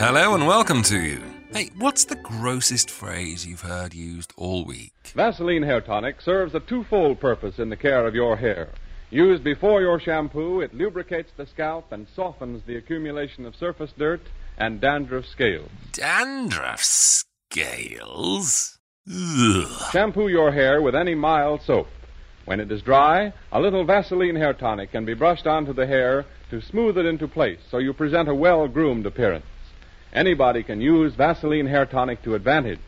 Hello and welcome to you. Hey, what's the grossest phrase you've heard used all week? Vaseline Hair Tonic serves a twofold purpose in the care of your hair. Used before your shampoo, it lubricates the scalp and softens the accumulation of surface dirt and dandruff scales. Dandruff scales? Ugh. Shampoo your hair with any mild soap. When it is dry, a little Vaseline Hair Tonic can be brushed onto the hair to smooth it into place so you present a well groomed appearance. Anybody can use Vaseline Hair Tonic to advantage.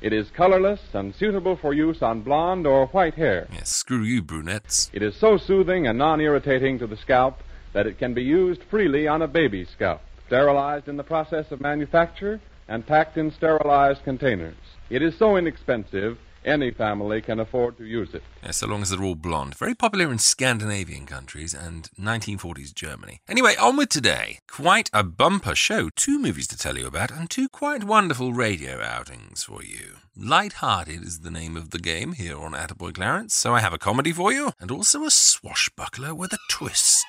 It is colorless and suitable for use on blonde or white hair. Yeah, screw you, brunettes. It is so soothing and non irritating to the scalp that it can be used freely on a baby's scalp, sterilized in the process of manufacture and packed in sterilized containers. It is so inexpensive, any family can afford to use it. Yeah, so long as they're all blonde. Very popular in Scandinavian countries and 1940s Germany. Anyway, on with today. Quite a bumper show. Two movies to tell you about and two quite wonderful radio outings for you. Lighthearted is the name of the game here on Attaboy Clarence, so I have a comedy for you and also a swashbuckler with a twist.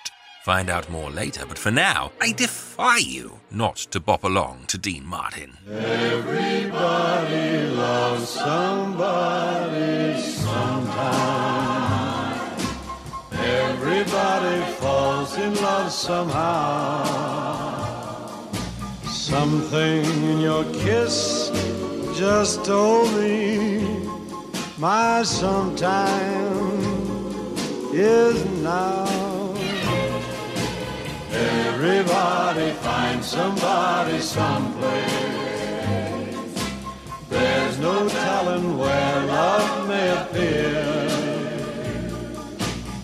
Find out more later, but for now, I defy you not to bop along to Dean Martin. Everybody loves somebody sometime. Everybody falls in love somehow. Something in your kiss just told me my sometime is now. Everybody finds somebody someplace. There's no telling where love may appear.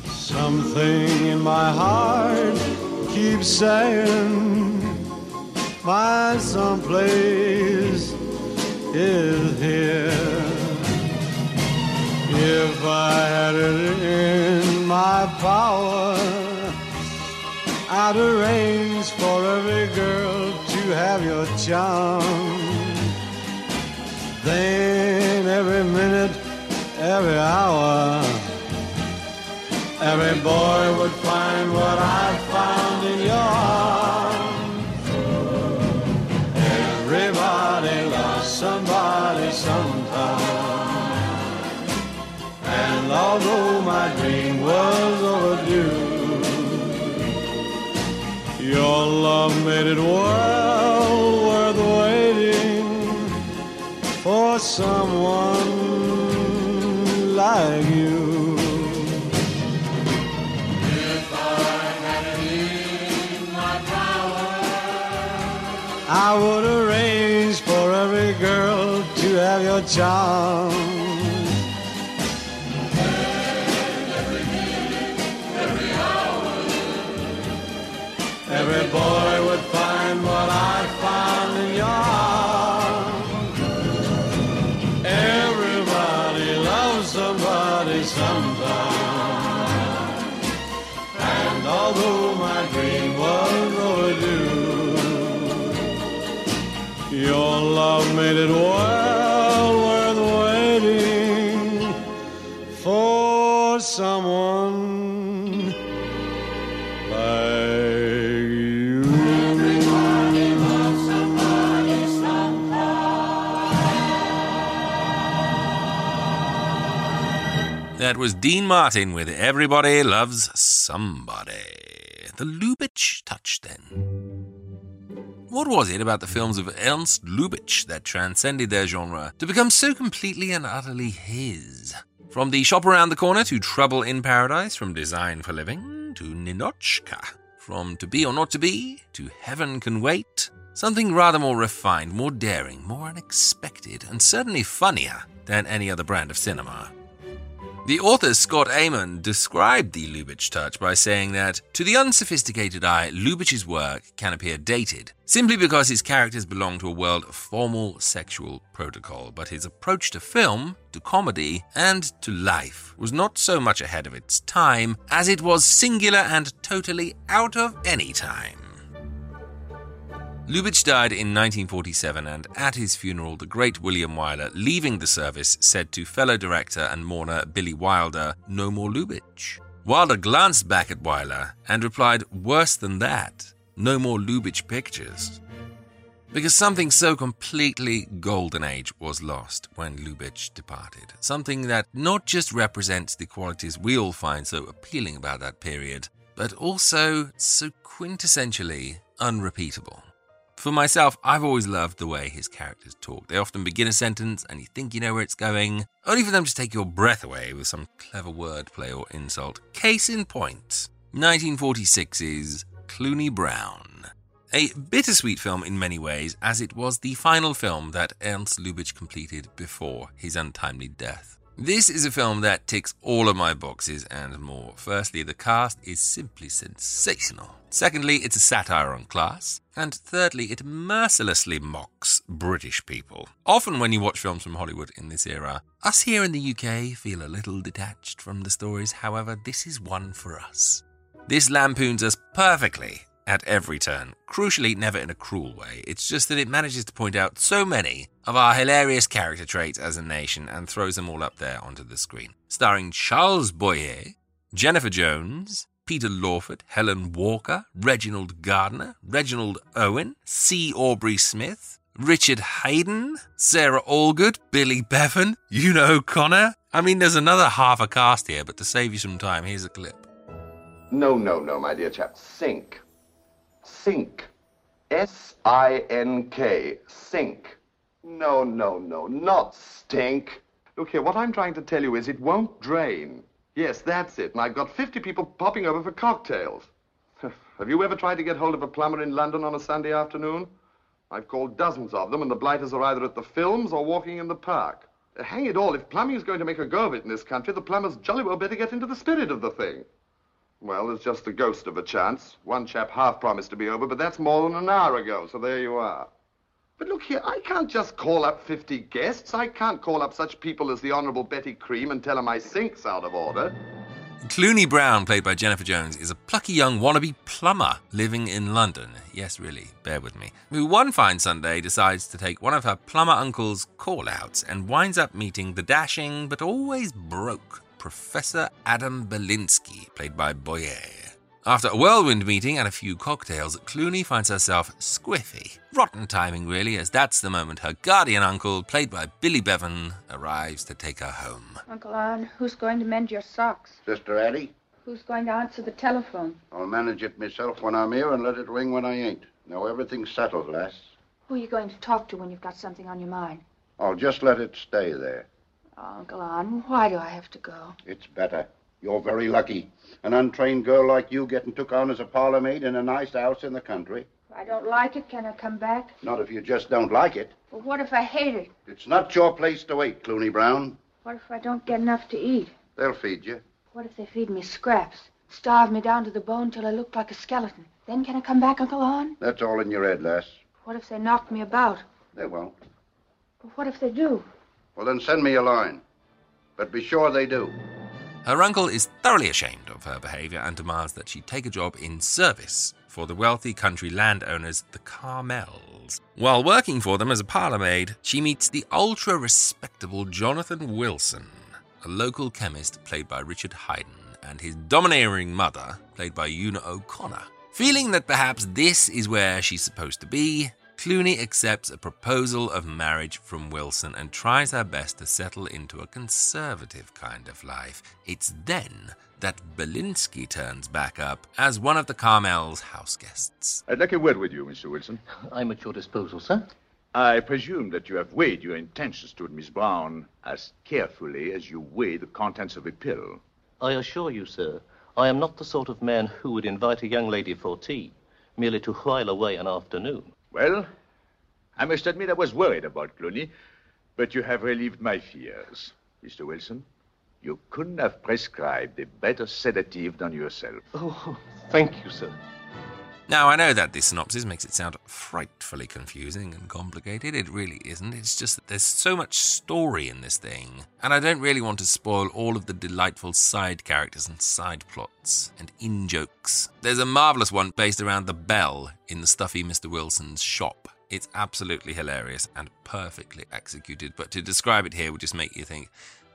Something in my heart keeps saying, My someplace is here. If I had it in my power. I'd arrange for every girl to have your charm. Then every minute, every hour, every boy would find what I found in your arms. Everybody loves somebody sometime. And although my dream was overdue, your love made it well worth waiting for someone like you. If I had it in my power, I would arrange for every girl to have your charm. Every boy would find what I found in your arms. Everybody loves somebody sometime. And although my dream was overdue, your love made it well worth waiting for someone like you. That was Dean Martin with Everybody Loves Somebody. The Lubitsch touch, then. What was it about the films of Ernst Lubitsch that transcended their genre to become so completely and utterly his? From The Shop Around the Corner to Trouble in Paradise, from Design for Living to Ninochka, from To Be or Not to Be to Heaven Can Wait, something rather more refined, more daring, more unexpected, and certainly funnier than any other brand of cinema. The author Scott Amon described the Lubitsch touch by saying that, to the unsophisticated eye, Lubitsch's work can appear dated, simply because his characters belong to a world of formal sexual protocol, but his approach to film, to comedy, and to life was not so much ahead of its time as it was singular and totally out of any time. Lubitsch died in 1947, and at his funeral, the great William Wyler, leaving the service, said to fellow director and mourner Billy Wilder, No more Lubitsch. Wilder glanced back at Wyler and replied, Worse than that, no more Lubitsch pictures. Because something so completely golden age was lost when Lubitsch departed. Something that not just represents the qualities we all find so appealing about that period, but also so quintessentially unrepeatable. For myself, I've always loved the way his characters talk. They often begin a sentence and you think you know where it's going, only for them to take your breath away with some clever wordplay or insult. Case in point 1946's Clooney Brown. A bittersweet film in many ways, as it was the final film that Ernst Lubitsch completed before his untimely death. This is a film that ticks all of my boxes and more. Firstly, the cast is simply sensational. Secondly, it's a satire on class. And thirdly, it mercilessly mocks British people. Often, when you watch films from Hollywood in this era, us here in the UK feel a little detached from the stories. However, this is one for us. This lampoons us perfectly at every turn. Crucially, never in a cruel way. It's just that it manages to point out so many of our hilarious character traits as a nation and throws them all up there onto the screen. Starring Charles Boyer, Jennifer Jones, Peter Lawford, Helen Walker, Reginald Gardner, Reginald Owen, C. Aubrey Smith, Richard Hayden, Sarah Allgood, Billy Bevan, you know Connor. I mean, there's another half a cast here, but to save you some time, here's a clip. No, no, no, my dear chap. Sink. Sink. S I N K. Sink. No, no, no, not stink. Look here, what I'm trying to tell you is it won't drain. Yes, that's it. And I've got 50 people popping over for cocktails. Have you ever tried to get hold of a plumber in London on a Sunday afternoon? I've called dozens of them, and the blighters are either at the films or walking in the park. Hang it all, if plumbing is going to make a go of it in this country, the plumbers jolly well better get into the spirit of the thing. Well, there's just the ghost of a chance. One chap half promised to be over, but that's more than an hour ago, so there you are. But look here, I can't just call up 50 guests. I can't call up such people as the Honorable Betty Cream and tell 'em I sink's out of order. Clooney Brown, played by Jennifer Jones, is a plucky young wannabe plumber living in London. Yes, really, bear with me. Who one fine Sunday decides to take one of her plumber uncle's call outs and winds up meeting the dashing but always broke Professor Adam Belinsky, played by Boyer. After a whirlwind meeting and a few cocktails, Clooney finds herself squiffy. Rotten timing, really, as that's the moment her guardian uncle, played by Billy Bevan, arrives to take her home. Uncle Ann, who's going to mend your socks? Sister Addie, Who's going to answer the telephone? I'll manage it myself when I'm here and let it ring when I ain't. Now everything's settled, lass. Who are you going to talk to when you've got something on your mind? I'll just let it stay there. Oh, Uncle Ann, why do I have to go? It's better. You're very lucky. An untrained girl like you getting took on as a parlor maid in a nice house in the country. If I don't like it, can I come back? Not if you just don't like it. But what if I hate it? It's not your place to wait, Clooney Brown. What if I don't get enough to eat? They'll feed you. What if they feed me scraps? Starve me down to the bone till I look like a skeleton. Then can I come back, Uncle Ann? That's all in your head, lass. What if they knock me about? They won't. But what if they do? Well, then send me a line. But be sure they do. Her uncle is thoroughly ashamed of her behaviour and demands that she take a job in service for the wealthy country landowners, the Carmels. While working for them as a parlour maid, she meets the ultra respectable Jonathan Wilson, a local chemist played by Richard Haydn, and his domineering mother, played by Una O'Connor. Feeling that perhaps this is where she's supposed to be, Clooney accepts a proposal of marriage from Wilson and tries her best to settle into a conservative kind of life. It's then that Belinsky turns back up as one of the Carmels' house guests. I'd like a word with you, Mr. Wilson. I'm at your disposal, sir. I presume that you have weighed your intentions toward Miss Brown as carefully as you weigh the contents of a pill. I assure you, sir, I am not the sort of man who would invite a young lady for tea merely to while away an afternoon. Well, I must admit I was worried about Clooney, but you have relieved my fears, Mr. Wilson. You couldn't have prescribed a better sedative than yourself. Oh, thank you, sir. Now, I know that the synopsis makes it sound frightfully confusing and complicated. It really isn't. It's just that there's so much story in this thing, and I don't really want to spoil all of the delightful side characters and side plots and in jokes. There's a marvellous one based around the bell in the stuffy Mr. Wilson's shop. It's absolutely hilarious and perfectly executed, but to describe it here would just make you think,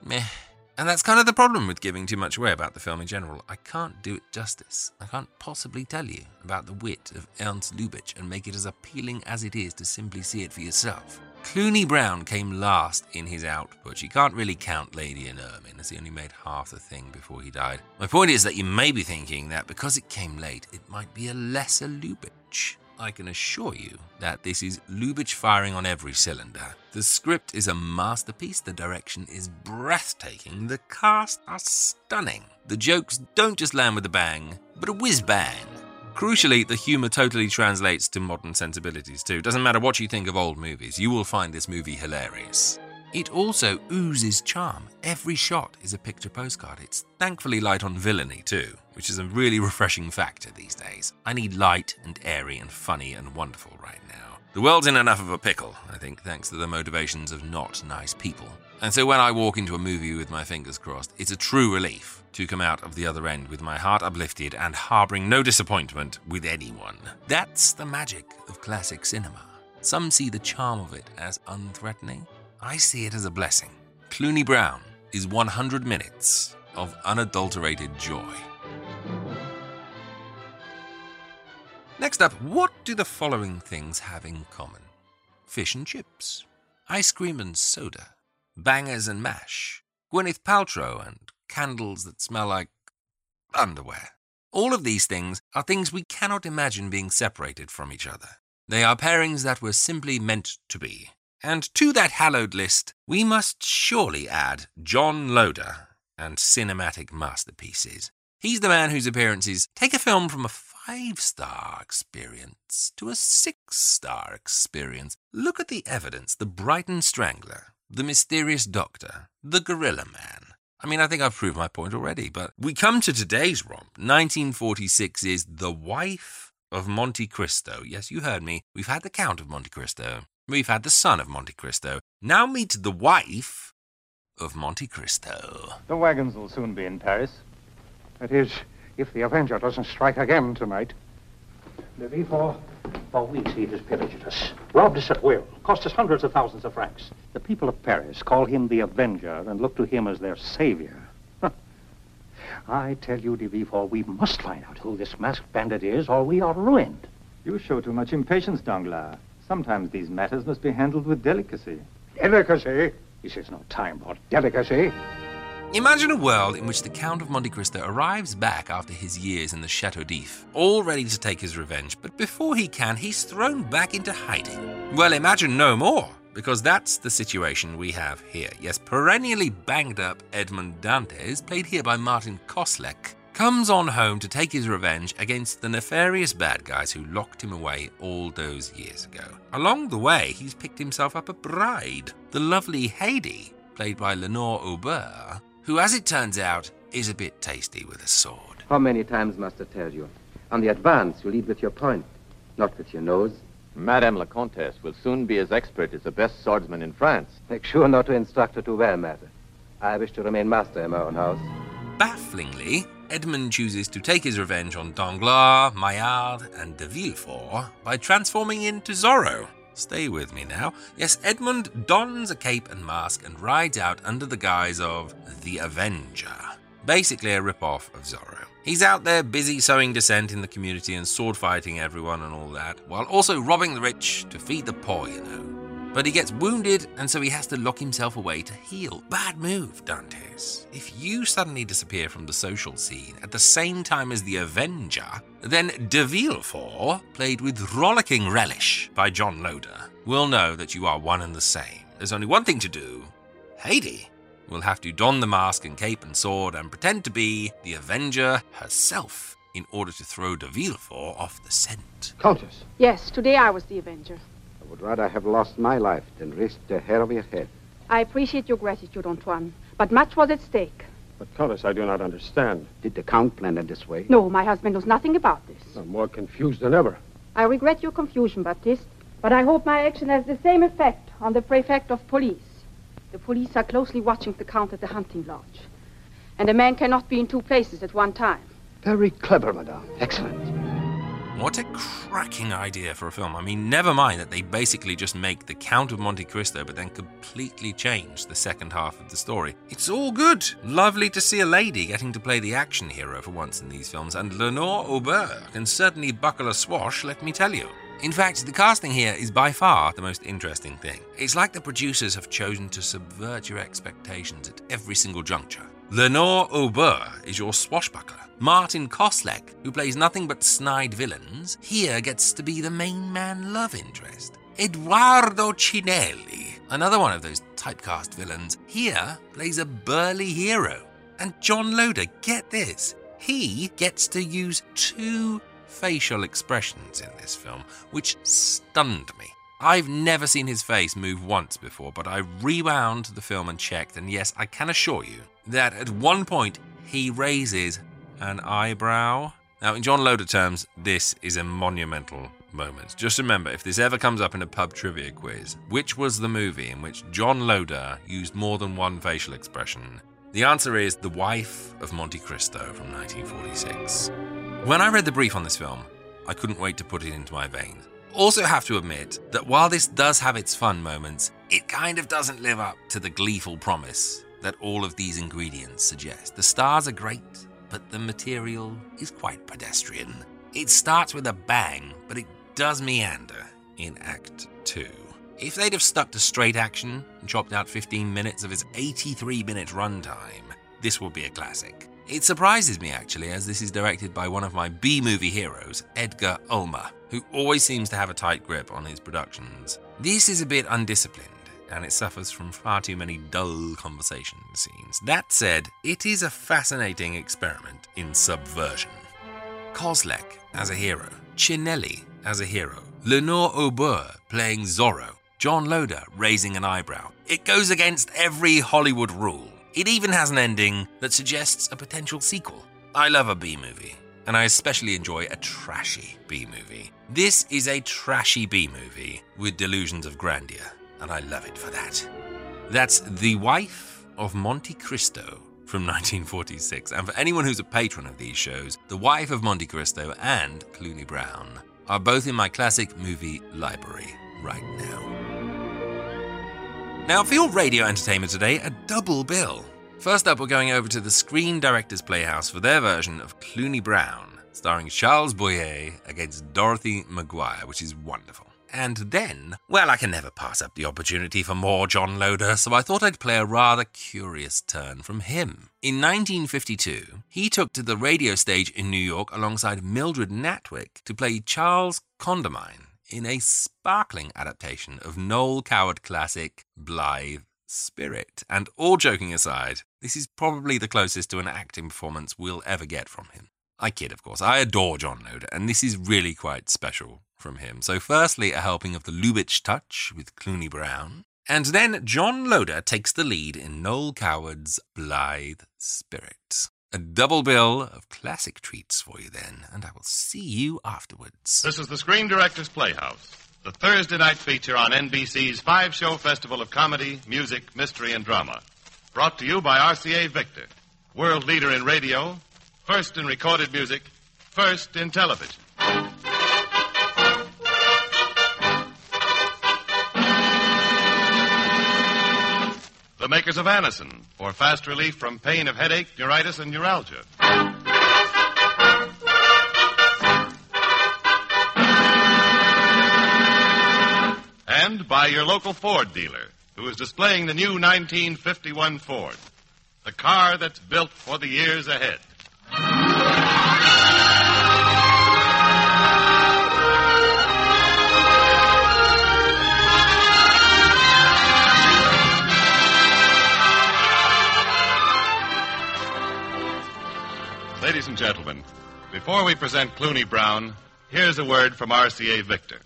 meh. And that's kind of the problem with giving too much away about the film in general. I can't do it justice. I can't possibly tell you about the wit of Ernst Lubitsch and make it as appealing as it is to simply see it for yourself. Clooney Brown came last in his output. You can't really count Lady and Ermine, as he only made half the thing before he died. My point is that you may be thinking that because it came late, it might be a lesser Lubitsch. I can assure you that this is Lubitsch firing on every cylinder. The script is a masterpiece, the direction is breathtaking, the cast are stunning. The jokes don't just land with a bang, but a whiz bang. Crucially, the humour totally translates to modern sensibilities too. Doesn't matter what you think of old movies, you will find this movie hilarious. It also oozes charm. Every shot is a picture postcard. It's thankfully light on villainy, too, which is a really refreshing factor these days. I need light and airy and funny and wonderful right now. The world's in enough of a pickle, I think, thanks to the motivations of not nice people. And so when I walk into a movie with my fingers crossed, it's a true relief to come out of the other end with my heart uplifted and harbouring no disappointment with anyone. That's the magic of classic cinema. Some see the charm of it as unthreatening. I see it as a blessing. Clooney Brown is 100 minutes of unadulterated joy. Next up, what do the following things have in common? Fish and chips, ice cream and soda, bangers and mash, Gwyneth Paltrow and candles that smell like underwear. All of these things are things we cannot imagine being separated from each other. They are pairings that were simply meant to be. And to that hallowed list, we must surely add John Loder and cinematic masterpieces. He's the man whose appearances take a film from a five star experience to a six star experience. Look at the evidence The Brighton Strangler, The Mysterious Doctor, The Gorilla Man. I mean, I think I've proved my point already, but we come to today's romp. 1946 is The Wife of Monte Cristo. Yes, you heard me. We've had The Count of Monte Cristo. We've had the son of Monte Cristo. Now meet the wife of Monte Cristo. The wagons will soon be in Paris. That is, if the Avenger doesn't strike again tonight. Levy, for, for weeks he has pillaged us, robbed us at will, cost us hundreds of thousands of francs. The people of Paris call him the Avenger and look to him as their savior. I tell you, de Villefort, we must find out who this masked bandit is, or we are ruined. You show too much impatience, Danglars. Sometimes these matters must be handled with delicacy. Delicacy? This is no time for delicacy. Imagine a world in which the Count of Monte Cristo arrives back after his years in the Chateau d'If, all ready to take his revenge, but before he can, he's thrown back into hiding. Well, imagine no more, because that's the situation we have here. Yes, perennially banged up Edmond Dantes, played here by Martin Koslek, comes on home to take his revenge against the nefarious bad guys who locked him away all those years ago. Along the way, he's picked himself up a bride, the lovely Heidi, played by Lenore Aubert, who, as it turns out, is a bit tasty with a sword. How many times must I tell you? On the advance, you lead with your point, not with your nose. Madame la Comtesse will soon be as expert as the best swordsman in France. Make sure not to instruct her too well, master. I wish to remain master in my own house. Bafflingly, Edmund chooses to take his revenge on Danglars, Maillard, and de Villefort by transforming into Zorro. Stay with me now. Yes, Edmund dons a cape and mask and rides out under the guise of the Avenger, basically a ripoff of Zorro. He's out there busy sowing dissent in the community and sword fighting everyone and all that, while also robbing the rich to feed the poor, you know. But he gets wounded, and so he has to lock himself away to heal. Bad move, Dantes. If you suddenly disappear from the social scene at the same time as the Avenger, then De Villefort, played with rollicking relish by John Loder, will know that you are one and the same. There's only one thing to do Haiti will have to don the mask and cape and sword and pretend to be the Avenger herself in order to throw De Villefort off the scent. Countess. Yes, today I was the Avenger. I would rather have lost my life than risked the hair of your head. I appreciate your gratitude, Antoine, but much was at stake. But, Cullis, I do not understand. Did the Count plan it this way? No, my husband knows nothing about this. I'm more confused than ever. I regret your confusion, Baptiste, but I hope my action has the same effect on the prefect of police. The police are closely watching the count at the hunting lodge. And a man cannot be in two places at one time. Very clever, madame. Excellent. What a cracking idea for a film. I mean, never mind that they basically just make The Count of Monte Cristo, but then completely change the second half of the story. It's all good. Lovely to see a lady getting to play the action hero for once in these films, and Lenore Aubert can certainly buckle a swash, let me tell you. In fact, the casting here is by far the most interesting thing. It's like the producers have chosen to subvert your expectations at every single juncture. Lenore Aubert is your swashbuckler. Martin Koslek, who plays nothing but snide villains, here gets to be the main man love interest. Eduardo Cinelli, another one of those typecast villains, here plays a burly hero. And John Loder, get this, he gets to use two facial expressions in this film, which stunned me. I've never seen his face move once before, but I rewound the film and checked, and yes, I can assure you that at one point he raises an eyebrow. Now, in John Loder terms, this is a monumental moment. Just remember, if this ever comes up in a pub trivia quiz, which was the movie in which John Loder used more than one facial expression? The answer is The Wife of Monte Cristo from 1946. When I read the brief on this film, I couldn't wait to put it into my veins. Also, have to admit that while this does have its fun moments, it kind of doesn't live up to the gleeful promise that all of these ingredients suggest. The stars are great, but the material is quite pedestrian. It starts with a bang, but it does meander in Act 2. If they'd have stuck to straight action and chopped out 15 minutes of its 83 minute runtime, this would be a classic. It surprises me actually, as this is directed by one of my B movie heroes, Edgar Ulmer, who always seems to have a tight grip on his productions. This is a bit undisciplined, and it suffers from far too many dull conversation scenes. That said, it is a fascinating experiment in subversion. Koslek as a hero, Cinelli as a hero, Lenore Aubert playing Zorro, John Loder raising an eyebrow. It goes against every Hollywood rule. It even has an ending that suggests a potential sequel. I love a B movie, and I especially enjoy a trashy B movie. This is a trashy B movie with delusions of grandeur, and I love it for that. That's The Wife of Monte Cristo from 1946. And for anyone who's a patron of these shows, The Wife of Monte Cristo and Clooney Brown are both in my classic movie library right now. Now, for your radio entertainment today, a double bill. First up, we're going over to the Screen Directors Playhouse for their version of Clooney Brown, starring Charles Boyer against Dorothy Maguire, which is wonderful. And then, well, I can never pass up the opportunity for more John Loder, so I thought I'd play a rather curious turn from him. In 1952, he took to the radio stage in New York alongside Mildred Natwick to play Charles Condamine in a sparkling adaptation of Noel Coward classic Blythe Spirit. And all joking aside, this is probably the closest to an acting performance we'll ever get from him. I kid, of course. I adore John Loder, and this is really quite special from him. So, firstly, a helping of the Lubitsch touch with Clooney Brown. And then John Loder takes the lead in Noel Coward's Blythe Spirit. A double bill of classic treats for you then, and I will see you afterwards. This is the Screen Directors Playhouse, the Thursday night feature on NBC's five show festival of comedy, music, mystery, and drama. Brought to you by RCA Victor, world leader in radio, first in recorded music, first in television. The makers of Anison for fast relief from pain of headache, neuritis, and neuralgia. And by your local Ford dealer, who is displaying the new 1951 Ford, the car that's built for the years ahead. Ladies and gentlemen, before we present Clooney Brown, here's a word from RCA Victor.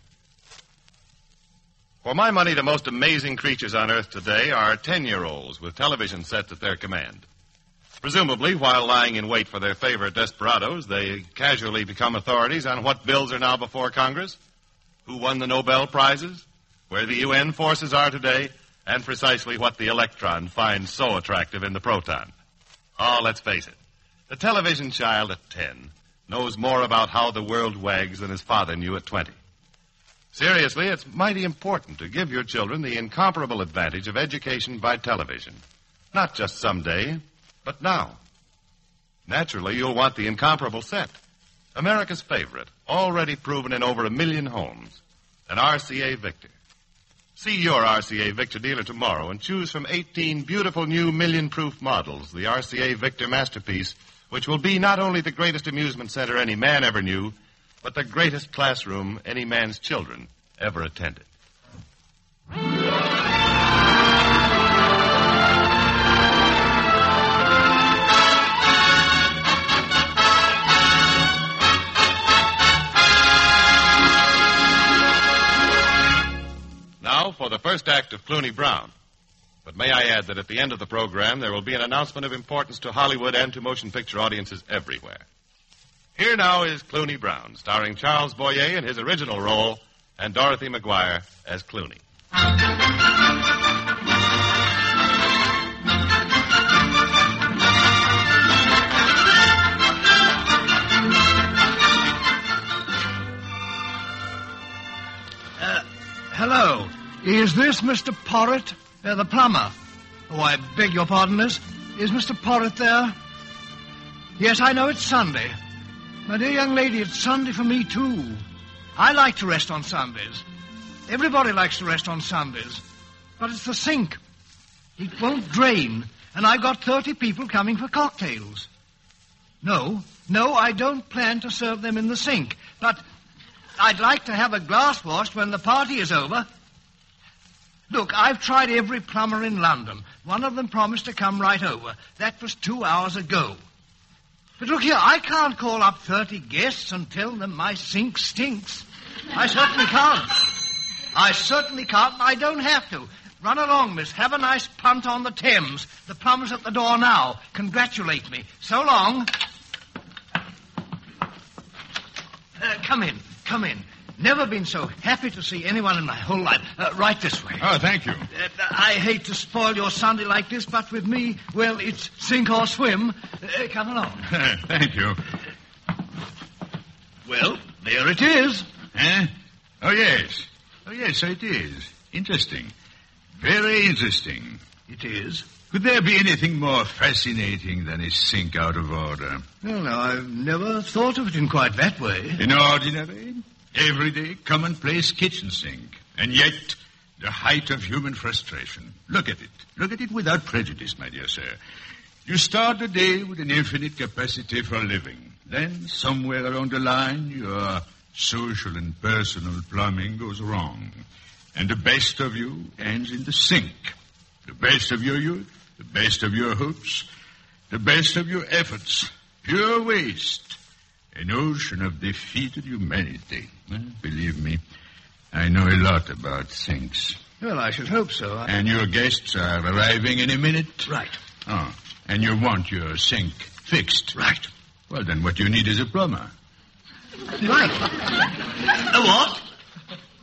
For my money, the most amazing creatures on earth today are 10 year olds with television sets at their command. Presumably, while lying in wait for their favorite desperados, they casually become authorities on what bills are now before Congress, who won the Nobel Prizes, where the UN forces are today, and precisely what the electron finds so attractive in the proton. Oh, let's face it. The television child at 10 knows more about how the world wags than his father knew at 20. Seriously, it's mighty important to give your children the incomparable advantage of education by television. Not just someday, but now. Naturally, you'll want the incomparable set. America's favorite, already proven in over a million homes. An RCA Victor. See your RCA Victor dealer tomorrow and choose from 18 beautiful new million proof models, the RCA Victor masterpiece, which will be not only the greatest amusement center any man ever knew, but the greatest classroom any man's children ever attended. Now for the first act of Clooney Brown. But may I add that at the end of the program, there will be an announcement of importance to Hollywood and to motion picture audiences everywhere. Here now is Clooney Brown, starring Charles Boyer in his original role and Dorothy McGuire as Clooney. Hello. Is this Mr. Porritt, uh, the plumber? Oh, I beg your pardon, miss. Is Mr. Porritt there? Yes, I know it's Sunday. My dear young lady, it's Sunday for me, too. I like to rest on Sundays. Everybody likes to rest on Sundays. But it's the sink. It won't drain, and I've got 30 people coming for cocktails. No, no, I don't plan to serve them in the sink. But I'd like to have a glass washed when the party is over. Look, I've tried every plumber in London. One of them promised to come right over. That was two hours ago. But look here, I can't call up 30 guests and tell them my sink stinks. I certainly can't. I certainly can't, and I don't have to. Run along, miss. Have a nice punt on the Thames. The plumber's at the door now. Congratulate me. So long. Uh, come in. Come in. Never been so happy to see anyone in my whole life. Uh, right this way. Oh, thank you. Uh, I hate to spoil your Sunday like this, but with me, well, it's sink or swim. Uh, come along. thank you. Well, there it is. Eh? Oh, yes. Oh, yes, it is. Interesting. Very interesting. It is. Could there be anything more fascinating than a sink out of order? Well, now, I've never thought of it in quite that way. An ordinary, everyday, commonplace kitchen sink. And yet, the height of human frustration. Look at it. Look at it without prejudice, my dear sir. You start the day with an infinite capacity for living. Then, somewhere along the line, your social and personal plumbing goes wrong. And the best of you ends in the sink. The best of your youth, the best of your hopes, the best of your efforts. Pure waste. An ocean of defeated humanity. Eh, Believe me, I know a lot about sinks. Well, I should hope so. I... And your guests are arriving in a minute. Right. Oh, and you want your sink fixed. Right. Well, then what you need is a plumber. Right. Uh, what?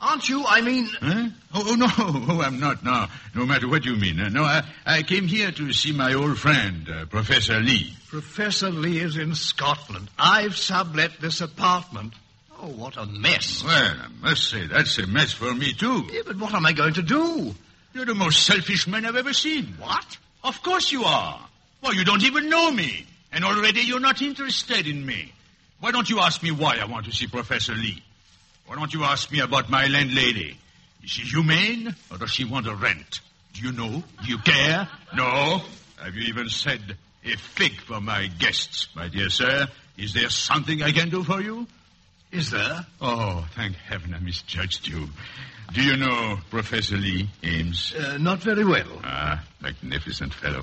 Aren't you, I mean... Huh? Oh, oh, no. Oh, I'm not now. No matter what you mean. Uh, no, I, I came here to see my old friend, uh, Professor Lee. Professor Lee is in Scotland. I've sublet this apartment. Oh, what a mess. Well, I must say, that's a mess for me, too. Yeah, but what am I going to do? You're the most selfish man I've ever seen. What? Of course you are. Well, you don't even know me. And already you're not interested in me. Why don't you ask me why I want to see Professor Lee? Why don't you ask me about my landlady? Is she humane or does she want a rent? Do you know? Do you care? No. Have you even said a fig for my guests, my dear sir? Is there something I can do for you? Is there? Oh, thank heaven I misjudged you. Do you know Professor Lee Ames? Uh, not very well. Ah, magnificent fellow.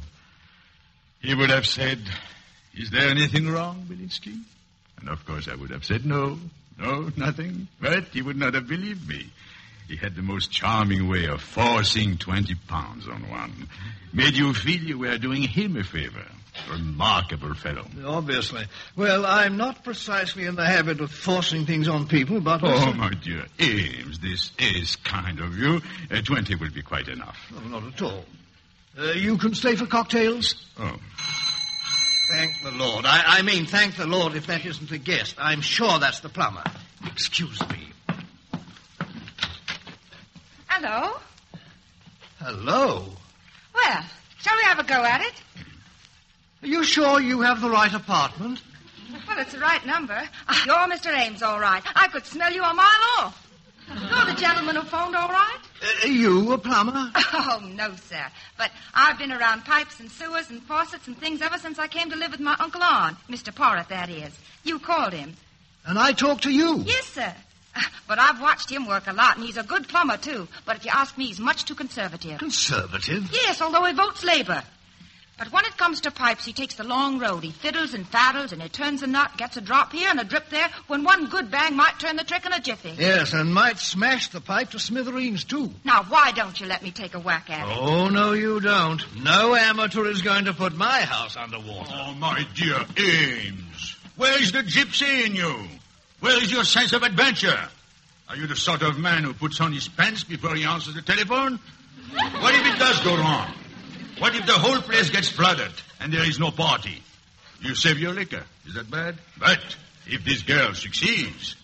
He would have said, Is there anything wrong, Belinsky? And of course I would have said no. No, nothing. But he would not have believed me. He had the most charming way of forcing 20 pounds on one. Made you feel you were doing him a favor. Remarkable fellow. Obviously. Well, I'm not precisely in the habit of forcing things on people, but. Oh, my dear Ames, this is kind of you. Uh, 20 will be quite enough. No, not at all. Uh, you can stay for cocktails? Oh. Thank the Lord. I, I mean, thank the Lord if that isn't the guest. I'm sure that's the plumber. Excuse me. Hello? Hello? Well, shall we have a go at it? Are you sure you have the right apartment? Well, it's the right number. Ah, You're Mr. Ames, all right. I could smell you a mile off. You're the gentleman who phoned, all right? Uh, you a plumber? Oh, no, sir. But I've been around pipes and sewers and faucets and things ever since I came to live with my Uncle On, Mr. Porritt, that is. You called him. And I talk to you? Yes, sir. Ah, But I've watched him work a lot, and he's a good plumber, too. But if you ask me, he's much too conservative. Conservative? Yes, although he votes Labor. But when it comes to pipes, he takes the long road. He fiddles and faddles, and he turns a knot, gets a drop here and a drip there, when one good bang might turn the trick in a jiffy. Yes, and might smash the pipe to smithereens, too. Now, why don't you let me take a whack at it? Oh, no, you don't. No amateur is going to put my house underwater. Oh, my dear eh? Ames, where's the gypsy in you? Where's your sense of adventure? Are you the sort of man who puts on his pants before he answers the telephone? What if it does go wrong? What if the whole place gets flooded and there is no party? You save your liquor. Is that bad? But if this girl succeeds.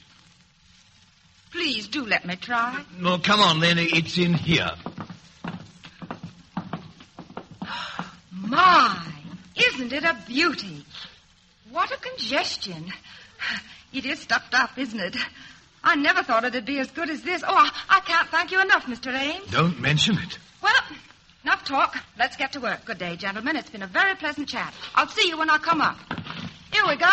Please do let me try. No, come on, then. It's in here. My, isn't it a beauty? What a congestion. It is stuffed up, isn't it? I never thought it'd be as good as this. Oh, I, I can't thank you enough, Mr. Ames. Don't mention it. Well, enough talk. Let's get to work. Good day, gentlemen. It's been a very pleasant chat. I'll see you when I come up. Here we go.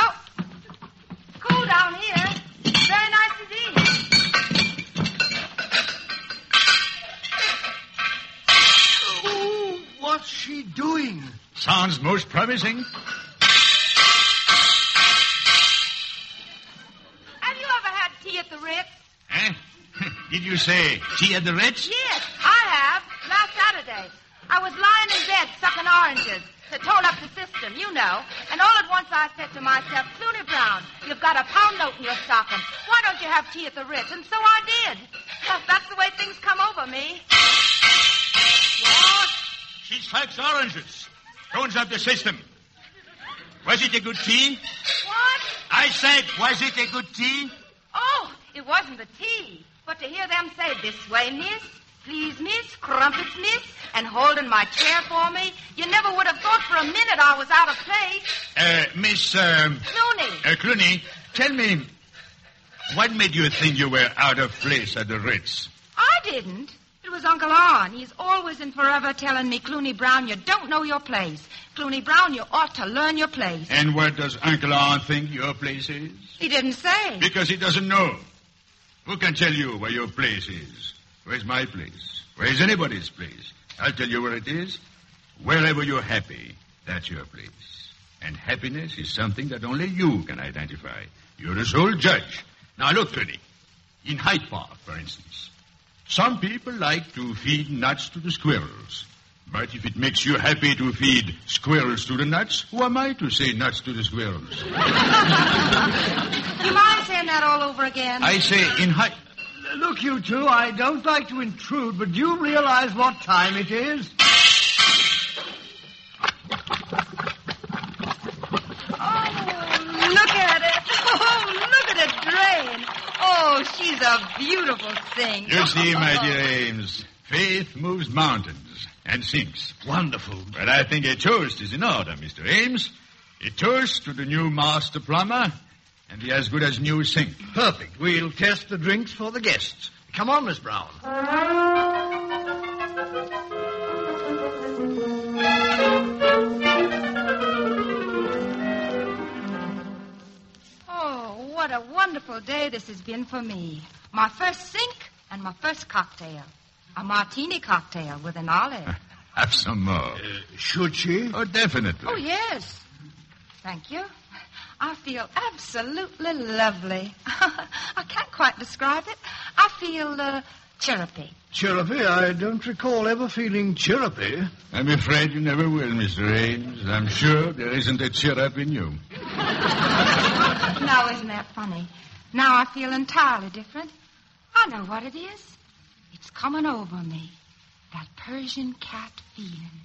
Cool down here. Very nice indeed. What's she doing? Sounds most promising. Have you ever had tea at the Ritz? Eh? Did you say tea at the Ritz? Yes, I have. Last Saturday. I was lying in bed sucking oranges to tone up the system, you know. And all at once I said to myself, Clooney Brown, you've got a pound note in your stocking. Why don't you have tea at the Ritz? And so I did. That's the way things come over me. She strikes oranges. Tones up the system. Was it a good tea? What? I said, was it a good tea? Oh, it wasn't the tea. But to hear them say, this way, miss, please, miss, crumpets, miss, and holding my chair for me, you never would have thought for a minute I was out of place. Uh, Miss um, Clooney, uh, Clooney, tell me, what made you think you were out of place at the Ritz? I didn't. It was Uncle Arn. He's always and forever telling me, Clooney Brown, you don't know your place. Clooney Brown, you ought to learn your place. And what does Uncle Arn think your place is? He didn't say. Because he doesn't know. Who can tell you where your place is? Where's my place? Where's anybody's place? I'll tell you where it is. Wherever you're happy, that's your place. And happiness is something that only you can identify. You're the sole judge. Now look, Tony. In Hyde Park, for instance, some people like to feed nuts to the squirrels. But if it makes you happy to feed squirrels to the nuts, who am I to say nuts to the squirrels? You mind saying that all over again? I say in Hyde. Uh, Look, you two, I don't like to intrude, but do you realize what time it is? Look at it. Oh, look at it drain. Oh, she's a beautiful thing. You see, my dear Ames, faith moves mountains and sinks. Wonderful. But I think a toast is in order, Mr. Ames. A toast to the new master plumber and the as good as new sink. Perfect. We'll test the drinks for the guests. Come on, Miss Brown. Oh, what a wonderful day this has been for me. My first sink and my first cocktail. A martini cocktail with an olive. Have some more. Uh, should she? Oh, definitely. Oh, yes. Thank you. I feel absolutely lovely. I can't quite describe it. I feel uh, chirrupy. Chirrupy? I don't recall ever feeling chirrupy. I'm afraid you never will, Mr. Ames. I'm sure there isn't a cheer up in you. Now, isn't that funny? Now I feel entirely different. I know what it is. It's coming over me. That Persian cat feeling.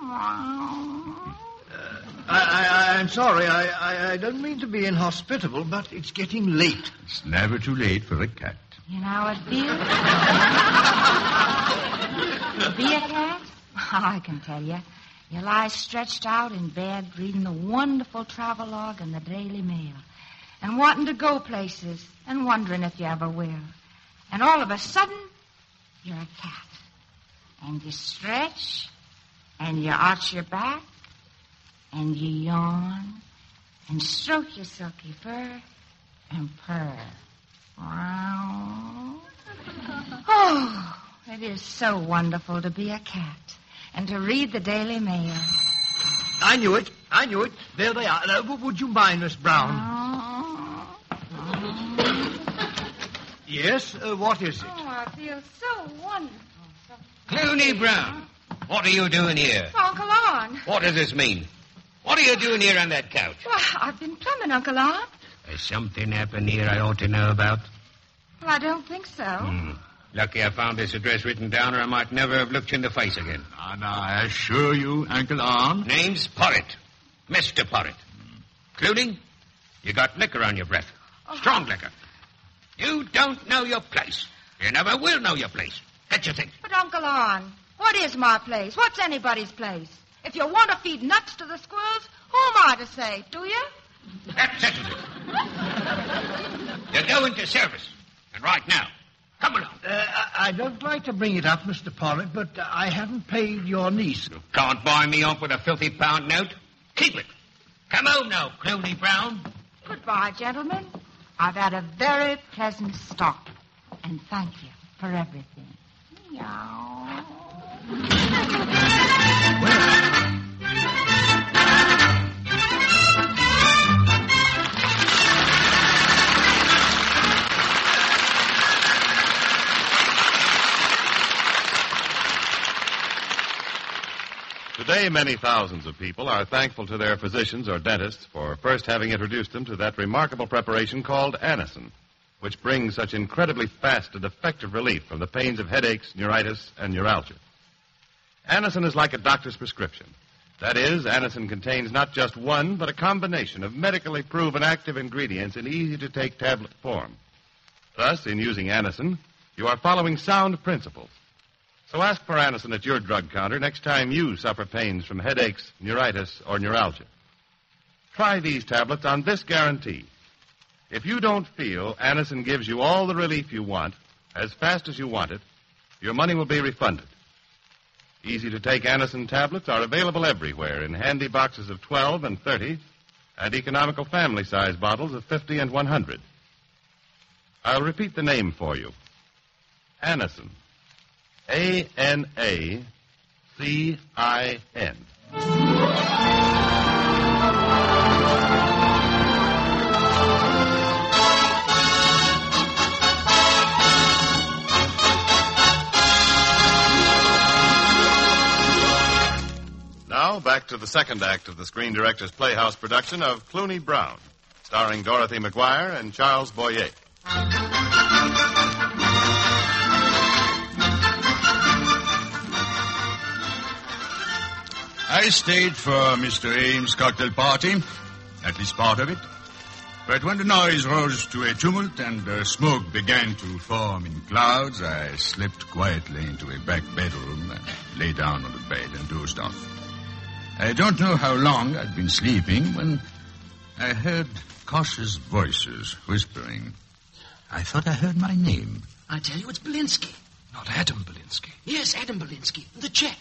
Meow. I, I, I'm sorry. I, I, I don't mean to be inhospitable, but it's getting late. It's never too late for a cat. You know how it feels? to be a cat? I can tell you. You lie stretched out in bed reading the wonderful travelogue and the Daily Mail and wanting to go places and wondering if you ever will. And all of a sudden, you're a cat. And you stretch and you arch your back and you yawn and stroke your silky fur and purr. Wow. Oh, it is so wonderful to be a cat and to read the Daily Mail. I knew it. I knew it. There they are. Uh, w- would you mind, Miss Uh-huh. Brown? Oh, Yes? Uh, what is it? Oh, I feel so wonderful. Clooney Brown, what are you doing here? Oh, Uncle Lon. What does this mean? What are you doing here on that couch? Well, I've been plumbing, Uncle Lon. Has something happened here I ought to know about? Well, I don't think so. Hmm. Hmm. Lucky I found this address written down, or I might never have looked you in the face again. And I assure you, Uncle Arn. Name's Porritt. Mr. Porritt. Clooney, you got liquor on your breath. Strong liquor. You don't know your place. You never will know your place. Get your things. But, Uncle On, what is my place? What's anybody's place? If you want to feed nuts to the squirrels, who am I to say? Do you? That settles it. You go into service. And right now. Come along. Uh, I- I don't like to bring it up, Mr. Porritt, but I haven't paid your niece. Can't buy me off with a filthy pound note. Keep it. Come home now, Clooney Brown. Goodbye, gentlemen. I've had a very pleasant stop. And thank you for everything. Today, many thousands of people are thankful to their physicians or dentists for first having introduced them to that remarkable preparation called Anacin, which brings such incredibly fast and effective relief from the pains of headaches, neuritis, and neuralgia. Anacin is like a doctor's prescription. That is, Anacin contains not just one, but a combination of medically proven active ingredients in easy to take tablet form. Thus, in using Anacin, you are following sound principles. So ask for Anacin at your drug counter next time you suffer pains from headaches, neuritis, or neuralgia. Try these tablets on this guarantee. If you don't feel Anacin gives you all the relief you want, as fast as you want it, your money will be refunded. Easy to take Anacin tablets are available everywhere in handy boxes of 12 and 30 and economical family size bottles of 50 and 100. I'll repeat the name for you Anacin. A N A C I N. Now, back to the second act of the Screen Director's Playhouse production of Clooney Brown, starring Dorothy McGuire and Charles Boyer. I stayed for Mr. Ames' cocktail party, at least part of it. But when the noise rose to a tumult and the smoke began to form in clouds, I slipped quietly into a back bedroom and lay down on the bed and dozed off. I don't know how long I'd been sleeping when I heard cautious voices whispering. I thought I heard my name. I tell you, it's Belinsky. Not Adam Belinsky. Yes, Adam Belinsky, the Czech.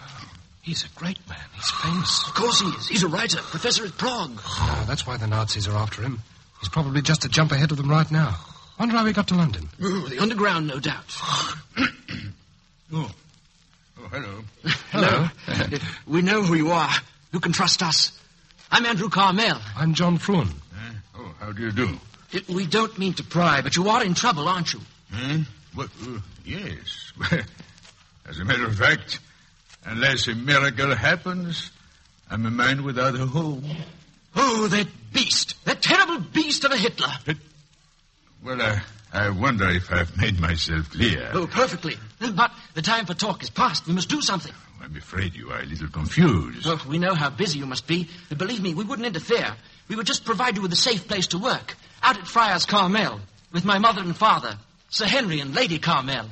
Oh, He's a great man. He's famous. Of course he is. He's a writer, professor at Prague. No, Ah, that's why the Nazis are after him. He's probably just a jump ahead of them right now. Wonder how he got to London. Oh, the underground, no doubt. oh. Oh, hello. Hello. we know who you are. You can trust us. I'm Andrew Carmel. I'm John Fruin. Oh, how do you do? We don't mean to pry, but you are in trouble, aren't you? Hmm? Well, uh, yes. As a matter of fact, unless a miracle happens, I'm a man without a home. Oh, that beast! That terrible beast of a Hitler! Well, I, I wonder if I've made myself clear. Oh, perfectly. But the time for talk is past. We must do something. I'm afraid you are a little confused. Oh, we know how busy you must be. But believe me, we wouldn't interfere. We would just provide you with a safe place to work. Out at Friars Carmel, with my mother and father, Sir Henry and Lady Carmel.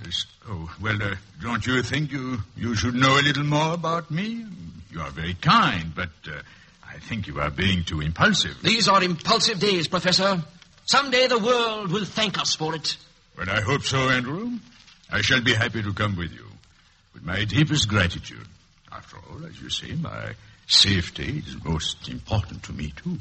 Oh, well, uh, don't you think you, you should know a little more about me? You are very kind, but uh, I think you are being too impulsive. These are impulsive days, Professor. Someday the world will thank us for it. Well, I hope so, Andrew. I shall be happy to come with you. With my deepest gratitude. After all, as you say, my safety is most important to me, too.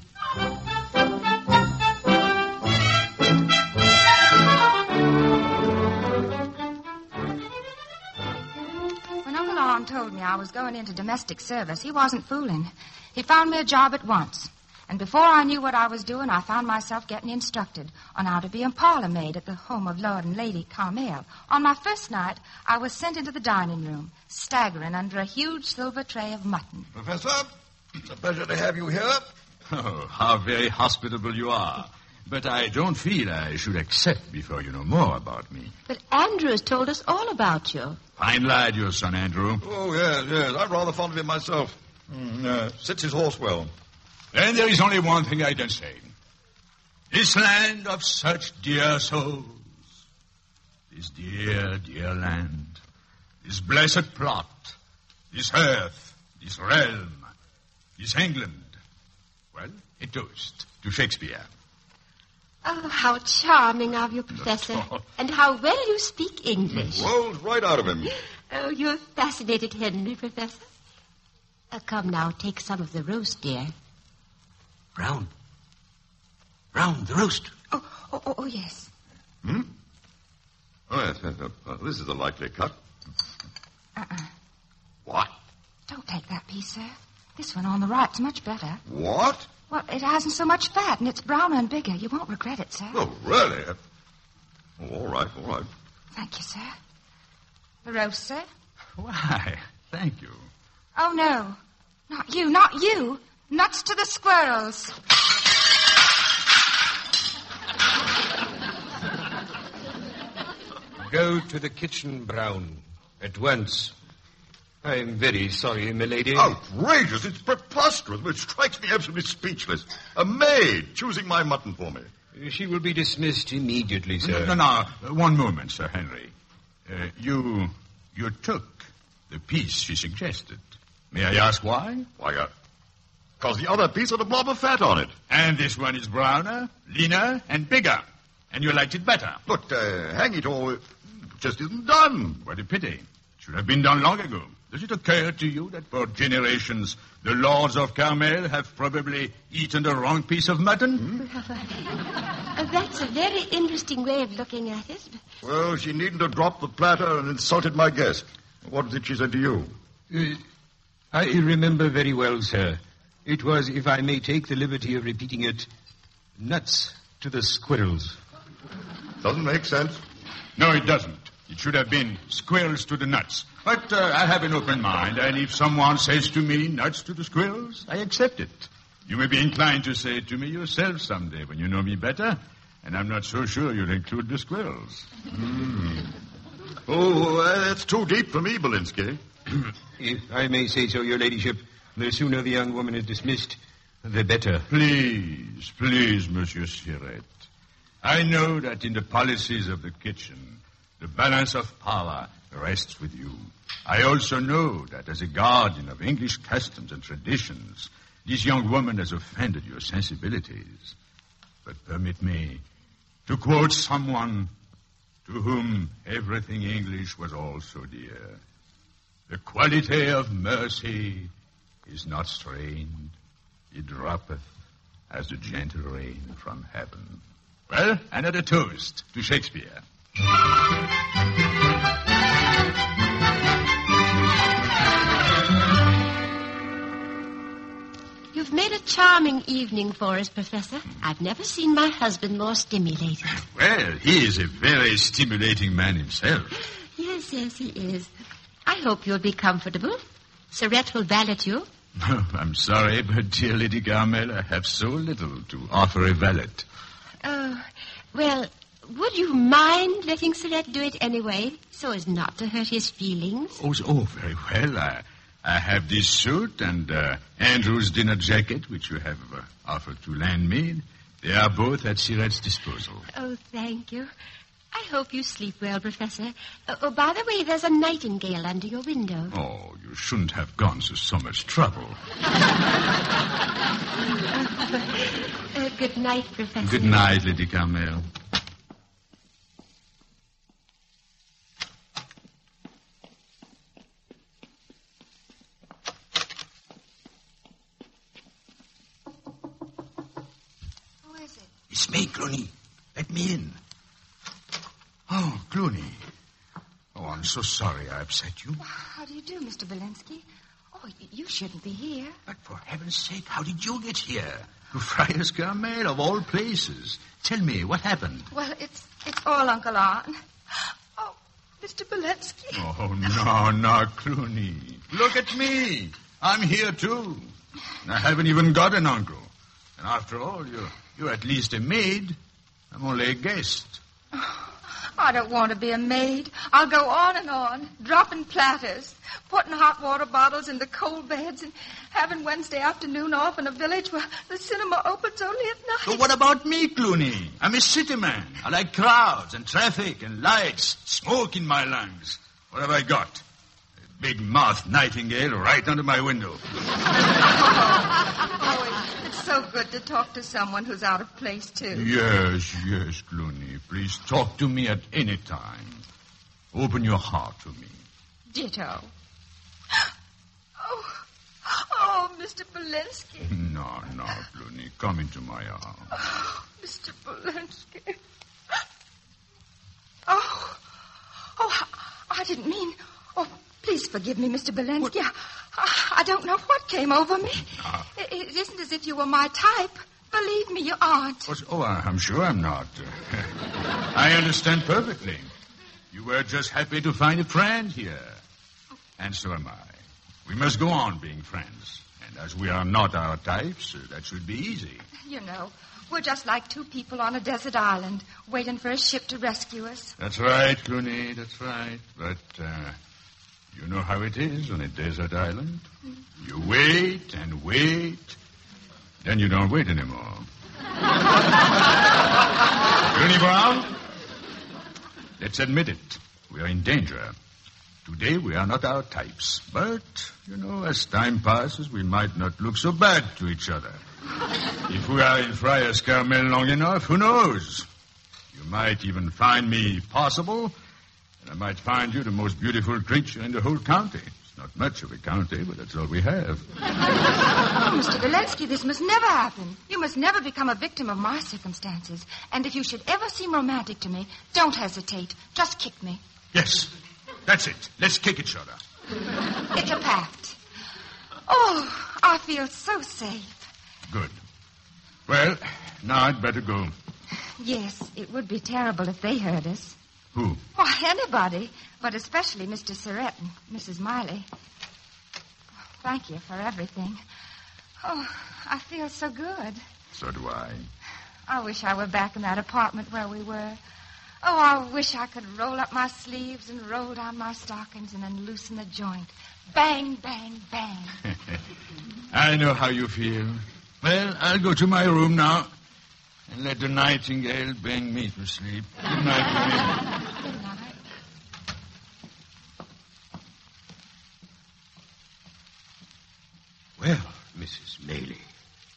When Uncle Orm told me I was going into domestic service, he wasn't fooling. He found me a job at once. And before I knew what I was doing, I found myself getting instructed on how to be a parlor maid at the home of Lord and Lady Carmel. On my first night, I was sent into the dining room, staggering under a huge silver tray of mutton. Professor, it's a pleasure to have you here. Oh, how very hospitable you are. But I don't feel I should accept before you know more about me. But Andrew has told us all about you. Fine lad, your son, Andrew. Oh, yes, yes. I'm rather fond of him myself. Mm, uh, sits his horse well. Then there is only one thing I can say. This land of such dear souls, this dear, dear land, this blessed plot, this earth, this realm, this England. Well, a toast to Shakespeare. Oh, how charming of you, Professor. And how well you speak English. Rolls right out of him. Oh, you've fascinated Henry, Professor. Uh, come now, take some of the roast, dear. Brown. Brown, the roast. Oh, oh, oh yes. Hmm? Oh, yes, yes, yes. Well, this is a likely cut. Uh-uh. What? Don't take that piece, sir. This one on the right's much better. What? Well, it hasn't so much fat, and it's browner and bigger. You won't regret it, sir. Oh, really? Oh, all right, all right. Thank you, sir. The roast, sir? Why, thank you. Oh, no. Not you, not you. Nuts to the squirrels. Go to the kitchen, Brown, at once. I'm very sorry, milady. Outrageous. It's preposterous. It strikes me absolutely speechless. A maid choosing my mutton for me. She will be dismissed immediately, sir. No, no, no. One moment, Sir Henry. Uh, you, you took the piece she suggested. May I ask why? Why, uh, because the other piece had a blob of fat on it. And this one is browner, leaner, and bigger. And you liked it better. Look, uh, hang it all. It just isn't done. What a pity. Should have been done long ago. Does it occur to you that for generations the lords of Carmel have probably eaten the wrong piece of mutton? Hmm? Uh, that's a very interesting way of looking at it. Well, she needn't have dropped the platter and insulted my guest. What did she say to you? Uh, I remember very well, sir. It was, if I may take the liberty of repeating it, nuts to the squirrels. Doesn't make sense. No, it doesn't. It should have been squirrels to the nuts. But uh, I have an open mind, and if someone says to me nuts to the squirrels, I accept it. You may be inclined to say it to me yourself someday when you know me better, and I'm not so sure you'll include the squirrels. Mm. Oh, uh, that's too deep for me, Belinsky. if I may say so, your ladyship, the sooner the young woman is dismissed, the better. Please, please, Monsieur Siret. I know that in the policies of the kitchen, the balance of power rests with you. I also know that as a guardian of English customs and traditions, this young woman has offended your sensibilities. But permit me to quote someone to whom everything English was also dear. The quality of mercy is not strained. It droppeth as the gentle rain from heaven. Well, another toast to Shakespeare. You You've made a charming evening for us, Professor. I've never seen my husband more stimulated. Well, he is a very stimulating man himself. Yes, yes, he is. I hope you'll be comfortable. Surrette will valet you. Oh, I'm sorry, but dear Lady Carmel, I have so little to offer a valet. Oh, well, would you mind letting Surrette do it anyway, so as not to hurt his feelings? Oh, oh very well. I, I have this suit and uh, Andrew's dinner jacket, which you have uh, offered to lend me. They are both at Siret's disposal. Oh, thank you. I hope you sleep well, Professor. Oh, oh, by the way, there's a nightingale under your window. Oh, you shouldn't have gone to so much trouble. Uh, good night, Professor. Good night, Lady Carmel. Who is it? It's me, Clooney. Let me in. Oh, Clooney. Oh, I'm so sorry I upset you. How do you do, Mr. Belinsky? Oh, y- you shouldn't be here. But for heaven's sake, how did you get here? To Friars Carmel, of all places. Tell me, what happened? Well, it's it's all Uncle Arn. Oh, Mr. Belensky. Oh, no, no, Clooney. Look at me. I'm here, too. I haven't even got an uncle. And after all, you're, you're at least a maid. I'm only a guest. I don't want to be a maid. I'll go on and on, dropping platters, putting hot water bottles in the cold beds, and having Wednesday afternoon off in a village where the cinema opens only at night. So what about me, Clooney? I'm a city man. I like crowds and traffic and lights, smoke in my lungs. What have I got? A big mouth nightingale right under my window. Oh, it's so good to talk to someone who's out of place, too. Yes, yes, Clooney. Please talk to me at any time. Open your heart to me. Ditto. Oh, oh, Mr. Belinsky, No, no, Clooney. Come into my arms. Mr. Belinsky. Oh, oh, I, I didn't mean. Oh, please forgive me, Mr. Belinsky. I, I, I don't know what came over me. It, it isn't as if you were my type. Believe me, you aren't. What- oh, I- I'm sure I'm not. I understand perfectly. You were just happy to find a friend here. And so am I. We must go on being friends. And as we are not our types, uh, that should be easy. You know, we're just like two people on a desert island, waiting for a ship to rescue us. That's right, Clooney, that's right. But uh, you know how it is on a desert island. You wait and wait, then you don't wait anymore. Clooney Brown, let's admit it. We are in danger. Today we are not our types, but, you know, as time passes, we might not look so bad to each other. if we are in Friars Carmel long enough, who knows? You might even find me possible, and I might find you the most beautiful creature in the whole county. It's not much of a county, but that's all we have. Oh, Mr. Belensky, this must never happen. You must never become a victim of my circumstances. And if you should ever seem romantic to me, don't hesitate. Just kick me. Yes, that's it. Let's kick each other. It's a pact. Oh, I feel so safe. Good. Well, now I'd better go. Yes, it would be terrible if they heard us. Who? Why, anybody, but especially Mr. Surrett and Mrs. Miley. Thank you for everything. Oh, I feel so good. So do I. I wish I were back in that apartment where we were. Oh, I wish I could roll up my sleeves and roll down my stockings and then loosen the joint. Bang, bang, bang. I know how you feel. Well, I'll go to my room now and let the nightingale bang me to sleep. Good night, Clooney. Well, Mrs. Maley,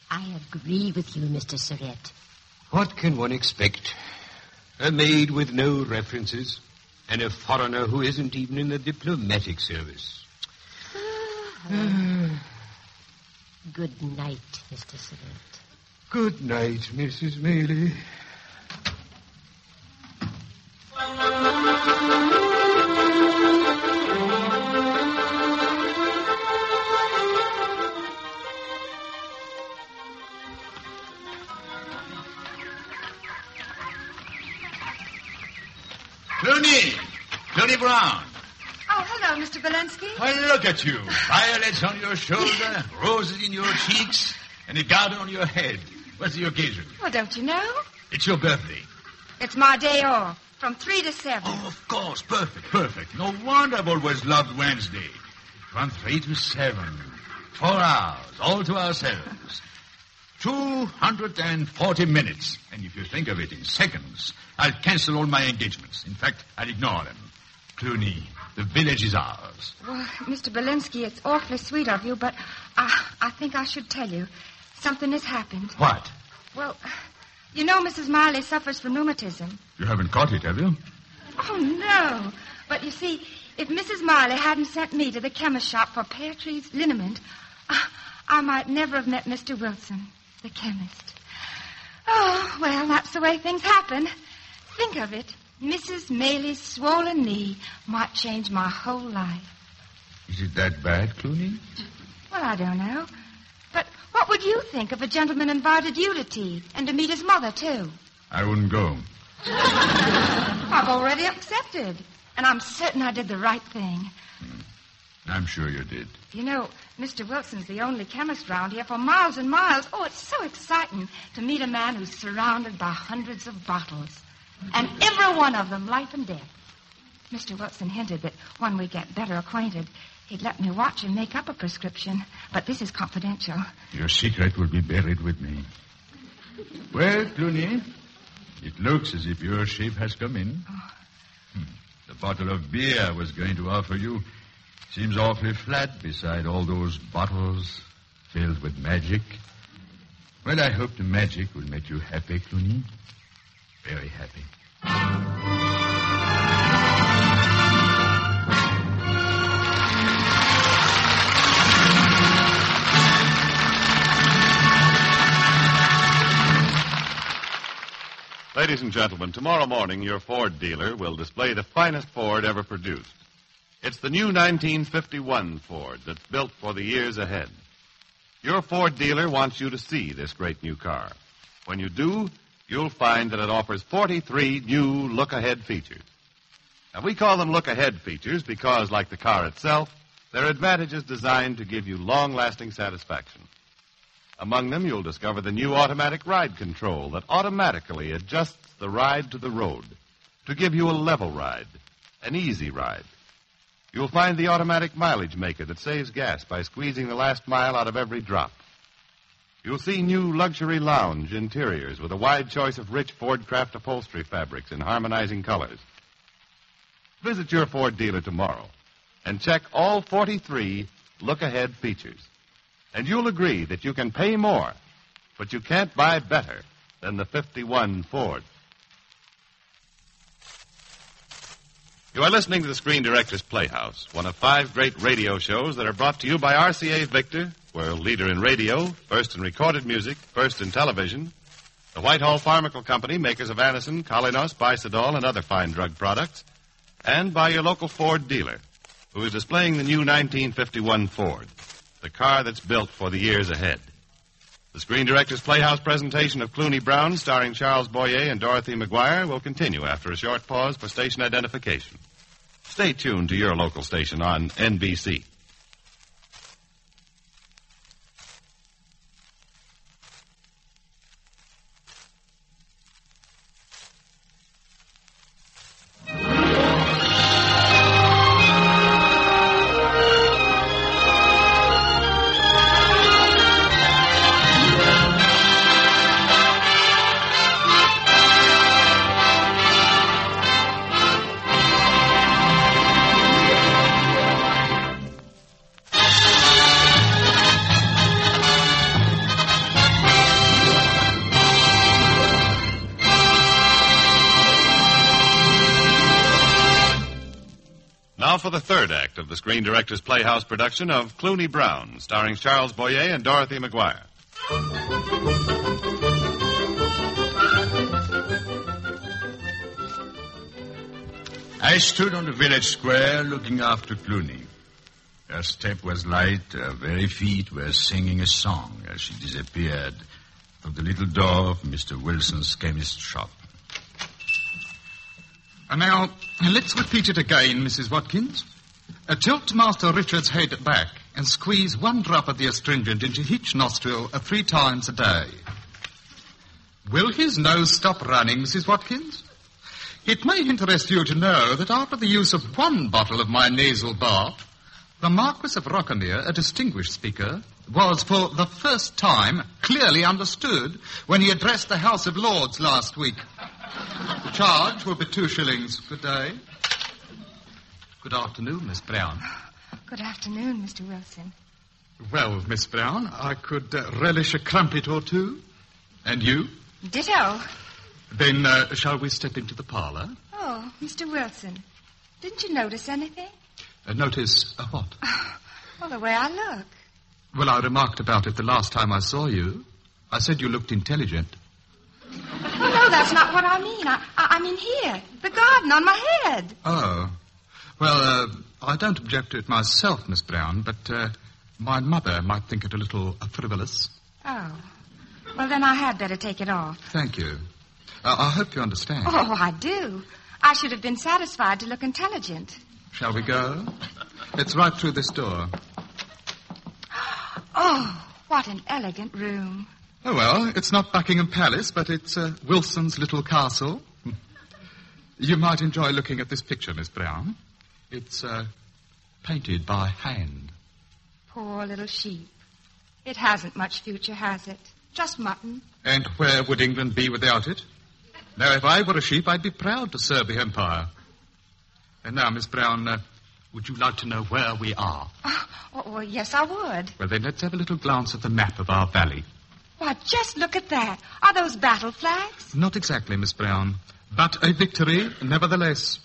I agree with you, Mr. Surrette. what can one expect? A maid with no references, and a foreigner who isn't even in the diplomatic service. Hmm. Good night, Mr. Surrette. Good night, Mrs. Maley. Clooney! Clooney Brown! Oh, hello, Mr. Belinsky. I look at you. Violets on your shoulder, roses in your cheeks, and a garden on your head. What's the occasion? Well, don't you know? It's your birthday. It's my day off from three to seven. Of course, perfect, perfect. No wonder I've always loved Wednesday. From three to seven. Four hours, all to ourselves. 240 minutes. And if you think of it in seconds, I'll cancel all my engagements. In fact, I'll ignore them. Clooney, the village is ours. Well, Mr. Belinsky, it's awfully sweet of you, but I, I think I should tell you. Something has happened. What? Well, you know Mrs. Miley suffers from rheumatism. You haven't caught it, have you? Oh, no. But you see, if Mrs. Miley hadn't sent me to the chemist shop for pear trees liniment, I- I might never have met Mr. Wilson, the chemist. Oh, well, that's the way things happen. Think of it. Mrs. Maley's swollen knee might change my whole life. Is it that bad, Clooney? Well, I don't know. But what would you think if a gentleman invited you to tea and to meet his mother, too? I wouldn't go. I've already accepted, and I'm certain I did the right thing. I'm sure you did. You know, Mr. Wilson's the only chemist round here for miles and miles. Oh, it's so exciting to meet a man who's surrounded by hundreds of bottles. And every one of them, life and death. Mr. Wilson hinted that when we get better acquainted, he'd let me watch him make up a prescription. But this is confidential. Your secret will be buried with me. Well, Clooney, it looks as if your ship has come in. Hmm. The bottle of beer I was going to offer you seems awfully flat beside all those bottles filled with magic. Well, I hope the magic will make you happy, Clooney. Very happy. Ladies and gentlemen, tomorrow morning your Ford dealer will display the finest Ford ever produced. It's the new 1951 Ford that's built for the years ahead. Your Ford dealer wants you to see this great new car. When you do, you'll find that it offers 43 new look ahead features. Now, we call them look ahead features because, like the car itself, they're advantages designed to give you long lasting satisfaction. Among them, you'll discover the new automatic ride control that automatically adjusts the ride to the road to give you a level ride, an easy ride. You'll find the automatic mileage maker that saves gas by squeezing the last mile out of every drop. You'll see new luxury lounge interiors with a wide choice of rich Ford Craft upholstery fabrics in harmonizing colors. Visit your Ford dealer tomorrow and check all 43 look ahead features. And you'll agree that you can pay more, but you can't buy better than the 51 Ford. You are listening to the Screen Directors Playhouse, one of five great radio shows that are brought to you by RCA Victor, world leader in radio, first in recorded music, first in television. The Whitehall Pharmacal Company, makers of Anison, Colinos, Bicidol, and other fine drug products. And by your local Ford dealer, who is displaying the new 1951 Ford, the car that's built for the years ahead. The Screen Directors Playhouse presentation of Clooney Brown, starring Charles Boyer and Dorothy McGuire, will continue after a short pause for station identification. Stay tuned to your local station on NBC. Now for the third act of the Screen Directors Playhouse production of Clooney Brown, starring Charles Boyer and Dorothy McGuire. I stood on the village square looking after Clooney. Her step was light, her very feet were singing a song as she disappeared through the little door of Mr. Wilson's chemist shop. And now, let's repeat it again, Mrs. Watkins. Uh, tilt Master Richard's head back and squeeze one drop of the astringent into each nostril uh, three times a day. Will his nose stop running, Mrs. Watkins? It may interest you to know that after the use of one bottle of my nasal bath, the Marquis of Rockamere, a distinguished speaker, was for the first time clearly understood when he addressed the House of Lords last week. The charge will be two shillings. Good day. Good afternoon, Miss Brown. Good afternoon, Mr. Wilson. Well, Miss Brown, I could uh, relish a crumpet or two. And you? Ditto. Then uh, shall we step into the parlor? Oh, Mr. Wilson, didn't you notice anything? Uh, notice uh, what? Well, the way I look. Well, I remarked about it the last time I saw you. I said you looked intelligent. Oh, no, that's not what I mean. I, I, I mean here, the garden on my head. Oh. Well, uh, I don't object to it myself, Miss Brown, but uh, my mother might think it a little uh, frivolous. Oh. Well, then I had better take it off. Thank you. Uh, I hope you understand. Oh, I do. I should have been satisfied to look intelligent. Shall we go? It's right through this door. Oh, what an elegant room. Oh, well, it's not Buckingham Palace, but it's uh, Wilson's little castle. You might enjoy looking at this picture, Miss Brown. It's uh, painted by hand. Poor little sheep. It hasn't much future, has it? Just mutton. And where would England be without it? Now, if I were a sheep, I'd be proud to serve the Empire. And now, Miss Brown, uh, would you like to know where we are? Oh, well, yes, I would. Well, then let's have a little glance at the map of our valley. Why, just look at that. Are those battle flags? Not exactly, Miss Brown, but a victory nevertheless.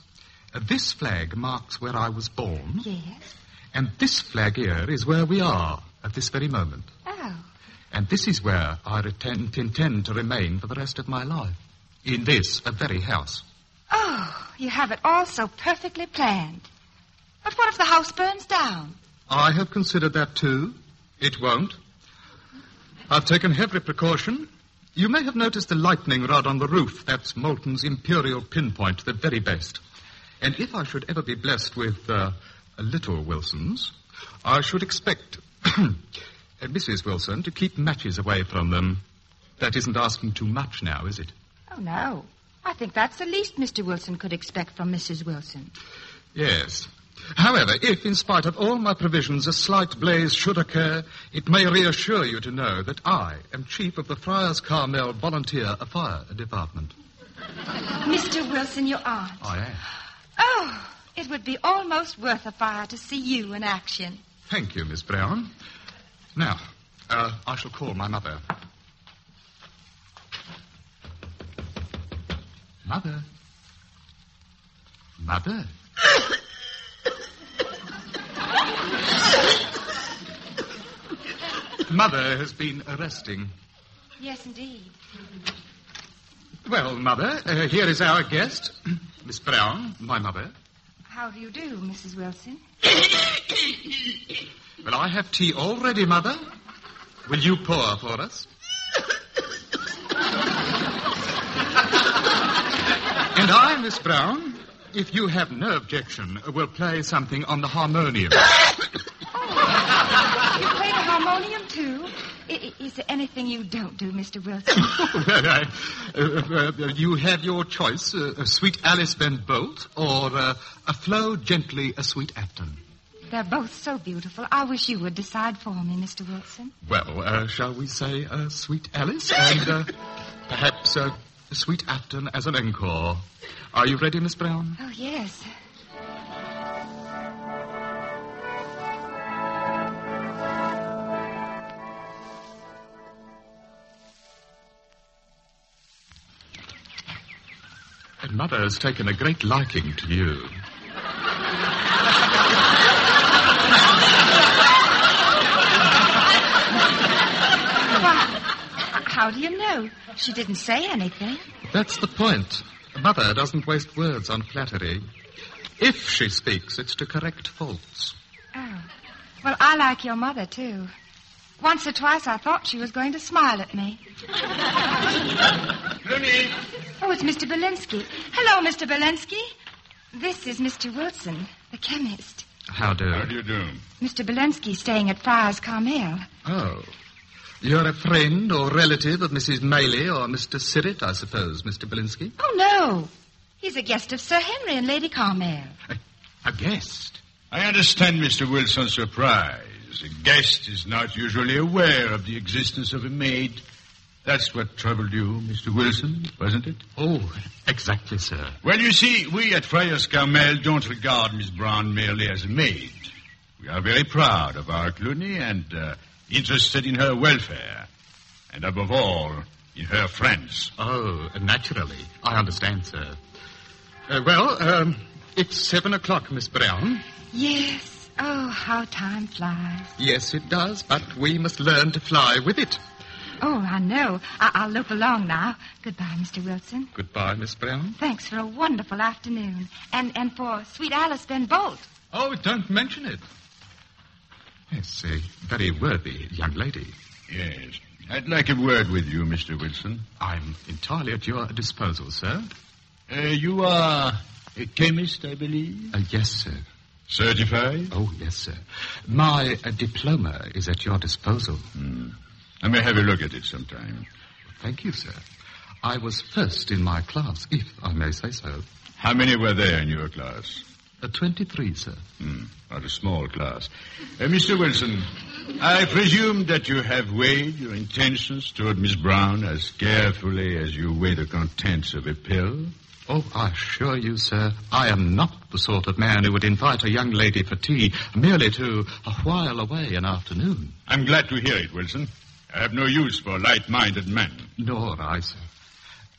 Uh, This flag marks where I was born. Yes. And this flag here is where we are at this very moment. Oh. And this is where I retent, intend to remain for the rest of my life. In this, a very house. Oh, you have it all so perfectly planned. But what if the house burns down? I have considered that too. It won't. I've taken every precaution. You may have noticed the lightning rod on the roof. That's Moulton's imperial pinpoint, the very best. And if I should ever be blessed with uh, a little Wilsons, I should expect uh, Mrs. Wilson to keep matches away from them. That isn't asking too much now, is it? Oh, no. I think that's the least Mr. Wilson could expect from Mrs. Wilson. Yes. However, if, in spite of all my provisions, a slight blaze should occur, it may reassure you to know that I am chief of the Friars Carmel Volunteer Fire Department. Mr. Wilson, your aunt. I am. Oh, it would be almost worth a fire to see you in action. Thank you, Miss Brown. Now, uh, I shall call my mother. Mother? Mother? Oh. Mother has been arresting. Yes, indeed. Well, Mother, uh, here is our guest, Miss Brown, my mother. How do you do, Mrs. Wilson? Well, I have tea already, Mother. Will you pour for us? and I, Miss Brown, if you have no objection, will play something on the harmonium. You play the harmonium, too? I- I- is there anything you don't do, Mr. Wilson? Well, I- uh, uh, you have your choice, uh, uh, Sweet Alice Van Bolt or uh, a Flow Gently, a Sweet Apton. They're both so beautiful. I wish you would decide for me, Mr. Wilson. Well, uh, shall we say uh, Sweet Alice and uh, perhaps uh, Sweet Apton as an encore? Are you ready, Miss Brown? Oh, yes. And Mother's taken a great liking to you. Why, h- how do you know? She didn't say anything. That's the point. Mother doesn't waste words on flattery. If she speaks, it's to correct faults. Oh. Well, I like your mother, too. Once or Oh, twice I thought she was going to smile at me. Rooney, Oh, it's Mr. Belinsky. Hello, Mr. Belinsky. This is Mr. Wilson, the chemist. How do? How do you do? Mr. Belinsky's staying at Friars Carmel. Oh. You're a friend or relative of Mrs. Maley or Mr. Sirrett, I suppose, Mr. Belinsky? Oh, no. He's a guest of Sir Henry and Lady Carmel. A guest? I understand Mr. Wilson's surprise. A guest is not usually aware of the existence of a maid. That's what troubled you, Mr. Wilson, wasn't it? Oh, exactly, sir. Well, you see, we at Friars Carmel don't regard Miss Brown merely as a maid. We are very proud of our Clooney and uh, interested in her welfare. And above all, in her friends. Oh, naturally. I understand, sir. Uh, well, um, it's seven o'clock, Miss Brown. Yes. Oh, how time flies. Yes, it does, but we must learn to fly with it. Oh, I know. I- I'll lope along now. Goodbye, Mr. Wilson. Goodbye, Miss Brown. Thanks for a wonderful afternoon. And and for sweet Alice Van Bolt. Oh, don't mention it. Yes, a very worthy young lady. Yes. I'd like a word with you, Mr. Wilson. I'm entirely at your disposal, sir. Uh, you are uh, a chemist, I believe? Uh, yes, sir. Certified? Oh, yes, sir. My uh, diploma is at your disposal. I may Hmm. have a look at it sometime. Thank you, sir. I was first in my class, if I may say so. How many were there in your class? Uh, 23, sir. Hmm, not a small class. Uh, Mr. Wilson, I presume that you have weighed your intentions toward Miss Brown as carefully as you weigh the contents of a pill? Oh, I assure you, sir, I am not the sort of man who would invite a young lady for tea merely to uh, while away an afternoon. I'm glad to hear it, Wilson. I have no use for light-minded men. Nor I, sir.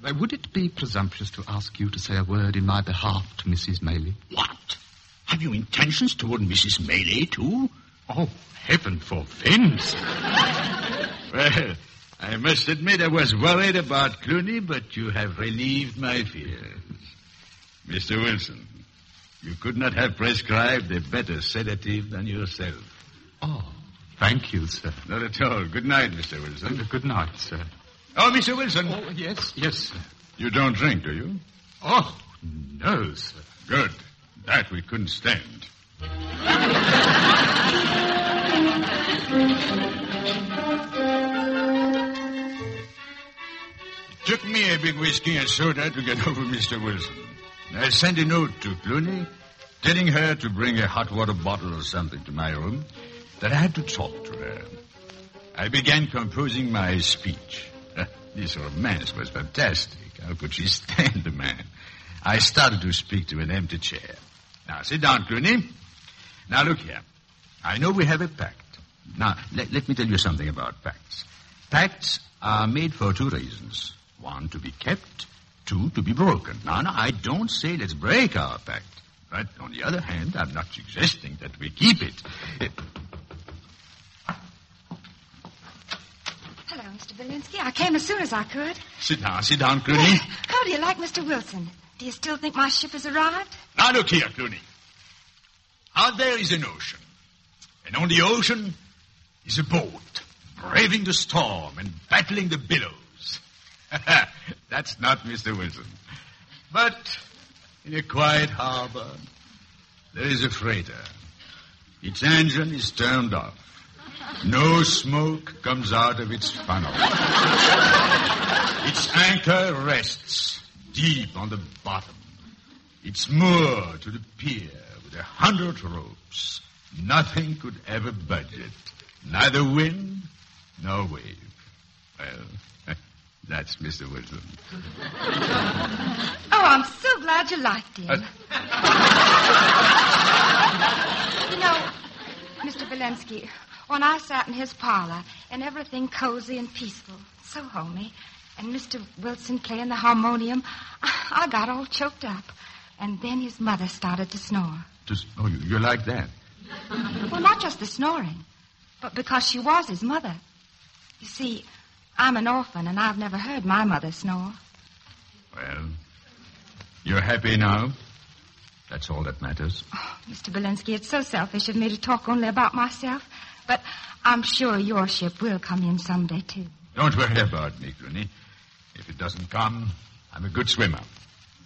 Uh, Would it be presumptuous to ask you to say a word in my behalf to Mrs. Maley? What? Have you intentions toward Mrs. Maley, too? Oh, heaven forfend, sir. Well, I must admit I was worried about Clooney, but you have relieved my fears. Mr. Wilson, you could not have prescribed a better sedative than yourself. Oh, thank you, sir. Not at all. Good night, Mr. Wilson. Good night, sir. Oh, Mr. Wilson. Oh, yes, yes, sir. You don't drink, do you? Oh, no, sir. Good. That we couldn't stand. It took me a big whiskey and soda to get over Mr. Wilson. I sent a note to Clooney, telling her to bring a hot water bottle or something to my room, that I had to talk to her. I began composing my speech. This romance was fantastic. How could she stand the man? I started to speak to an empty chair. Now, sit down, Clooney. Now, look here. I know we have a pact. Now, let, let me tell you something about pacts. Pacts are made for two reasons. One, to be kept. Two, to be broken. Now, no, I don't say let's break our pact. But on the other hand, I'm not suggesting that we keep it. Eh, Hello, Mr. Belinsky. I came as soon as I could. Sit down, sit down, Clooney. How do you like Mr. Wilson? Do you still think my ship has arrived? Now look here, Clooney. Out there is an ocean. And on the ocean is a boat, braving the storm and battling the billows. That's not Mr. Wilson. But in a quiet harbor, there is a freighter. Its engine is turned off. No smoke comes out of its funnel. its anchor rests deep on the bottom. It's moored to the pier with a hundred ropes. Nothing could ever budge it. Neither wind nor wave. Well, that's Mr. Wilson. Oh, I'm so glad you liked Uh, him. you know, Mr. Belinsky, when I sat in his parlor and everything cozy and peaceful, so homey, and Mr. Wilson playing the harmonium, I, I got all choked up. And then his mother started to snore. Just, oh, you, you like that? Well, not just the snoring, but because she was his mother. You see, I'm an orphan, and I've never heard my mother snore. Well, you're happy now? That's all that matters. Mr. Belinsky, it's so selfish of me to talk only about myself, but I'm sure your ship will come in someday, too. Don't worry about me, Clooney. If it doesn't come, I'm a good swimmer.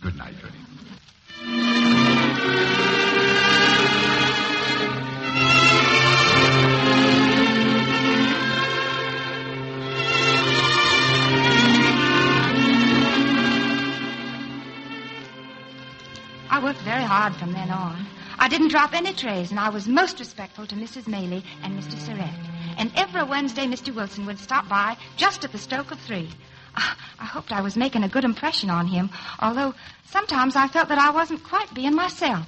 Good night, Ernie. I worked very hard from then on. I didn't drop any trays, and I was most respectful to Mrs. Maley and Mr. Surrett. And every Wednesday, Mr. Wilson would stop by just at the stroke of three. I, I hoped I was making a good impression on him, although sometimes I felt that I wasn't quite being myself.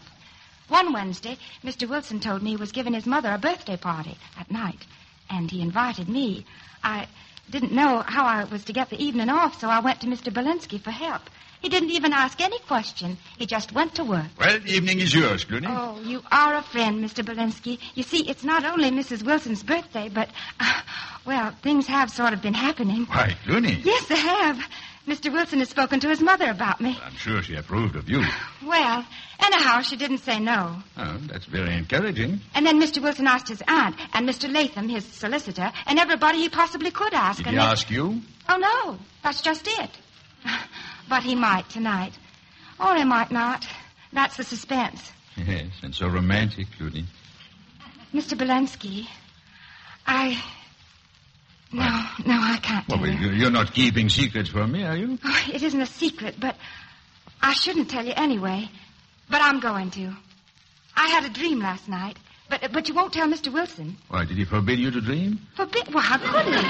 One Wednesday, Mr. Wilson told me he was giving his mother a birthday party at night, and he invited me. I didn't know how I was to get the evening off, so I went to Mr. Belinsky for help. He didn't even ask any question. He just went to work. Well, the evening is yours, Clooney. Oh, you are a friend, Mr. Belinsky. You see, it's not only Mrs. Wilson's birthday, but, uh, well, things have sort of been happening. Why, Clooney, Yes, they have. Mr. Wilson has spoken to his mother about me. I'm sure she approved of you. Well, anyhow, she didn't say no. Oh, that's very encouraging. And then Mr. Wilson asked his aunt and Mr. Latham, his solicitor, and everybody he possibly could ask. Did and he they- ask you? Oh, no. That's just it. But he might tonight. Or he might not. That's the suspense. Yes, and so romantic, Clooney. Mr. Belensky, I. No, no, I can't. Well, well, you- you're not keeping secrets from me, are you? Oh, it isn't a secret, but I shouldn't tell you anyway. But I'm going to. I had a dream last night, but but you won't tell Mr. Wilson. Why, did he forbid you to dream? Forbid? Well, how could he?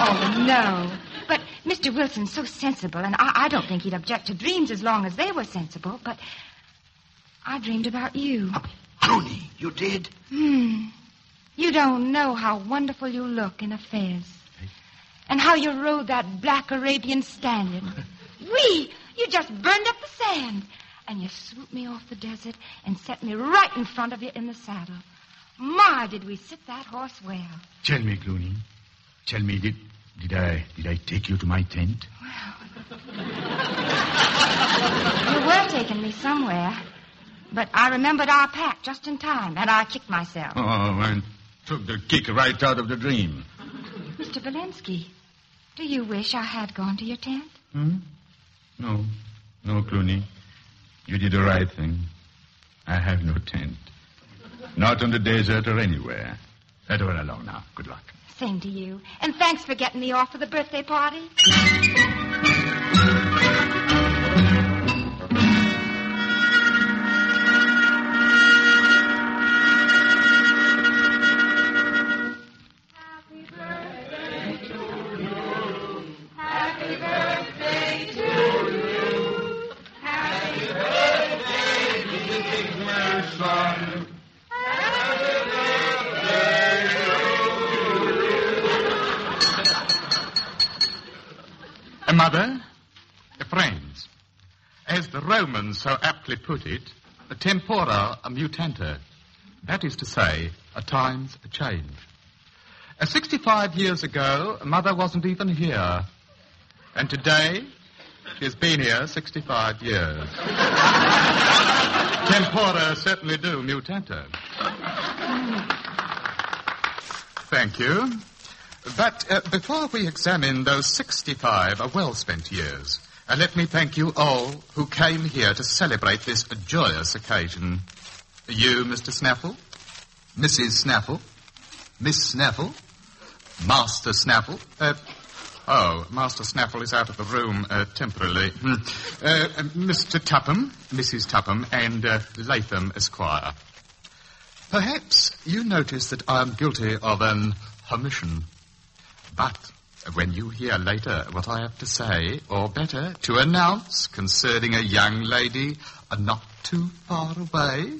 oh no! But Mr. Wilson's so sensible, and I, I don't think he'd object to dreams as long as they were sensible. But I dreamed about you. Clooney, you did? Hmm. You don't know how wonderful you look in a fez. And how you rode that black Arabian stallion. Whee! You just burned up the sand. And you swooped me off the desert and set me right in front of you in the saddle. My, did we sit that horse well. Tell me, Clooney. Tell me, did, did I did I take you to my tent? You were taking me somewhere. But I remembered our pact just in time, and I kicked myself. Oh, and took the kick right out of the dream. Mr. Belensky, do you wish I had gone to your tent? Hmm? No. No, Clooney. You did the right thing. I have no tent. Not on the desert or anywhere. Let her alone now. Good luck. Same to you. And thanks for getting me off for the birthday party. A mother, a friends. As the Romans so aptly put it, a tempora a mutanta. That is to say, a time's a change. Uh, 65 years ago, a mother wasn't even here. And today, she's been here 65 years. tempora certainly do mutanta. Thank you. But uh, before we examine those 65 are well spent years, uh, let me thank you all who came here to celebrate this joyous occasion. You, Mr. Snaffle, Mrs. Snaffle, Miss Snaffle, Master Snaffle. Uh, oh, Master Snaffle is out of the room uh, temporarily. Hmm. Uh, uh, Mr. Tupham, Mrs. Tupham, and uh, Latham Esquire. Perhaps you notice that I am guilty of an omission. But when you hear later what I have to say, or better, to announce concerning a young lady uh, not too far away,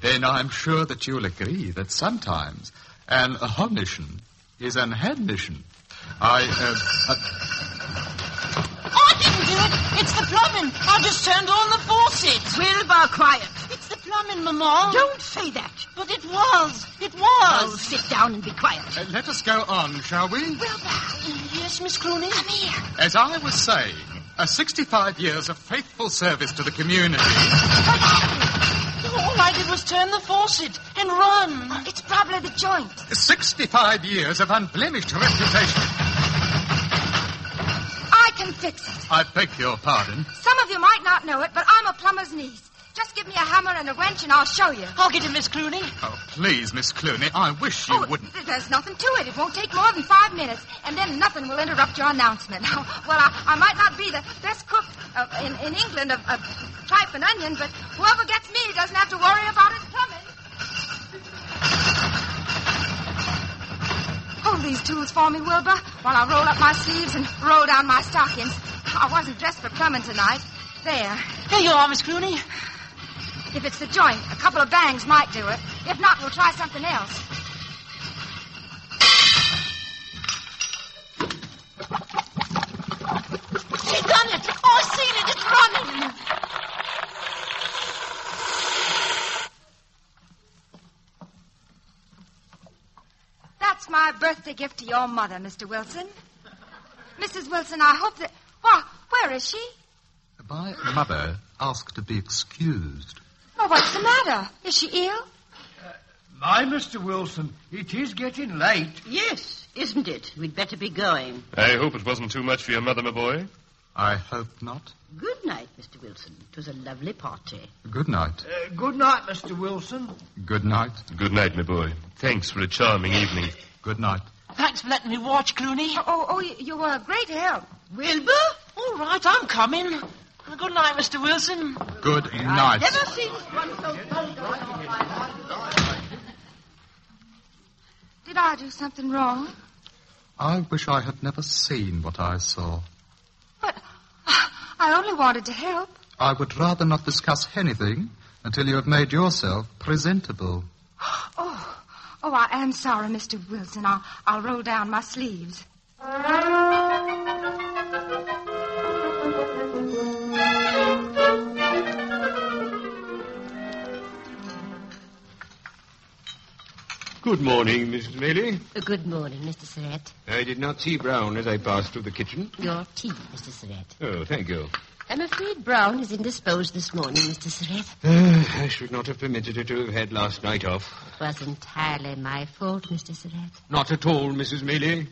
then I'm sure that you'll agree that sometimes an omission is an admission. I, uh, uh, I didn't do it. It's the plumbing. I just turned on the faucet. Wilbur, quiet. It's the plumbing, Mama. Don't say that. But it was. It was. Oh, sit down and be quiet. uh, let us go on, shall we? Yes, Miss Clooney? Come here. As I was saying, uh, 65 years of faithful service to the community. All I did was turn the faucet and run. it's probably the joint. 65 years of unblemished reputation. I can fix it. I beg your pardon. Some of you might not know it, but I'm a plumber's niece. Just give me a hammer and a wrench and I'll show you. I'll get it, Miss Clooney. Oh, please, Miss Clooney, I wish you wouldn't. There's nothing to it. It won't take more than five minutes, and then nothing will interrupt your announcement. well, I, I might not be the best cook uh, in, in England of, of tripe and onion, but whoever gets me doesn't have to worry about his plumbing. Hold these tools for me, Wilbur, while I roll up my sleeves and roll down my stockings. I wasn't dressed for plumbing tonight. There. There you are, Miss Clooney. If it's the joint, a couple of bangs might do it. If not, we'll try something else. She done it! Oh, I seen it! It's running! That's my birthday gift to your mother, Mr. Wilson. Mrs. Wilson, I hope that. Why, where is she? My mother asked to be excused. Oh, what's the matter? Is she ill? My Mr. Wilson, it is getting late. Yes, isn't it? We'd better be going. I hope it wasn't too much for your mother, my boy. I hope not. Good night, Mr. Wilson. It was a lovely party. Good night. Uh, good night, Mr. Wilson. Good night. Good night, my boy. Thanks for a charming evening. Good night. Thanks for letting me watch, Clooney. Oh, oh, oh you, you were a great help. Wilbur? All right, I'm coming. Good night, Mr. Wilson. Good night. Never seen one so Did I do something wrong? I wish I had never seen what I saw. I only wanted to help. I would rather not discuss anything until you have made yourself presentable. Oh, oh, I am sorry, Mr. Wilson. I'll, I'll roll down my sleeves. Good morning, Mrs. Maley. Uh, Good morning, Mr. Surratt. I did not see Brown as I passed through the kitchen. Your tea, Mr. Surratt. Oh, thank you. I'm afraid Brown is indisposed this morning, Mr. Surratt. Uh, I should not have permitted her to have had last night off. It was entirely my fault, Mr. Surratt. Not at all, Mrs. Maley.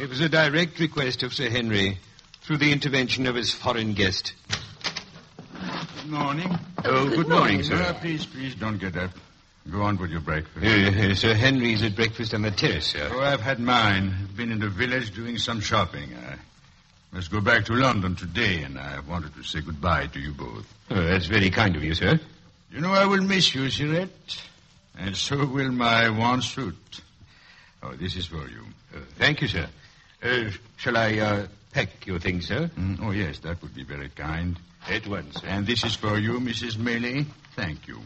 It was a direct request of Sir Henry through the intervention of his foreign guest. Good morning. Oh, good, morning, sir. Uh, please, please, don't get up. Go on with your breakfast. Uh, Sir Henry's at breakfast on the terrace, sir. Oh, I've had mine. Been in the village doing some shopping. I must go back to London today, and I wanted to say goodbye to you both. Oh, that's very kind of you, sir. You know, I will miss you, Sirette. And so will my one suit. Oh, this is for you. Oh, Thank you, sir. Uh, shall I uh, pack your things, sir? Mm, oh, yes, that would be very kind. At once. And this is for you, Mrs. Maley. Thank you.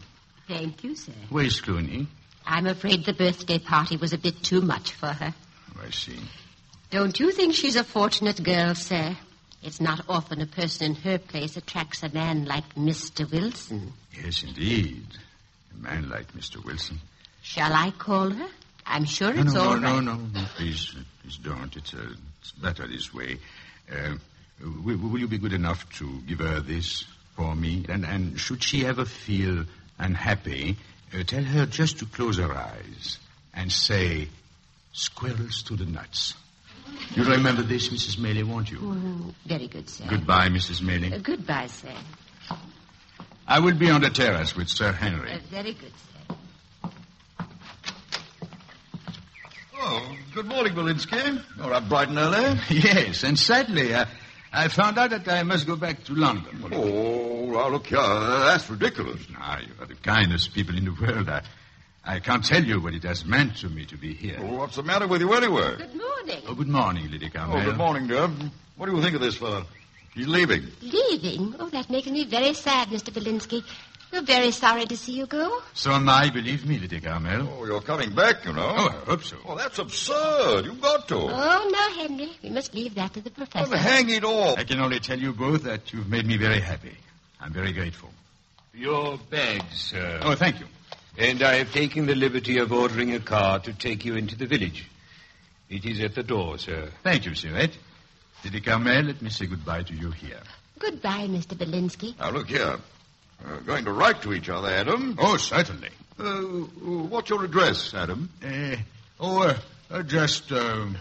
Thank you, sir. Where's Clooney? I'm afraid the birthday party was a bit too much for her. Oh, I see. Don't you think she's a fortunate girl, sir? It's not often a person in her place attracts a man like Mr. Wilson. Yes, indeed. A man like Mr. Wilson. Shall I call her? I'm sure No, it's no, all no, right. no, no, no, Please, please don't. It's, uh, it's better this way. Uh, will, will you be good enough to give her this for me? And, and should she ever feel unhappy, uh, tell her just to close her eyes and say, squirrels to the nuts. You remember this, Mrs. Maley, won't you? Mm, very good, sir. Goodbye, Mrs. Uh, Maley. goodbye, sir. I will be on the terrace with Sir Henry. Uh, very good, sir. Oh, good morning, Belinsky. You're up bright and early. yes, and sadly, uh, I found out that I must go back to London. Oh, now look here. That's ridiculous. Ah, you are the kindest people in the world. I, I can't tell you what it has meant to me to be here. Well, Oh, what's the matter with you anyway? Good morning. Oh, good morning, Lady Carmel. Oh, good morning, dear. What do you think of this fellow? He's leaving. Leaving? Oh, that makes me very sad, Mr. Belinsky. We're very sorry to see you go. So am I, believe me, Lady Carmel. Oh, you're coming back, you know. Oh, I hope so. Ah, Oh, that's absurd. You've got to. Oh, no, Henry. We must leave that to the professor. Well, hang it all. I can only tell you both that you've made me very happy. I'm very grateful. Your bags, sir. Oh, thank you. And I have taken the liberty of ordering a car to take you into the village. It is at the door, sir. Thank you, Sirette. Lady Carmel, let me say goodbye to you here. Goodbye, Mr. Belinsky. Now, look here. Uh, We're going to write to each other, Adam. Oh, certainly. Uh, what's your address, Adam? Uh, oh, uh, uh, just um,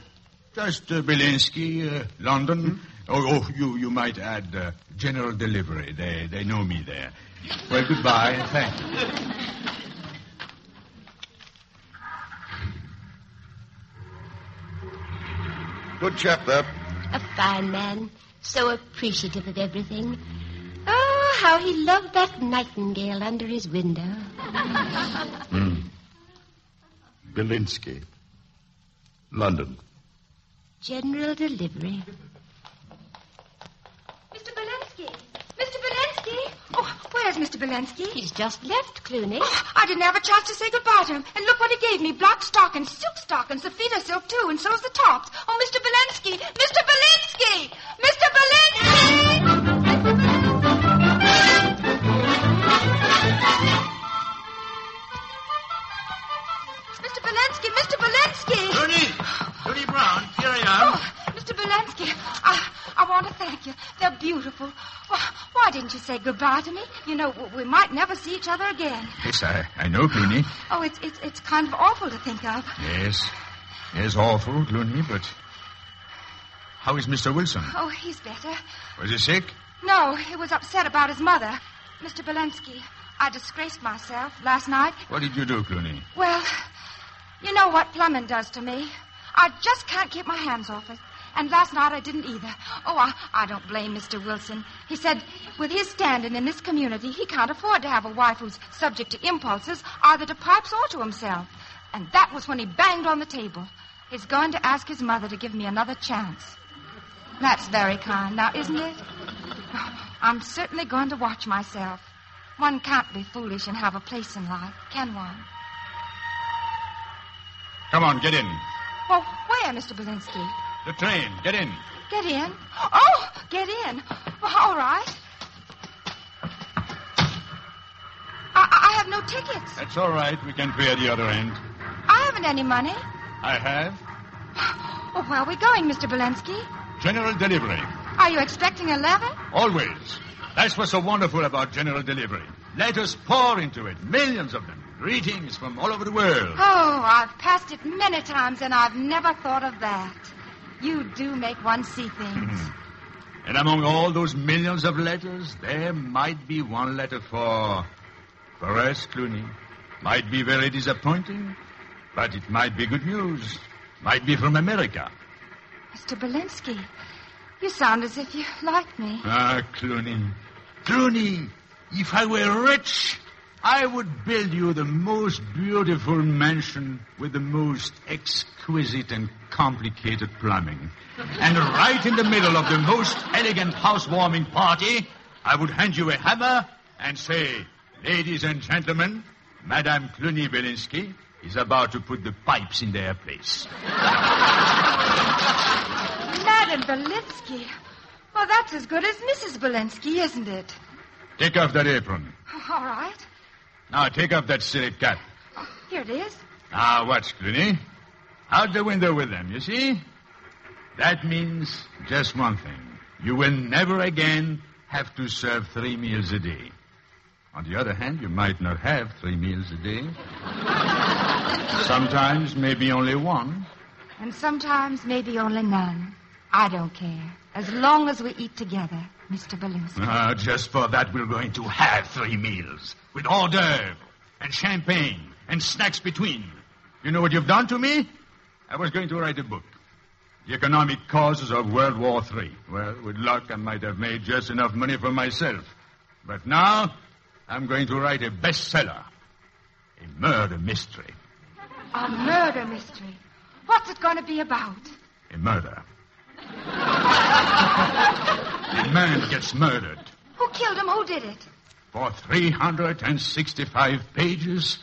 Just uh, Belinsky, uh, London. Oh, oh, you, you might add uh, General Delivery. They, they know me there. Well, goodbye and thank you. Good chap, that. A fine man, so appreciative of everything. Oh, how he loved that nightingale under his window. Belinsky. London. General delivery. Mr. Belensky! Mr. Belensky! Oh, where's Mr. Belensky? He's just left, Clooney. I didn't have a chance to say goodbye to him. And look what he gave me. Black stockings, silk stockings, Safina silk, too, and so's the tops. Oh, Mr. Belensky! Mr. Belensky! Mr. Belensky! Mr. Belensky! Mr. Belensky! Judy Brown, here I am. Mr. Belansky, Oh, I, I want to thank you. They're beautiful. Why, why didn't you say goodbye to me? You know, w- we might never see each other again. Yes, I, I know, Clooney. Oh, it's, it's, it's kind of awful to think of. Yes. Yes, awful, Clooney, but. How is Mr. Wilson? Oh, he's better. Was he sick? No, he was upset about his mother. Mr. Belansky, I disgraced myself last night. What did you do, Clooney? Well, you know what plumbing does to me. I just can't keep my hands off it. And last night I didn't either. Oh, I, I don't blame Mr. Wilson. He said, with his standing in this community, he can't afford to have a wife who's subject to impulses, either to pipes or to himself. And that was when he banged on the table. He's going to ask his mother to give me another chance. That's very kind, now, isn't it? I'm certainly going to watch myself. One can't be foolish and have a place in life, can one? Come on, get in. Well, Oh, where, Mr. Belinsky? The train, get in. Get in. Oh, get in. Well, all right. I, I- I have no tickets. That's all right. We can pay at the other end. I haven't any money. I have Well, where are we going, Mr. Belensky? general delivery. Are you expecting a letter? Always. That's what's so wonderful about general delivery. Let us pour into it. Millions of them. Greetings from all over the world. Oh, I've passed it many times, and I've never thought of that. You do make one see things. Mm-hmm. And among all those millions of letters, there might be one letter for. for us, Clooney. Might be very disappointing, but it might be good news. Might be from America. Mr. Belensky, you sound as if you like me. Ah, Clooney. Clooney, if I were rich, I would build you the most beautiful mansion with the most exquisite and complicated plumbing. And right in the middle of the most elegant housewarming party, I would hand you a hammer and say, Ladies and gentlemen, Madame Clooney Belinsky is about to put the pipes in their place. Madame Belinsky. Well, that's as good as Mrs. Belensky, isn't it? Take off that apron. All right. Now take off that silly cap. Here it is. Ah, watch, Clooney. Out the window with them, you see? That means just one thing. You will never again have to serve three meals a day. On the other hand, you might not have three meals a day. Sometimes maybe only one. And sometimes maybe only none. I don't care. As long as we eat together, Mr. Belinsky. Ah, just for that, we're going to have three meals with hors d'oeuvre and champagne and snacks between. You know what you've done to me? I was going to write a book. The economic causes of World War III. Well, with luck, I might have made just enough money for myself. But now, I'm going to write a bestseller. A murder mystery. A murder mystery. What's it going to be about? A murder. a man gets murdered. Who killed him? Who did it? For 365 pages,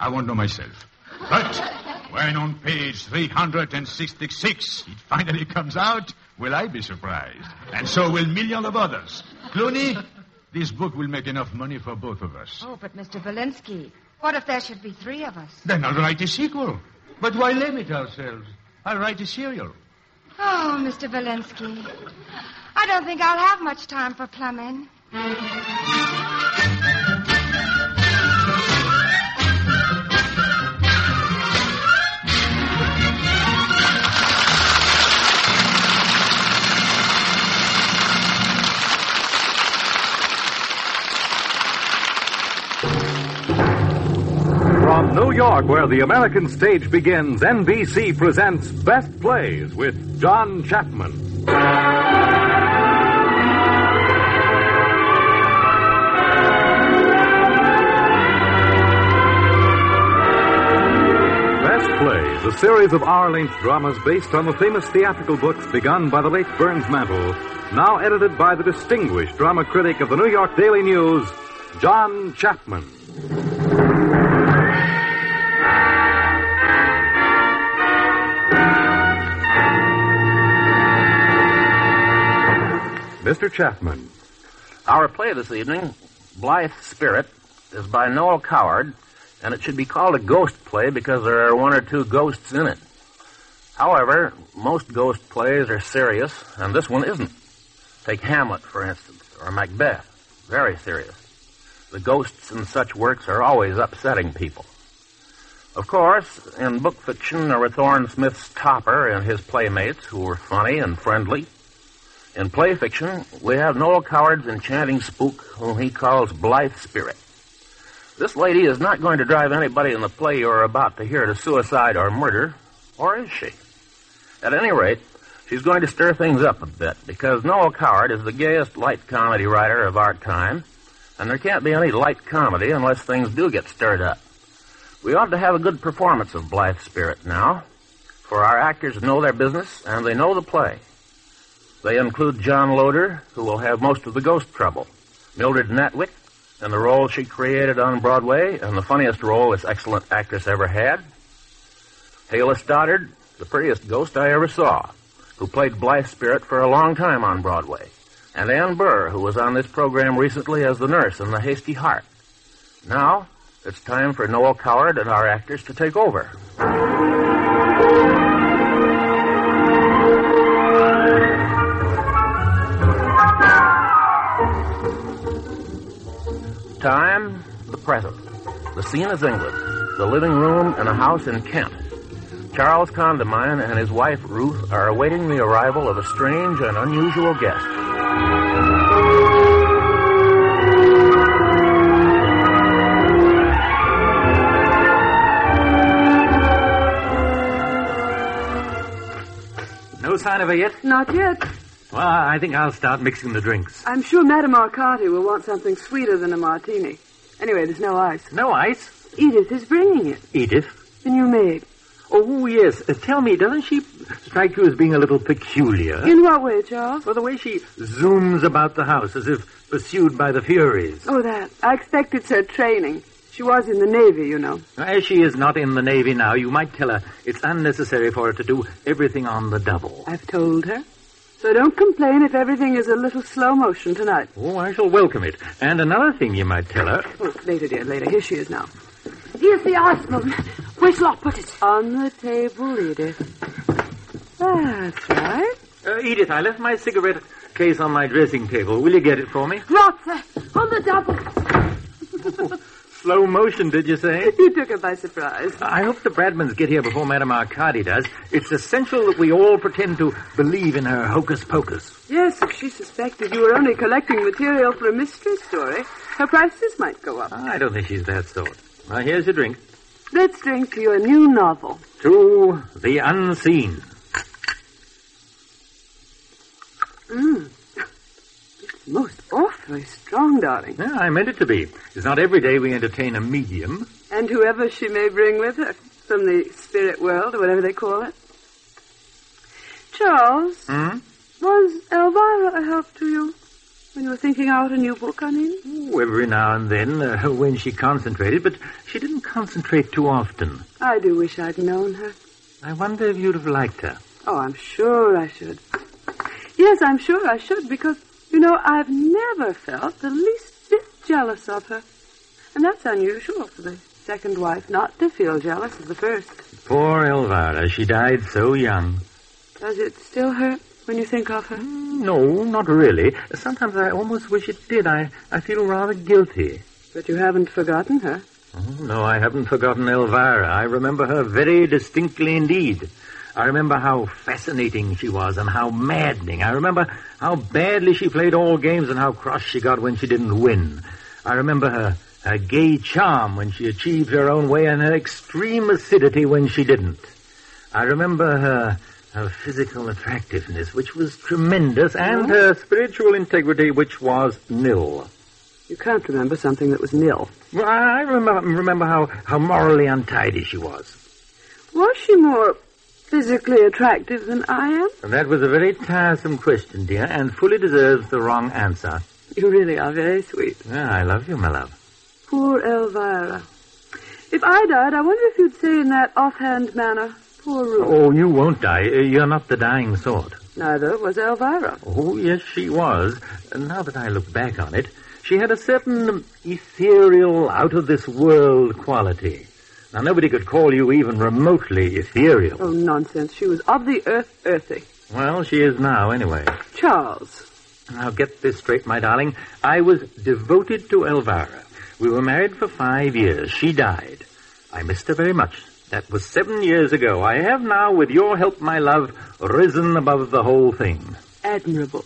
I won't know myself. But when on page 366 it finally comes out, will I be surprised? And so will millions of others. Clooney, this book will make enough money for both of us. Oh, but Mr. Belinsky, what if there should be three of us? Then I'll write a sequel. But why limit ourselves? I'll write a serial. Oh, Mr. Belinsky, I don't think I'll have much time for plumbing. From New York, where the American stage begins, NBC presents Best Plays with John Chapman. Best Plays, a series of hour length dramas based on the famous theatrical books begun by the late Burns Mantle, now edited by the distinguished drama critic of the New York Daily News, John Chapman. Mr. Chapman. Our play this evening, Blythe Spirit, is by Noel Coward, and it should be called a ghost play because there are one or two ghosts in it. However, most ghost plays are serious, and this one isn't. Take Hamlet, for instance, or Macbeth. Very serious. The ghosts in such works are always upsetting people. Of course, in book fiction, there were Thorne Smith's Topper and his playmates, who were funny and friendly. In play fiction, we have Noel Coward's enchanting spook, whom he calls Blythe Spirit. This lady is not going to drive anybody in the play you are about to hear to suicide or murder, or is she? At any rate, she's going to stir things up a bit, because Noel Coward is the gayest light comedy writer of our time, and there can't be any light comedy unless things do get stirred up. We ought to have a good performance of Blythe Spirit now, for our actors know their business and they know the play. They include John Loder, who will have most of the ghost trouble, Mildred Natwick, and the role she created on Broadway, and the funniest role this excellent actress ever had, Hala Stoddard, the prettiest ghost I ever saw, who played Blythe Spirit for a long time on Broadway, and Ann Burr, who was on this program recently as the nurse in The Hasty Heart. Now, it's time for Noel Coward and our actors to take over. Time, the present. The scene is England. The living room in a house in Kent. Charles Condamine and his wife Ruth are awaiting the arrival of a strange and unusual guest. No sign of her yet? Not yet. Well, I think I'll start mixing the drinks. I'm sure Madame Arcati will want something sweeter than a martini. Anyway, there's no ice. No ice? Edith is bringing it. Edith? The new maid. Oh, yes. Uh, tell me, doesn't she strike you as being a little peculiar? In what way, Charles? Well, the way she zooms about the house as if pursued by the Furies. Oh, that. I expect it's her training. She was in the Navy, you know. Now, As she is not in the Navy now, you might tell her it's unnecessary for her to do everything on the double. I've told her. So don't complain if everything is a little slow motion tonight. Oh, I shall welcome it. And another thing you might tell her. Oh, later, dear, later. Here she is now. Here's the ice spoon. Where shall I put it? On the table, Edith. That's right. Uh, Edith, I left my cigarette case on my dressing table. Will you get it for me? Right, sir. On the double. Slow motion, did you say? You took her by surprise. I hope the Bradmans get here before Madame Arcadi does. It's essential that we all pretend to believe in her hocus pocus. Yes, if she suspected you were only collecting material for a mystery story, her prices might go up. I don't think she's that sort. Now, here's your drink. Let's drink to your new novel. To the unseen. Mm. It's most awfully strong, darling. Yeah, I meant it to be. It's not every day we entertain a medium. And whoever she may bring with her from the spirit world, or whatever they call it. Charles, Hmm? was Elvira a help to you when you were thinking out a new book, I mean? Oh, Every now and then, uh, when she concentrated, but she didn't concentrate too often. I do wish I'd known her. I wonder if you'd have liked her. Oh, I'm sure I should. Yes, I'm sure I should, because, you know, I've never felt the least bit jealous of her. And that's unusual for the second wife not to feel jealous of the first. Poor Elvira, she died so young. Does it still hurt when you think of her? No, not really. Sometimes I almost wish it did. I, I feel rather guilty. But you haven't forgotten her. Oh, no, I haven't forgotten Elvira. I remember her very distinctly indeed. I remember how fascinating she was and how maddening. I remember how badly she played all games and how cross she got when she didn't win. I remember her, Her gay charm when she achieved her own way and her extreme acidity when she didn't. I remember her, her physical attractiveness, which was tremendous, and her spiritual integrity, which was nil. You can't remember something that was nil. Well, I I remember, remember how, how morally untidy she was. Was she more physically attractive than I am? And that was a very tiresome question, dear, and fully deserves the wrong answer. You really are very sweet. Yeah, I love you, my love. Poor Elvira. If I died, I wonder if you'd say in that offhand manner, poor Ruth. Oh, you won't die. Uh, You're not the dying sort. Neither was Elvira. Oh, yes, she was. And Now that I look back on it, she had a certain um, ethereal, out of this world quality. Now, nobody could call you even remotely ethereal. Oh, nonsense. She was of the earth, earthy. Well, she is now, anyway. Charles. Now, get this straight, my darling. I was devoted to Elvira. We were married for five years. She died. I missed her very much. That was seven years ago. I have now, with your help, my love, risen above the whole thing. Admirable.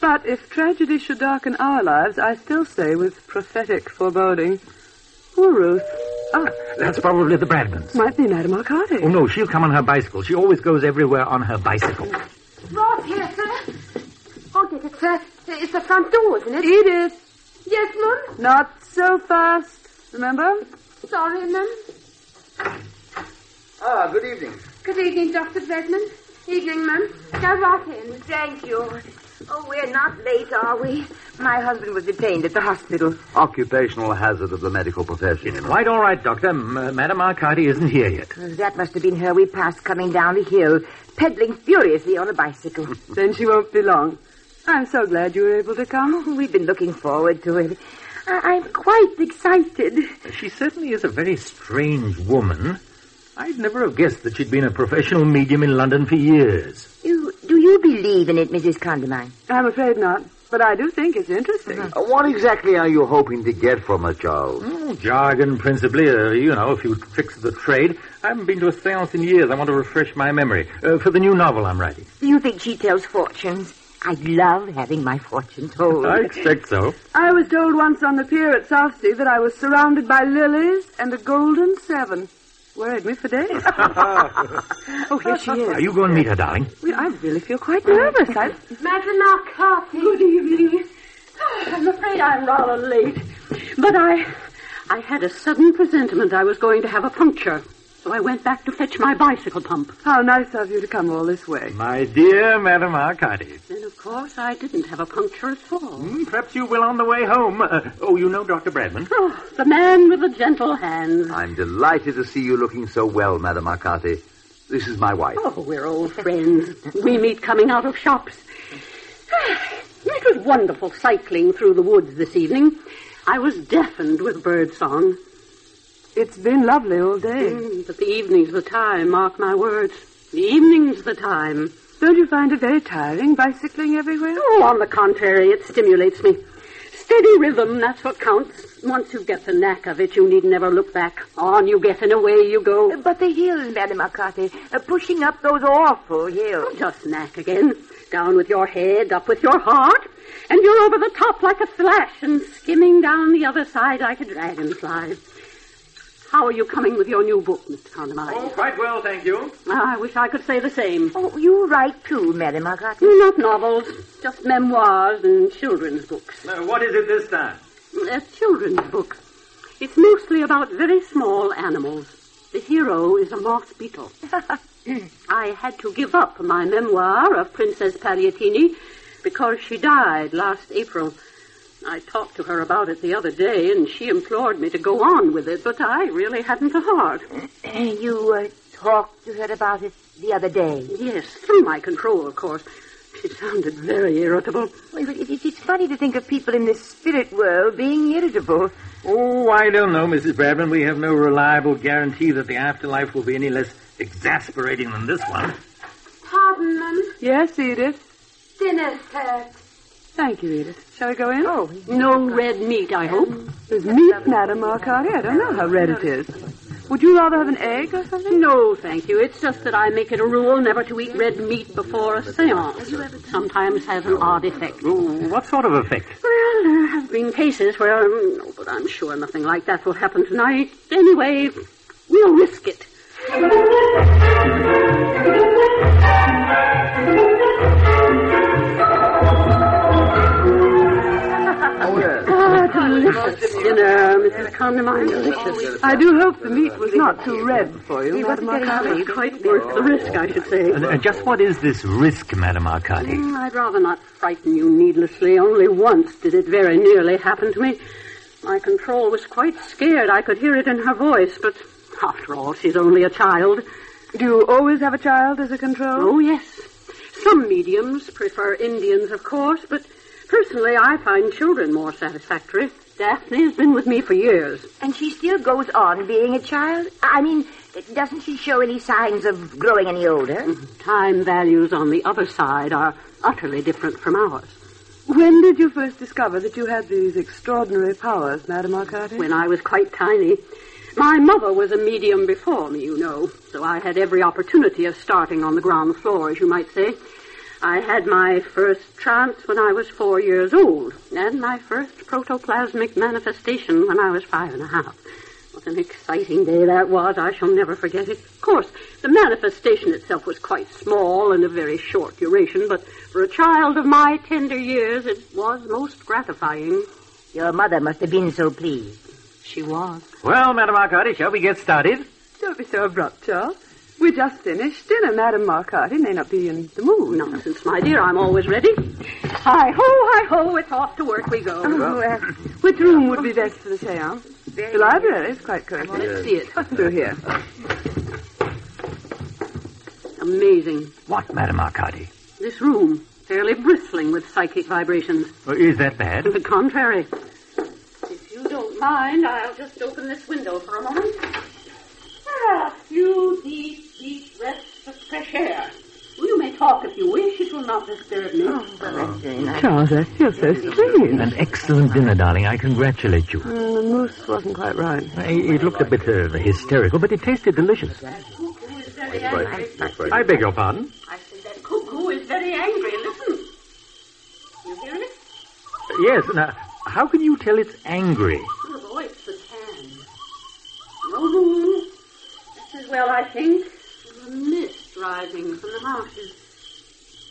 But if tragedy should darken our lives, I still say with prophetic foreboding, poor Ruth. Ah, That's probably the Bradmans. might be Madame Arcade. Oh, no, she'll come on her bicycle. She always goes everywhere on her bicycle. Ross here, sir. Hold it, it's, uh, it's the front door, isn't it? Edith. Yes, mum? Not so fast, remember? Sorry, mum. Ah, good evening. Good evening, Dr. Bredman. Evening, mum. Go right in. Thank you. Oh, we're not late, are we? My husband was detained at the hospital. Occupational hazard of the medical profession. you know. Quite all right, Doctor. M- uh, Madame Arcadi isn't here yet. That must have been her we passed coming down the hill, peddling furiously on a bicycle. Then she won't be long. I'm so glad you were able to come. We've been looking forward to it. I- I'm quite excited. She certainly is a very strange woman. I'd never have guessed that she'd been a professional medium in London for years. You, do you believe in it, Mrs. Condamine? I'm afraid not, but I do think it's interesting. Uh-huh. Uh, What exactly are you hoping to get from her, Charles? Hmm, jargon, principally. Uh, you know, a few tricks of the trade. I haven't been to a seance in years. I want to refresh my memory uh, for the new novel I'm writing. Do you think she tells fortunes? I love having my fortune told. I expect so. I was told once on the pier at Southsea that I was surrounded by lilies and a golden seven. Worried me for days. oh, here she is. Now, you go and meet her, darling. Well, I really feel quite nervous. I... Madame Arcati. Good evening. Oh, I'm afraid I'm rather late, but I, I had a sudden presentiment I was going to have a puncture, so I went back to fetch my bicycle pump. How nice of you to come all this way. My dear Madame Arcadi. Then, of course, I didn't have a puncture at all. Hmm, Perhaps you will on the way home. Uh, oh, you know Dr. Bradman. Oh, the man with the gentle hands. I'm delighted to see you looking so well, Madame Arcati. This is my wife. Oh, we're old friends. we meet coming out of shops. it was wonderful cycling through the woods this evening. I was deafened with birdsong. It's been lovely all day. Mm, but the evening's the time, mark my words. The evening's the time. Don't you find it very tiring bicycling everywhere? Oh, on the contrary, it stimulates me. Steady rhythm, that's what counts. Once you get the knack of it, you need never look back. On you get and away you go. Uh, But the hills, Madame Arcati, uh, pushing up those awful Oh, hills. just knack again. Down with your head, up with your heart, and you're over the top like a flash and skimming down the other side like a dragonfly. How are you coming with your new book, Mr. Condamine? Oh, quite well, thank you. Ah, I wish I could say the same. Mm, Oh, you write too, Madame Arcati. Not novels, just memoirs and children's books. what is it this time? A children's book. It's mostly about very small animals. The hero is a moth beetle. I had to give up my memoir of Princess Pagliatini because she died last April. I talked to her about it the other day, and she implored me to go on with it, but I really hadn't the heart. you uh, talked to her about it the other day. Yes, through my control, of course. She sounded very irritable. Well, but it, it- it's funny to think of people in this spirit world being irritable. Oh, I don't know, Mrs. Bradman. We have no reliable guarantee that the afterlife will be any less exasperating than this one. Pardon, Mum. Yes, Edith. Dinner's served. Thank you, Edith. Shall we go in? Oh, No red meat, I hope. there's meat, Madame Arcati. I don't know how red it is. Would you rather have an egg or something? No, thank you. It's just that I make it a rule never to eat red meat before a seance. Sometimes has an odd effect. What sort of effect? Well, there have been cases where, um, no, but I'm sure nothing like that will happen tonight. Anyway, we'll risk it. Oh, Ah, delicious dinner, Mrs. Condamine, delicious. I do hope the meat was not too red for you. He Madame wasn't getting Arcade. sleep. Quite worth the risk, I should say. And, uh, just what is this risk, Madame Arcadi? Mm, I'd rather not frighten you needlessly. Only once did it very nearly happen to me. My control was quite scared. I could hear it in her voice, but after all, she's only a child. Do you always have a child as a control? Oh, yes. Some mediums prefer Indians, of course, but personally, I find children more satisfactory. Daphne has been with me for years. And she still goes on being a child? I mean, doesn't she show any signs of growing any older? Mm-hmm. Time values on the other side are utterly different from ours. When did you first discover that you had these extraordinary powers, Madame Arcade? when I was quite tiny. My mother was a medium before me, you know, so I had every opportunity of starting on the ground floor, as you might say. I had my first trance when I was four years old, and my first protoplasmic manifestation when I was five and a half. What an exciting day that was. I shall never forget it. Of course, the manifestation itself was quite small and of very short duration, but for a child of my tender years, it was most gratifying. Your mother must have been so pleased. She was. Well, Madame Arcadi, shall we get started? Don't be so abrupt, Charles. We just finished dinner. Madame Marcati may not be in the mood. Nonsense, my dear. I'm always ready. Hi ho, hi ho. It's off to work we go. Oh, uh, which room would be best for the seance? The library is quite close. Let's see it. Through here. Amazing. What, Madame Arcadi? This room, fairly bristling with psychic vibrations. Uh, Is that bad? To the contrary. If you don't mind, I'll just open this window for a moment. Ah, a few deep, deep breaths of fresh air. You may talk if you wish. It will not disturb me. Charles, I feel so strange. An excellent dinner, darling. I congratulate you. Mm, the moose wasn't quite right. It, it looked a bit uh, hysterical, but it tasted delicious. Cuckoo is very angry. I beg your pardon? I said that cuckoo is very angry. Listen. You hear it? Yes, now, how can you tell it's angry? The voice was hand. No moon. Just as well, I think. There's a mist rising from the marshes.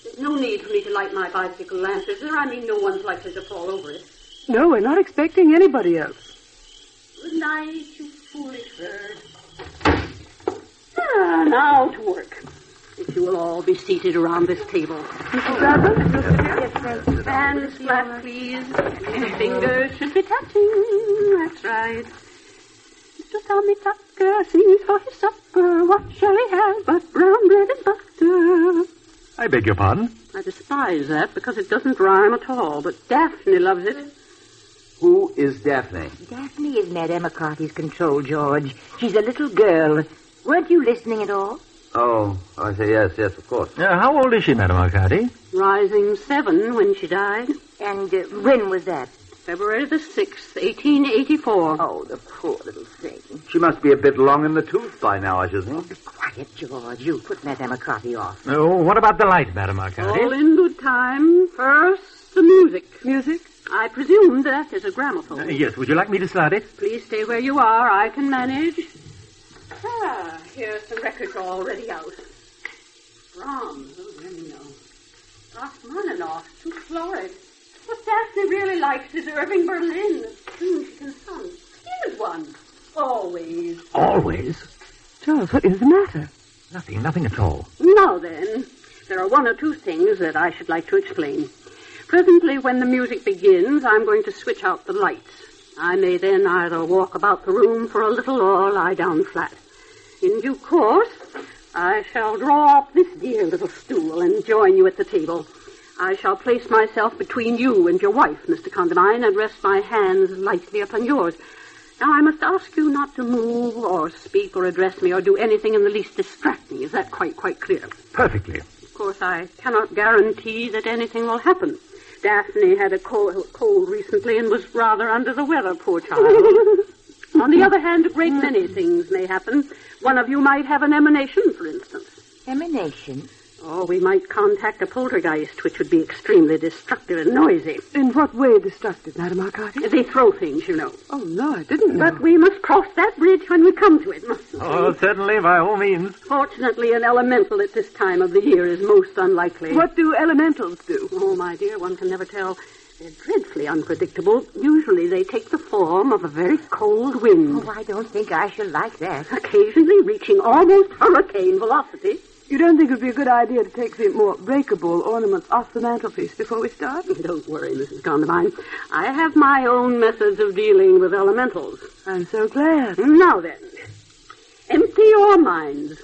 There's no need for me to light my bicycle lamp, is there? I mean, no one's likely to fall over it. No, we're not expecting anybody else. Good night, you foolish bird. Ah, now to work. If you will all be seated around this table. Mrs. Bradford? Hands flat, please. And your fingers should be touching. That's right. Mr. Tommy Tucker sings for his supper. What shall he have but brown bread and butter? I beg your pardon? I despise that because it doesn't rhyme at all, but Daphne loves it. Who is Daphne? Daphne is Madame McCarthy's control, George. She's a little girl. Weren't you listening at all? Oh, I say yes, yes, of course. Uh, how old is she, Madame Arcadi? Rising seven when she died. And uh, when was that? February the 6th, 1884. Oh, the poor little thing. She must be a bit long in the tooth by now, I should think. Quiet, George. You put Madame McCarthy off. Oh, what about the light, Madame Arcadi? All in good time. First, the music. Music? I presume that is a gramophone. Uh, yes, would you like me to start it? Please stay where you are. I can manage. Ah, here's the records already out. Brahms, oh, Reno. Rachmaninoff, too florid. What Daphne really likes is Irving Berlin. Soon she can hum. Here's one. Always. Always? Charles, what is the matter? Nothing, nothing at all. Now then, there are one or two things that I should like to explain. Presently, when the music begins, I'm going to switch out the lights. I may then either walk about the room for a little or lie down flat. In due course, I shall draw up this dear little stool and join you at the table. I shall place myself between you and your wife, Mr. Condamine, and rest my hands lightly upon yours. Now, I must ask you not to move or speak or address me or do anything in the least distracting. Is that quite, quite clear? Perfectly. Of course, I cannot guarantee that anything will happen. Daphne had a cold, cold recently and was rather under the weather, poor child. On the other hand, a great many things may happen. One of you might have an emanation, for instance. Emanation? Or Oh, we might contact a poltergeist, which would be extremely destructive and noisy. In what way destructive, Madame Arcati? They throw things, you know. Oh, no, I didn't know. But we must cross that bridge when we come to it, mustn't we? Oh, certainly, by all means. Fortunately, an elemental at this time of the year is most unlikely. What do elementals do? Oh, my dear, one can never tell. They're dreadfully unpredictable. Usually they take the form of a very cold wind. Oh, I don't think I shall like that. Occasionally reaching almost hurricane velocity. You don't think it would be a good idea to take the more breakable ornaments off the mantelpiece before we start? Don't worry, Mrs. Condamine. I have my own methods of dealing with elementals. I'm so glad. Now then, empty your minds.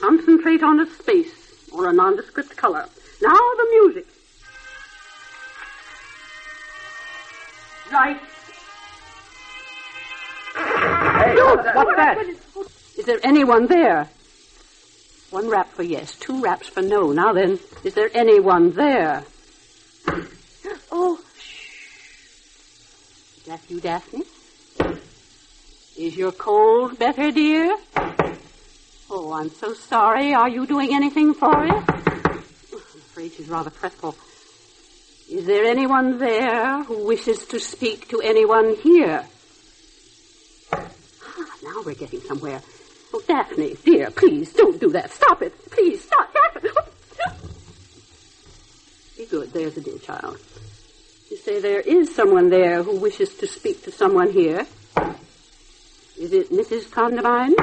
Concentrate on a space or a nondescript color. Now the music. Light. Hey, Oh, what's that? Is there anyone there? One rap for yes, two raps for no. Now then, is there anyone there? Oh, Is that you, Daphne? Is your cold better, dear? Oh, I'm so sorry. Are you doing anything for it? I'm afraid she's rather fretful. Is there anyone there who wishes to speak to anyone here? Ah, now we're getting somewhere. Oh, Daphne, dear, please don't do that. Stop it. Please stop. Daphne. Be good. There's a dear child. You say there is someone there who wishes to speak to someone here. Is it Mrs. Condamine?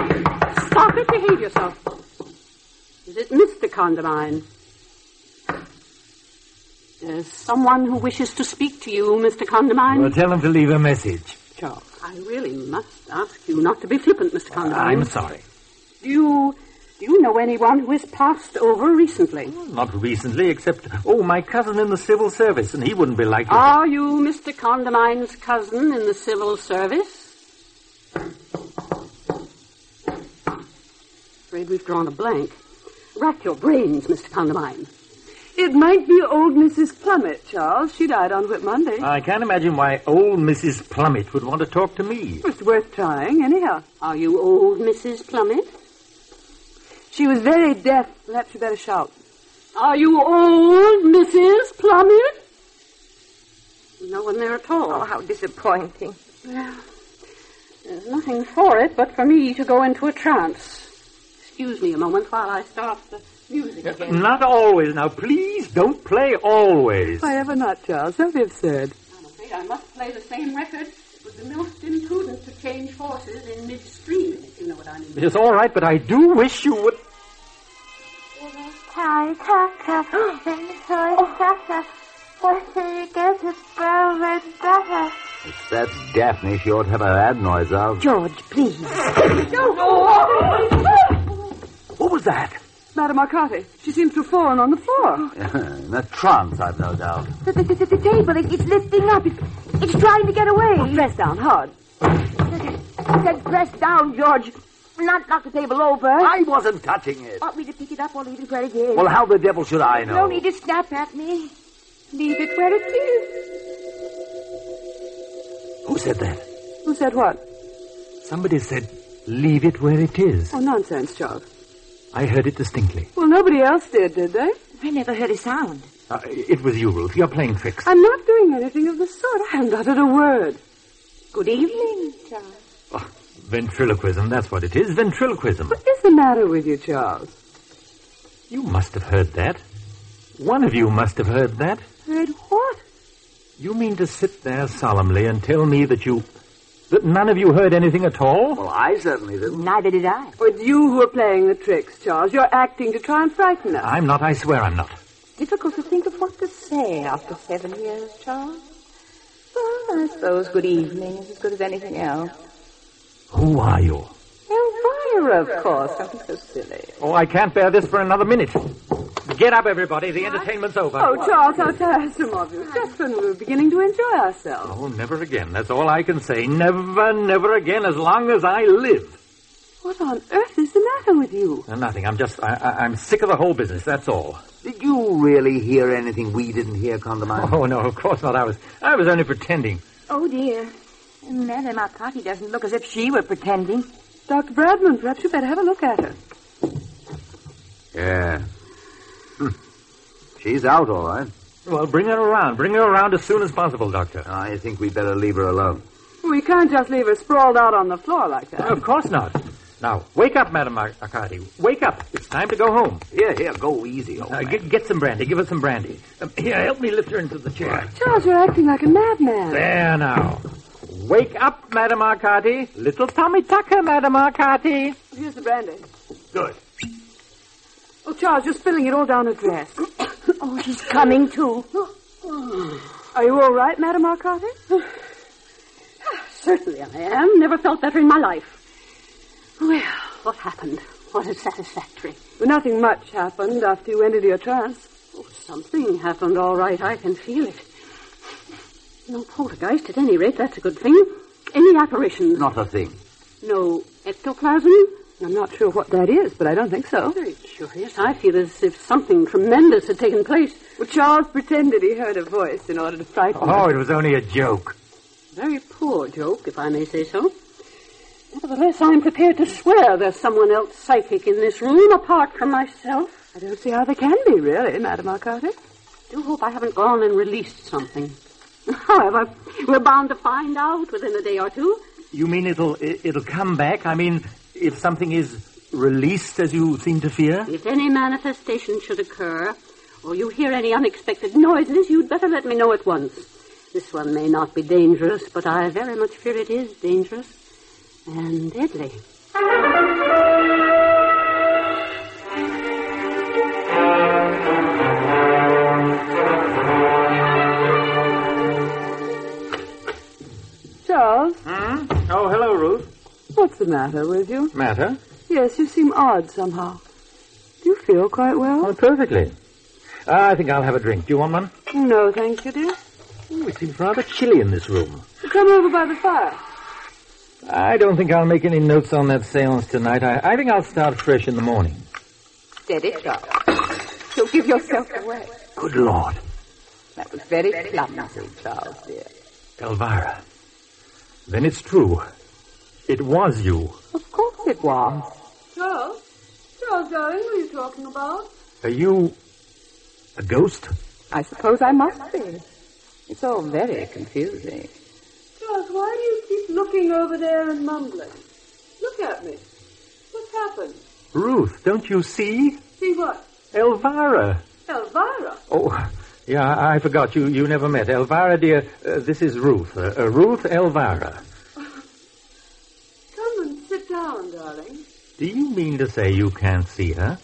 Stop it. Behave yourself. Is it Mr. Condamine? There's someone who wishes to speak to you, Mr. Condamine. Well, tell him to leave a message. Charles, I really must ask you not to be flippant, Mr. Condamine. I'm sorry. Do you, do you know anyone who has passed over recently? Not recently, except, oh, my cousin in the civil service, and he wouldn't be likely. to- Are you Mr. Condamine's cousin in the civil service? Afraid we've drawn a blank. Rack your brains, Mr. Condamine. It might be old Mrs. Plummet, Charles. She died on Whit Monday. I can't imagine why old Mrs. Plummet would want to talk to me. It's worth trying, anyhow. Are you old Mrs. Plummet? She was very deaf. Perhaps you better shout. Are you old Mrs. Plummet? No one there at all. Oh, how disappointing. Well, there's nothing for it but for me to go into a trance. Excuse me a moment while I start the music again. Not always. Now, please don't play always. Why ever not, Charles? Don't be absurd. Afraid I must play the same record. It would be most imprudent to change horses in midstream, if you know what I mean. It is all right, but I do wish you would. Hi, Tucker. and so Tucker. What do you get to brown red butter? It's that Daphne she ought to have her ad noise out. George, please. What was that? Madame Arcati, she seems to have fallen on the floor. In a trance, I've no doubt. The, the, the, the table, it, it's lifting up. It, it's trying to get away. press down hard. Then press down, George. Not knock the table over. I wasn't touching it. Want me to pick it up or leave it where it is? Well, how the devil should I know? No need to snap at me. Leave it where it is. Who said that? Who said what? Somebody said, leave it where it is. Oh, nonsense, Charles. I heard it distinctly. Well, nobody else did, did they? I never heard a sound. Uh, it was you, Ruth. You're playing tricks. I'm not doing anything of the sort. I haven't uttered a word. Good evening, Charles. Ventriloquism, that's what it is. Ventriloquism. What is the matter with you, Charles? You must have heard that. One of you must have heard that. Heard what? You mean to sit there solemnly and tell me that you. that none of you heard anything at all? Well, I certainly didn't. Neither did I. Or it's you who are playing the tricks, Charles. You're acting to try and frighten us. I'm not, I swear I'm not. Difficult to think of what to say after seven years, Charles. Well, I suppose good evening is as good as anything else. Who are you? Elvira, of course. Something so silly. Oh, I can't bear this for another minute. Get up, everybody. The entertainment's over. Oh, Charles, how tiresome of you. Just when we were beginning to enjoy ourselves. Oh, never again. That's all I can say. Never, never again, as long as I live. What on earth is the matter with you? Uh, Nothing. I'm just. I, I, I'm sick of the whole business. That's all. Did you really hear anything we didn't hear, Condamine? Oh no, of course not. I was. I was only pretending. Oh, dear. Mary, my party doesn't look as if she were pretending. Dr. Bradman, perhaps you better have a look at her. Yeah. Hmm. She's out, all right. Well, bring her around. Bring her around as soon as possible, Doctor. I think we'd better leave her alone. We can't just leave her sprawled out on the floor like that. Of course not. Now, wake up, Madam Ar- Arcadi. Wake up. It's time to go home. Yeah, here, go easy. Uh, get, get some brandy. Give her some brandy. Um, here, help me lift her into the chair. Charles, you're acting like a madman. There now. Wake up, Madam Arcadi. Little Tommy Tucker, Madam Arcadi. Here's the brandy. Good. Oh, Charles, you're spilling it all down her dress. Oh, he's coming too. Are you all right, Madam Arcati? Ah, Certainly I am. Never felt better in my life. Well, what happened? What is satisfactory? Well, nothing much happened after you went into your trance. Oh, Something happened, all right. I can feel it. No poltergeist, at any rate. That's a good thing. Any apparitions? Not a thing. No ectoplasm? I'm not sure what that is, but I don't think so. Very curious. I feel as if something tremendous had taken place. Well, Charles pretended he heard a voice in order to frighten her. Oh, it was only a joke. Very poor joke, if I may say so. Nevertheless, I'm prepared to swear there's someone else psychic in this room apart from myself. I don't see how they can be, really, Madam Arcati. do hope I haven't gone and released something. However, we're bound to find out within a day or two. You mean it'll i- it'll come back? I mean, if something is released as you seem to fear? If any manifestation should occur, or you hear any unexpected noises, you'd better let me know at once. This one may not be dangerous, but I very much fear it is dangerous and deadly. Charles, Oh, hello, Ruth. what's the matter with you? Matter? Yes, you seem odd somehow. Do you feel quite well? Oh, perfectly. I think I'll have a drink. Do you want one? No, thank you, dear. Ooh, it seems rather chilly in this room. Come over by the fire. I don't think I'll make any notes on that seance tonight. I, I think I'll start fresh in the morning. Steady, Charles. Don't give yourself away. Good Lord. That was very clumsy, Charles, dear. Elvira. Then it's true. It was you. Of course it was. Charles? Charles, darling, what are you talking about? Are you a ghost? I suppose I must be. It's all very confusing. Charles, why do you keep looking over there and mumbling? Look at me. What's happened? Ruth, don't you see? See what? Elvira. Elvira. Oh, yeah, I, I forgot. You, you never met. Elvira, dear, uh, this is Ruth. Uh, uh, Ruth Elvira. Come and sit down, darling. Do you mean to say you can't see her?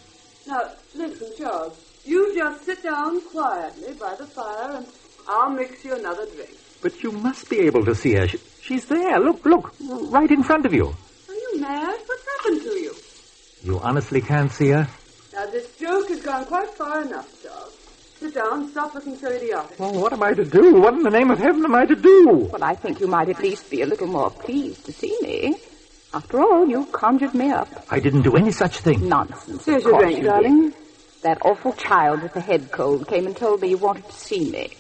Now, listen, Charles. You just sit down quietly by the fire and I'll mix you another drink. But you must be able to see her. She, she's there. Look, look, right in front of you. Are you mad? What's happened to you? You honestly can't see her? Now, this joke has gone quite far enough, Charles. Sit down. Stop looking so idiotic. Well, what am I to do? What in the name of heaven am I to do? Well, I think you might at least be a little more pleased to see me. After all, you conjured me up. I didn't do any such thing. Nonsense. Here's of your course drink, you did. darling. That awful child with the head cold came and told me you wanted to see me.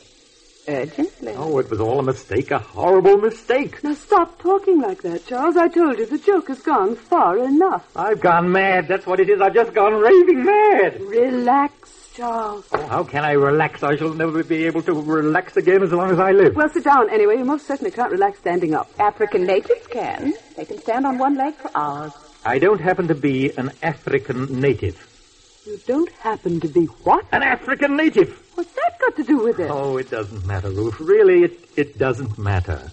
Urgently. Oh, it was all a mistake, a horrible mistake. Now, stop talking like that, Charles. I told you the joke has gone far enough. I've gone mad. That's what it is. I've just gone raving mad. Relax, Charles. Oh, how can I relax? I shall never be able to relax again as long as I live. Well, sit down anyway. You most certainly can't relax standing up. African natives can. They can stand on one leg for hours. I don't happen to be an African native. You don't happen to be what? An African native. What's that got to do with it? Oh, it doesn't matter, Ruth. Really, it, it doesn't matter.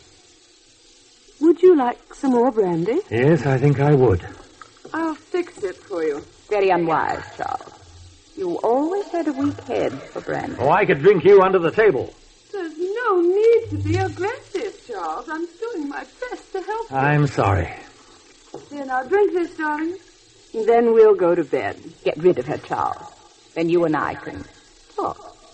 Would you like some more brandy? Yes, I think I would. I'll fix it for you. Very unwise, Charles. You always had a weak head for brandy. Oh, I could drink you under the table. There's no need to be aggressive, Charles. I'm doing my best to help you. I'm sorry. Here, now drink this, darling. Then we'll go to bed. Get rid of her, Charles. Then you and I can.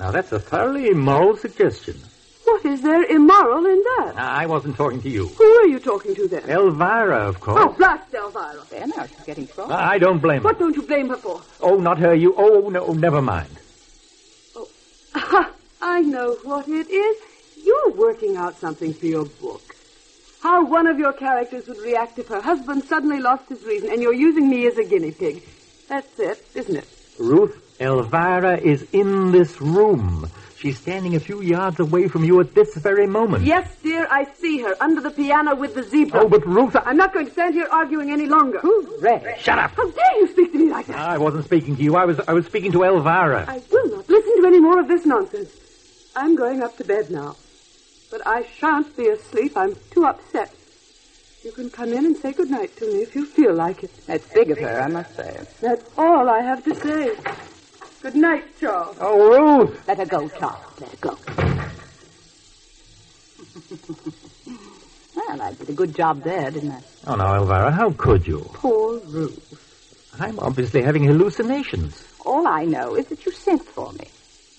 Now, that's a thoroughly immoral suggestion. What is there immoral in that? I wasn't talking to you. Who are you talking to then? Elvira, of course. Oh, blast Elvira. There now, she's getting cross. I don't blame her. What don't you blame her for? Oh, not her. You. Oh, no, never mind. I know what it is. You're working out something for your book. How one of your characters would react if her husband suddenly lost his reason and you're using me as a guinea pig. That's it, isn't it? Ruth, Elvira is in this room. She's standing a few yards away from you at this very moment. Yes, dear, I see her under the piano with the zebra. Hmm. Oh, but Ruth, I- I'm not going to stand here arguing any longer. Who's Red? Shut up. How dare you speak to me like that? I wasn't speaking to you. I was I was speaking to Elvira. I will not listen to any more of this nonsense. I'm going up to bed now. But I shan't be asleep. I'm too upset. You can come in and say good night to me if you feel like it. That's big of her, I must say. That's all I have to say. Good night, Charles. Oh, Ruth! Let her go, Charles. Let her go. well, I did a good job there, didn't I? Oh now, Elvira, how could you? Poor Ruth. I'm obviously having hallucinations. All I know is that you sent for me.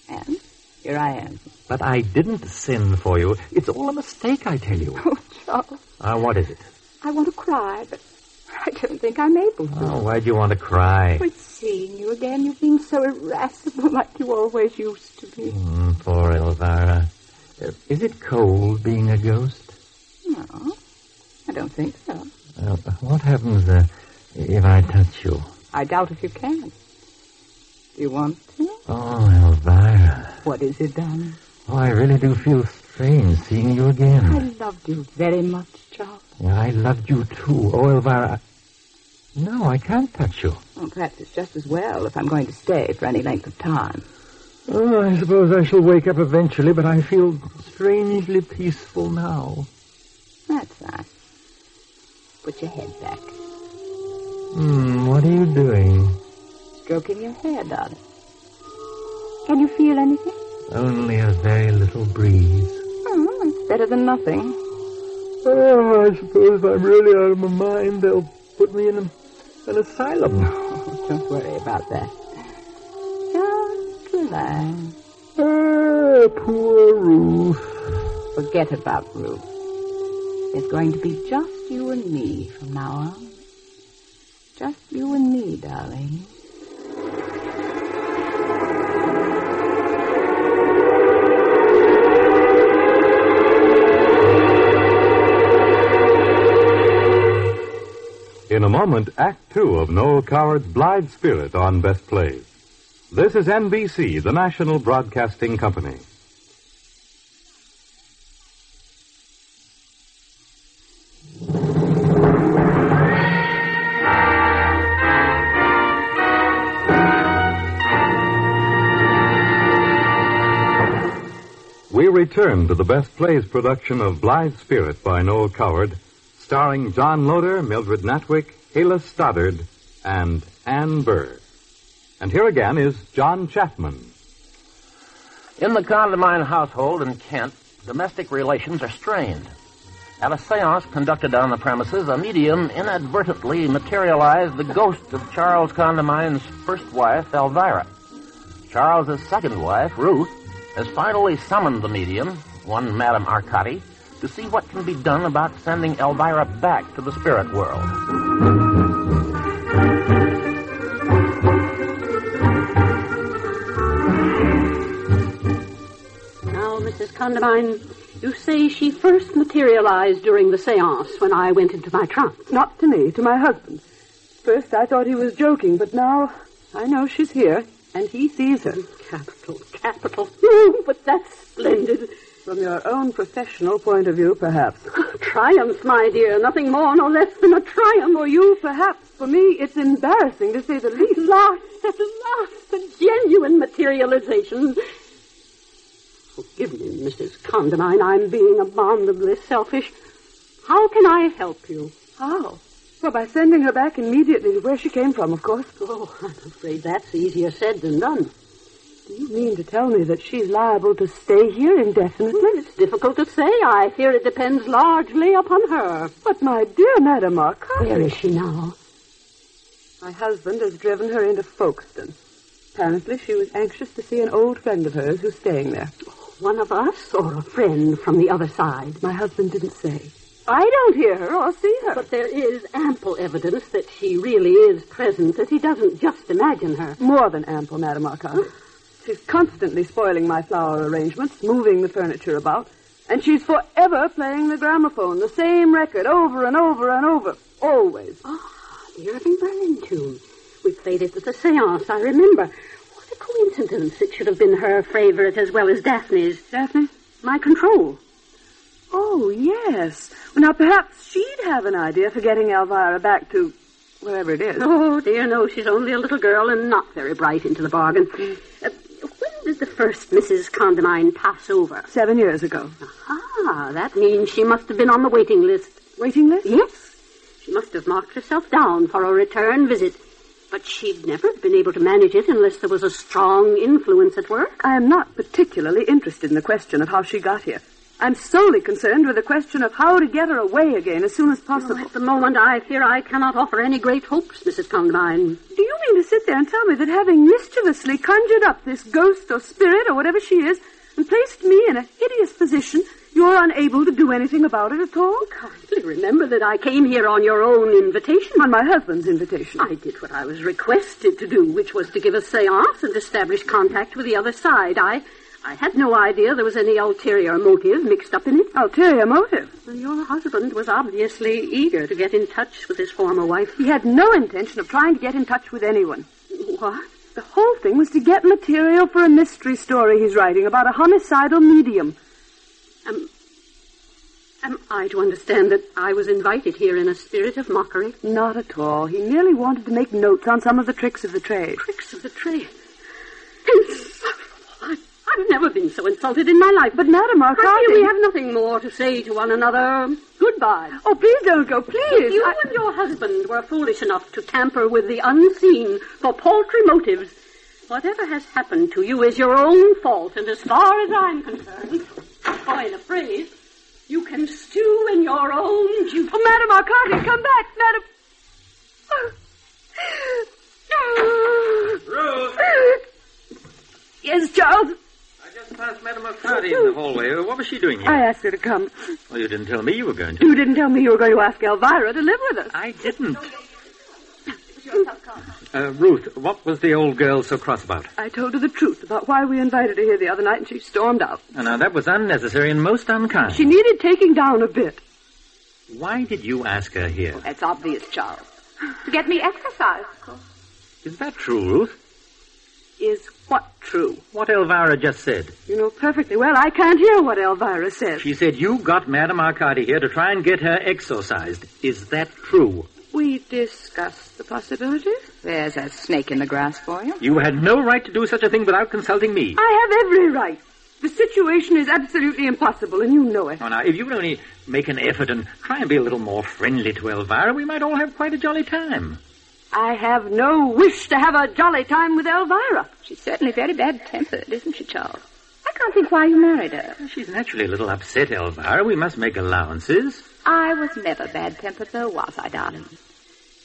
And here I am. But I didn't sin for you. It's all a mistake, I tell you. Oh, Charles, Ah, what is it? I want to cry, but I don't think I'm able to. Oh, why do you want to cry? It's seeing you again. You've been so irascible like you always used to be. Hmm, poor Elvira. Uh, Is it cold being a ghost? No, I don't think so. Uh, what happens uh, if I touch you? I doubt if you can. Do you want to? Oh, Elvira. What is it, darling? Oh, I really do feel strange seeing you I again. loved you very much, Charles. Yeah, I loved you too. Oh, Elvira. I- No, I can't touch you. Well, perhaps it's just as well if I'm going to stay for any length of time. Oh, I suppose I shall wake up eventually, but I feel strangely peaceful now. That's nice. Put your head back. Hmm, what are you doing? Stroking your hair, darling. Can you feel anything? Only a very little breeze. Oh, it's better than nothing. Oh, I suppose I'm really out of my mind. They'll put me in a, an asylum. Don't worry about that. Just relax. Ah, poor Ruth. Forget about Ruth. It's going to be just you and me from now on. Just you and me, darling. In a moment, Act Two of Noel Coward's Blithe Spirit on Best Plays. This is NBC, the national broadcasting company. We return to the Best Plays production of Blithe Spirit by Noel Coward, starring John Loder, Mildred Natwick, Hala Stoddard, and Ann Burr. And here again is John Chapman. In the Condamine household in Kent, domestic relations are strained. At a seance conducted on the premises, a medium inadvertently materialized the ghost of Charles Condamine's first wife, Elvira. Charles's second wife, Ruth, has finally summoned the medium, one Madame Arcati, to see what can be done about sending Elvira back to the spirit world. Now, Mrs. Condamine, you say she first materialized during the seance when I went into my trance. Not to me, to my husband. First I thought he was joking, but now I know she's here, and he sees her. Capital, capital. but that's splendid. From your own professional point of view, perhaps. Triumph, my dear. Nothing more nor less than a triumph. For you, perhaps. For me, it's embarrassing to say the At least. last, at last, a genuine materialization. Forgive me, Mrs. Condamine. I'm being abominably selfish. How can I help you? How? Well, by sending her back immediately to where she came from, of course. Oh, I'm afraid that's easier said than done. Do you mean to tell me that she's liable to stay here indefinitely? It's difficult to say. I fear it depends largely upon her. But, my dear Madame Arcade. Where is she now? My husband has driven her into Folkestone. Apparently, she was anxious to see an old friend of hers who's staying there. One of us or a friend from the other side? My husband didn't say. I don't hear her or see her. But there is ample evidence that she really is present, that he doesn't just imagine her. More than ample, Madame Arcade. She's constantly spoiling my flower arrangements, moving the furniture about, And she's forever playing the gramophone, the same record over and over and over, always. Ah. The Irving Berlin tune. We played it at the seance, I remember. What a coincidence. It should have been her favorite as well as Daphne's. Daphne? My control. Oh, yes. Well, now perhaps she'd have an idea for getting Elvira back to wherever it is. Oh, dear, no. She's only a little girl and not very bright into the bargain. Mm. Uh, when did the first Mrs. Condamine pass over? Seven years ago. Ah, that means she must have been on the waiting list. Waiting list? Yes. She must have marked herself down for a return visit. But she'd never have been able to manage it unless there was a strong influence at work. I am not particularly interested in the question of how she got here. I'm solely concerned with the question of how to get her away again as soon as possible. at the moment, I fear I cannot offer any great hopes, Mrs. Condamine. Do you mean to sit there and tell me that having mischievously conjured up this ghost or spirit or whatever she is and placed me in a hideous position, you're unable to do anything about it at all? Kindly remember that I came here on your own invitation. On my husband's invitation. I did what I was requested to do, which was to give a seance and establish contact with the other side. I, I had no idea there was any ulterior motive mixed up in it. Ulterior motive? Your husband was obviously eager to get in touch with his former wife. He had no intention of trying to get in touch with anyone. What? The whole thing was to get material for a mystery story he's writing about a homicidal medium. Am, am I to understand that I was invited here in a spirit of mockery? Not at all. He merely wanted to make notes on some of the tricks of the trade. Tricks of the trade. Insufferable. I, I've never been so insulted in my life. But, Madam Frankly, Arcadi... we have nothing more to say to one another. Goodbye. Oh, please don't go, please. If you I- and your husband were foolish enough to tamper with the unseen for paltry motives, whatever has happened to you is your own fault, and as far as I'm concerned, coin a phrase, you can stew in your own juice. Oh, Madam Arcadi, come back, Madam... Yes, Charles. I just passed Madame Arcadi in the hallway. What was she doing here? I asked her to come. Well, you didn't tell me you were going to. You didn't tell me you were going to ask Elvira to live with us. I didn't. Uh, Ruth, what was the old girl so cross about? I told her the truth about why we invited her here the other night, and she stormed out. Oh, now, that was unnecessary and most unkind. She needed taking down a bit. Why did you ask her here? That's obvious, Charles. To get me exercise, of course. Is that true, Ruth? Is what true? What Elvira just said? You know perfectly well I can't hear what Elvira says. She said you got Madame Arcadi here to try and get her exorcised. Is that true? We discussed the possibilities. There's a snake in the grass for you. You had no right to do such a thing without consulting me. I have every right. The situation is absolutely impossible, and you know it. Oh, now, if you would only make an effort and try and be a little more friendly to Elvira, we might all have quite a jolly time. I have no wish to have a jolly time with Elvira. She's certainly very bad tempered, isn't she, Charles? I can't think why you married her. She's naturally a little upset, Elvira. We must make allowances. I was never bad tempered, though, was I, darling?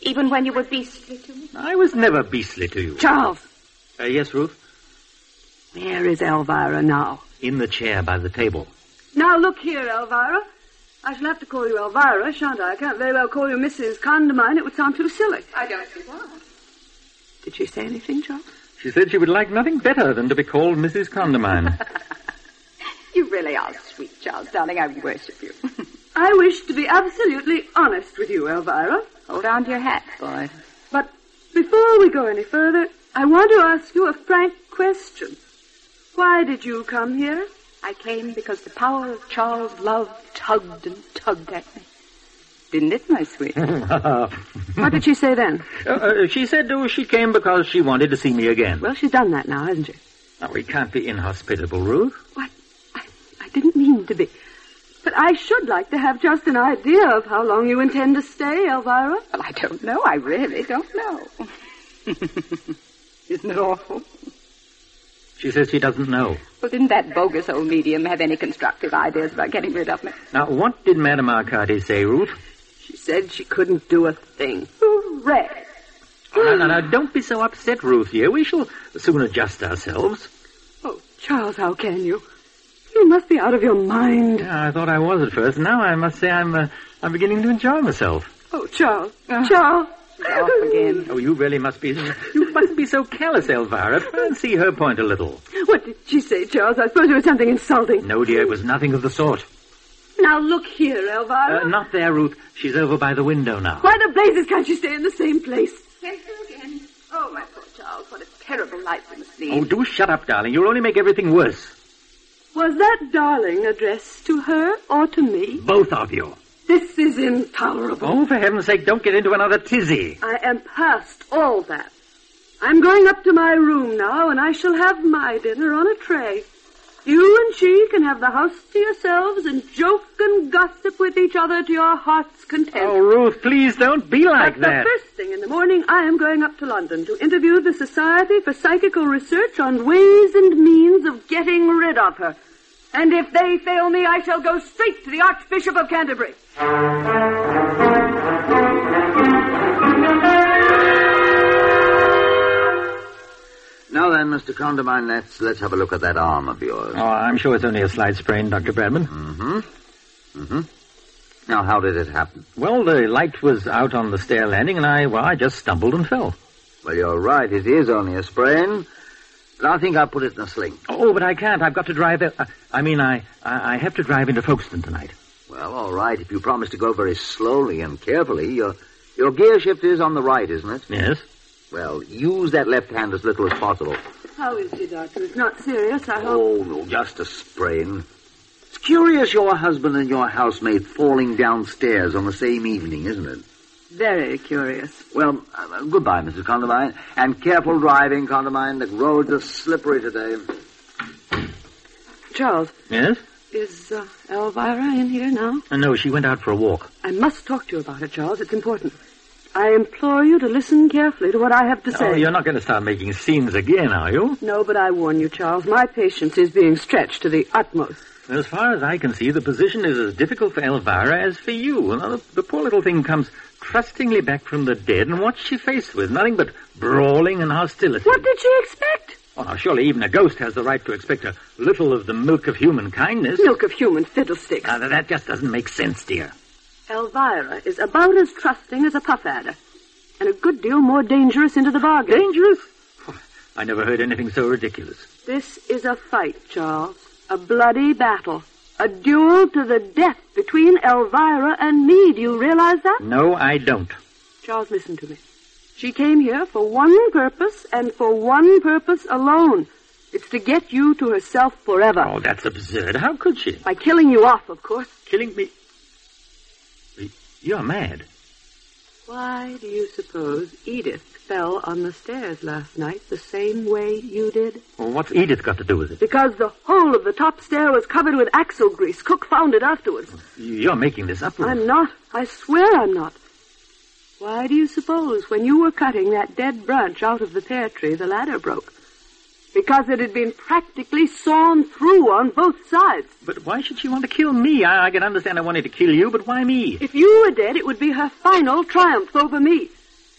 Even when you were beastly to me. I was never beastly to you. Charles, Uh, yes, Ruth? where is Elvira now? In the chair by the table. Now look here, Elvira. I shall have to call you Elvira, shan't I? I can't very well call you Mrs. Condamine. It would sound too silly. I don't see why. Did she say anything, Charles? She said she would like nothing better than to be called Mrs. Condamine. You really are sweet, Charles, darling. I worship you. I wish to be absolutely honest with you, Elvira. Hold on to your hat, boy. But before we go any further, I want to ask you a frank question. Why did you come here? I came because the power of Charles' love tugged and tugged at me. Didn't it, my sweet? What did she say then? Uh, uh, she said oh, she came because she wanted to see me again. Well, she's done that now, hasn't she? Now, we can't be inhospitable, Ruth. I didn't mean to be. But I should like to have just an idea of how long you intend to stay, Elvira. Well, I don't know. I really don't know. Isn't it awful? She says she doesn't know. Well, didn't that bogus old medium have any constructive ideas about getting rid of me? Now, what did Madame Arcadi say, Ruth? She said she couldn't do a thing. Hooray! Oh, no, no, no, don't be so upset, Ruth, here. We shall soon adjust ourselves. Oh, Charles, how can you? You must be out of your mind. Yeah, I thought I was at first. Now I must say I'm, uh, I'm beginning to enjoy myself. Ah. Oh, Charles. Charles. Off again. Oh, you really must be. You, mustn't be so callous, Elvira. Fancy her point a little. What did she say, Charles? I suppose it was something insulting. No, dear, it was nothing of the sort. Now look here, Elvira. Uh, not there, Ruth. She's over by the window now. Why the blazes can't you stay in the same place? Yes, again. Oh, my poor child, what a terrible night we must lead. Oh, do shut up, darling. You'll only make everything worse. Was that darling addressed to her or to me? Both of you. This is intolerable. Oh, for heaven's sake, don't get into another tizzy. I am past all that. I'm going up to my room now, and I shall have my dinner on a tray. You and she can have the house to yourselves and joke and gossip with each other to your heart's content. Oh, Ruth, please don't be like but that. The first thing in the morning, I am going up to London to interview the Society for Psychical Research on ways and means of getting rid of her. And if they fail me, I shall go straight to the Archbishop of Canterbury. Now then, Mr. Condamine, let's let's have a look at that arm of yours. Oh, I'm sure it's only a slight sprain, Dr. Bradman. Mm-hmm. Mm-hmm. Now, how did it happen? Well, the light was out on the stair landing, and I, well, I just stumbled and fell. Well, you're right. It is only a sprain. But I think I'll put it in a sling. Oh, but I can't. I've got to drive. Uh, I mean, I, I I have to drive into Folkestone tonight. Well, all right. If you promise to go very slowly and carefully, your your gear shift is on the right, isn't it? Yes. Well, use that left hand as little as possible. How is she, Doctor? It's not serious, I hope. Oh, no, just a sprain. It's curious your husband and your housemaid falling downstairs on the same evening, isn't it? Very curious. Well, uh, goodbye, Mrs. Condamine. And careful driving, Condamine. The roads are slippery today. Charles, Yes? is uh, Elvira in here now? Uh, no, she went out for a walk. I must talk to you about it, Charles. It's important. I implore you to listen carefully to what I have to say. Oh, you're not going to start making scenes again, are you? No, but I warn you, Charles, my patience is being stretched to the utmost. As far as I can see, the position is as difficult for Elvira as for you. Now, the, the poor little thing comes trustingly back from the dead, and what's she faced with? Nothing but brawling and hostility. What did she expect? Well, now, surely even a ghost has the right to expect a little of the milk of human kindness. Milk of human fiddlesticks. Now, that- that just doesn't make sense, dear. Elvira is about as trusting as a puff adder, and a good deal more dangerous into the bargain. Dangerous? I never heard anything so ridiculous. This is a fight, Charles. A bloody battle. A duel to the death between Elvira and me. Do you realize that? No, I don't. Charles, listen to me. She came here for one purpose and for one purpose alone. It's to get you to herself forever. Oh, that's absurd. How could she? By killing you off, of course. Killing me? You're mad. Why do you suppose Edith fell on the stairs last night the same way you did? Well, what's Edith got to do with it? Because the whole of the top stair was covered with axle grease. Cook found it afterwards. You're making this up. Ruth. I'm not. I swear I'm not. Why do you suppose when you were cutting that dead branch out of the pear tree, the ladder broke? Because it had been practically sawn through on both sides. But why should she want to kill me? I, I can understand I wanted to kill you, but why me? If you were dead, it would be her final triumph over me.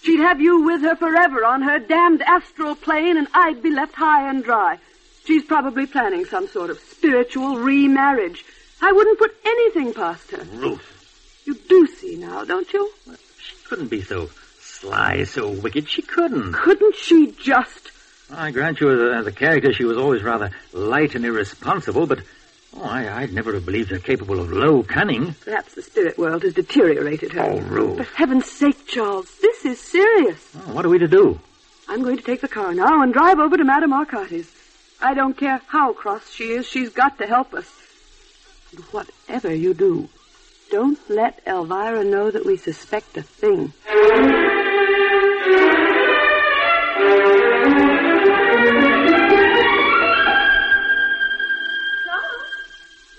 She'd have you with her forever on her damned astral plane, and I'd be left high and dry. She's probably planning some sort of spiritual remarriage. I wouldn't put anything past her. Ruth You do see now, don't you? couldn't be so sly, so wicked. She couldn't. Couldn't she just? I grant you, as a, as a character, she was always rather light and irresponsible, but oh, I, I'd never have believed her capable of low cunning. Perhaps the spirit world has deteriorated her. Oh, Ruth. For heaven's sake, Charles, this is serious. Oh, what are we to do? I'm going to take the car now and drive over to Madame Arcati's. I don't care how cross she is, she's got to help us. And whatever you do, don't let Elvira know that we suspect a thing.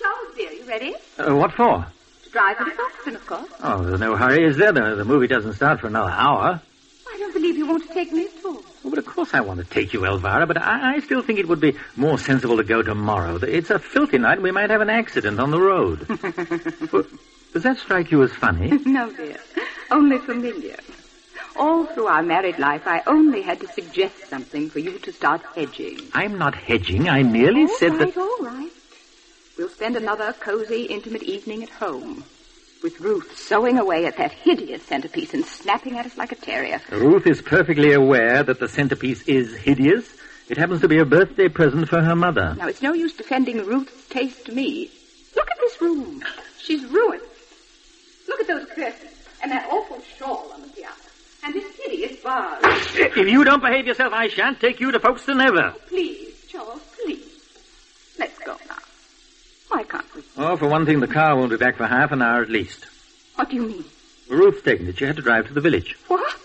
Charles, dear, you ready? Uh, what for? To drive into Boston, of course. Oh, there's no hurry, is there? The, the movie doesn't start for another hour. I don't believe you want to take me at all. Oh, but of course I want to take you, Elvira, but I, I still think it would be more sensible to go tomorrow. It's a filthy night and we might have an accident on the road. Well, Does that strike you as funny? no, dear. Only familiar. All through our married life, I only had to suggest something for you to start hedging. I'm not hedging. I merely All said right, that. all right. We'll spend another cozy, intimate evening at home. with Ruth sewing away at that hideous centerpiece and snapping at us like a terrier. Ruth is perfectly aware that the centerpiece is hideous. It happens to be a birthday present for her mother. Now, it's no use defending Ruth's taste to me. Look at this room. She's ruined. Look at those curtains and that awful shawl on the piano and this hideous vase. If you don't behave yourself, I shan't take you to Folkestone ever. Please, Charles, please. Let's go now. Why can't we? Oh, for one thing, the car won't be back for half an hour at least. What do you mean? Ruth's taken it. She had to drive to the village. What?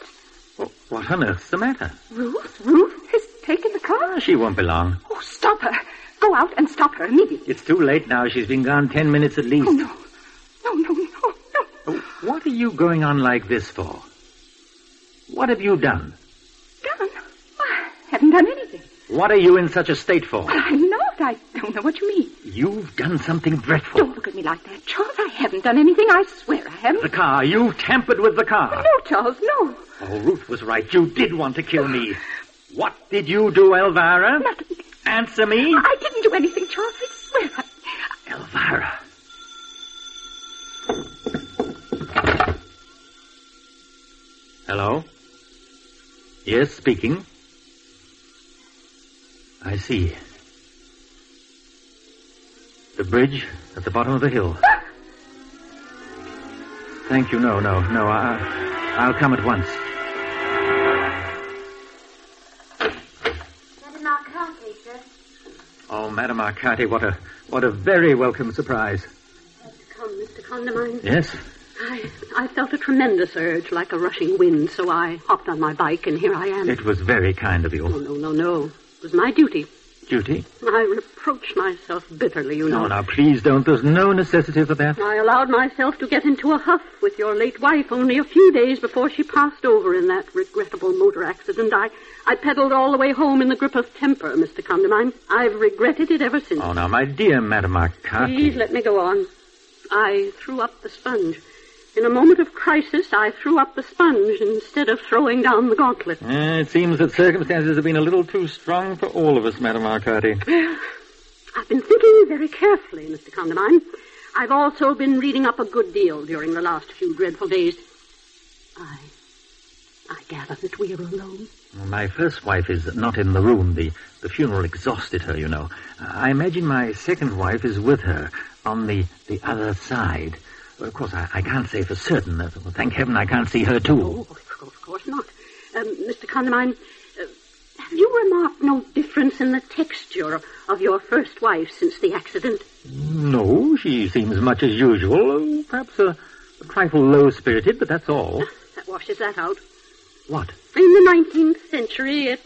What on earth's the matter? Ruth? Ruth has taken the car? Ah, She won't be long. Oh, stop her. Go out and stop her immediately. It's too late now. She's been gone ten minutes at least. No, no, no. What are you going on like this for? What have you done? Done? I haven't done anything. What are you in such a state for? Well, I'm not. I don't know what you mean. You've done something dreadful. Don't look at me like that, Charles. I haven't done anything. I swear I haven't. The car. You tampered with the car. No, Charles, no. Oh, Ruth was right. You did want to kill me. What did you do, Elvira? Nothing. Answer me. I didn't do anything, Charles. I swear. I... Elvira. Hello? Yes, speaking. I see. The bridge at the bottom of the hill. Thank you. No, no, no. I, I'll come at once. Madame Arcati, sir. Oh, Madame Arcati, what a what a very welcome surprise. Come, Mr. Condamine. Yes. I, I felt a tremendous urge, like a rushing wind, so I hopped on my bike, and here I am. It was very kind of No, you. no, no, no. It was my duty. Duty? I reproached myself bitterly, you know. No, now please don't. There's no necessity for that. I allowed myself to get into a huff with your late wife only a few days before she passed over in that regrettable motor accident. I, I pedaled all the way home in the grip of temper, Mr. Condamine. I've regretted it ever since. Oh, now, my dear Madame Arcati. Please let me go on. I threw up the sponge. In a moment of crisis, I threw up the sponge instead of throwing down the gauntlet. Eh, it seems that circumstances have been a little too strong for all of us, Madame Arcati. Well, I've been thinking very carefully, Mr. Condamine. I've also been reading up a good deal during the last few dreadful days. I, I gather that we are alone. My first wife is not in the room. The, the funeral exhausted her, you know. I imagine my second wife is with her on the, the other side. Of course, I, I can't say for certain. That, well, thank heaven I can't see her, too. Oh, Of course not. Um, Mr. Condamine, uh, have you remarked no difference in the texture of your first wife since the accident? No, she seems much as usual. Perhaps a, a trifle low-spirited, but that's all. That washes that out. What? In the 19th century, it,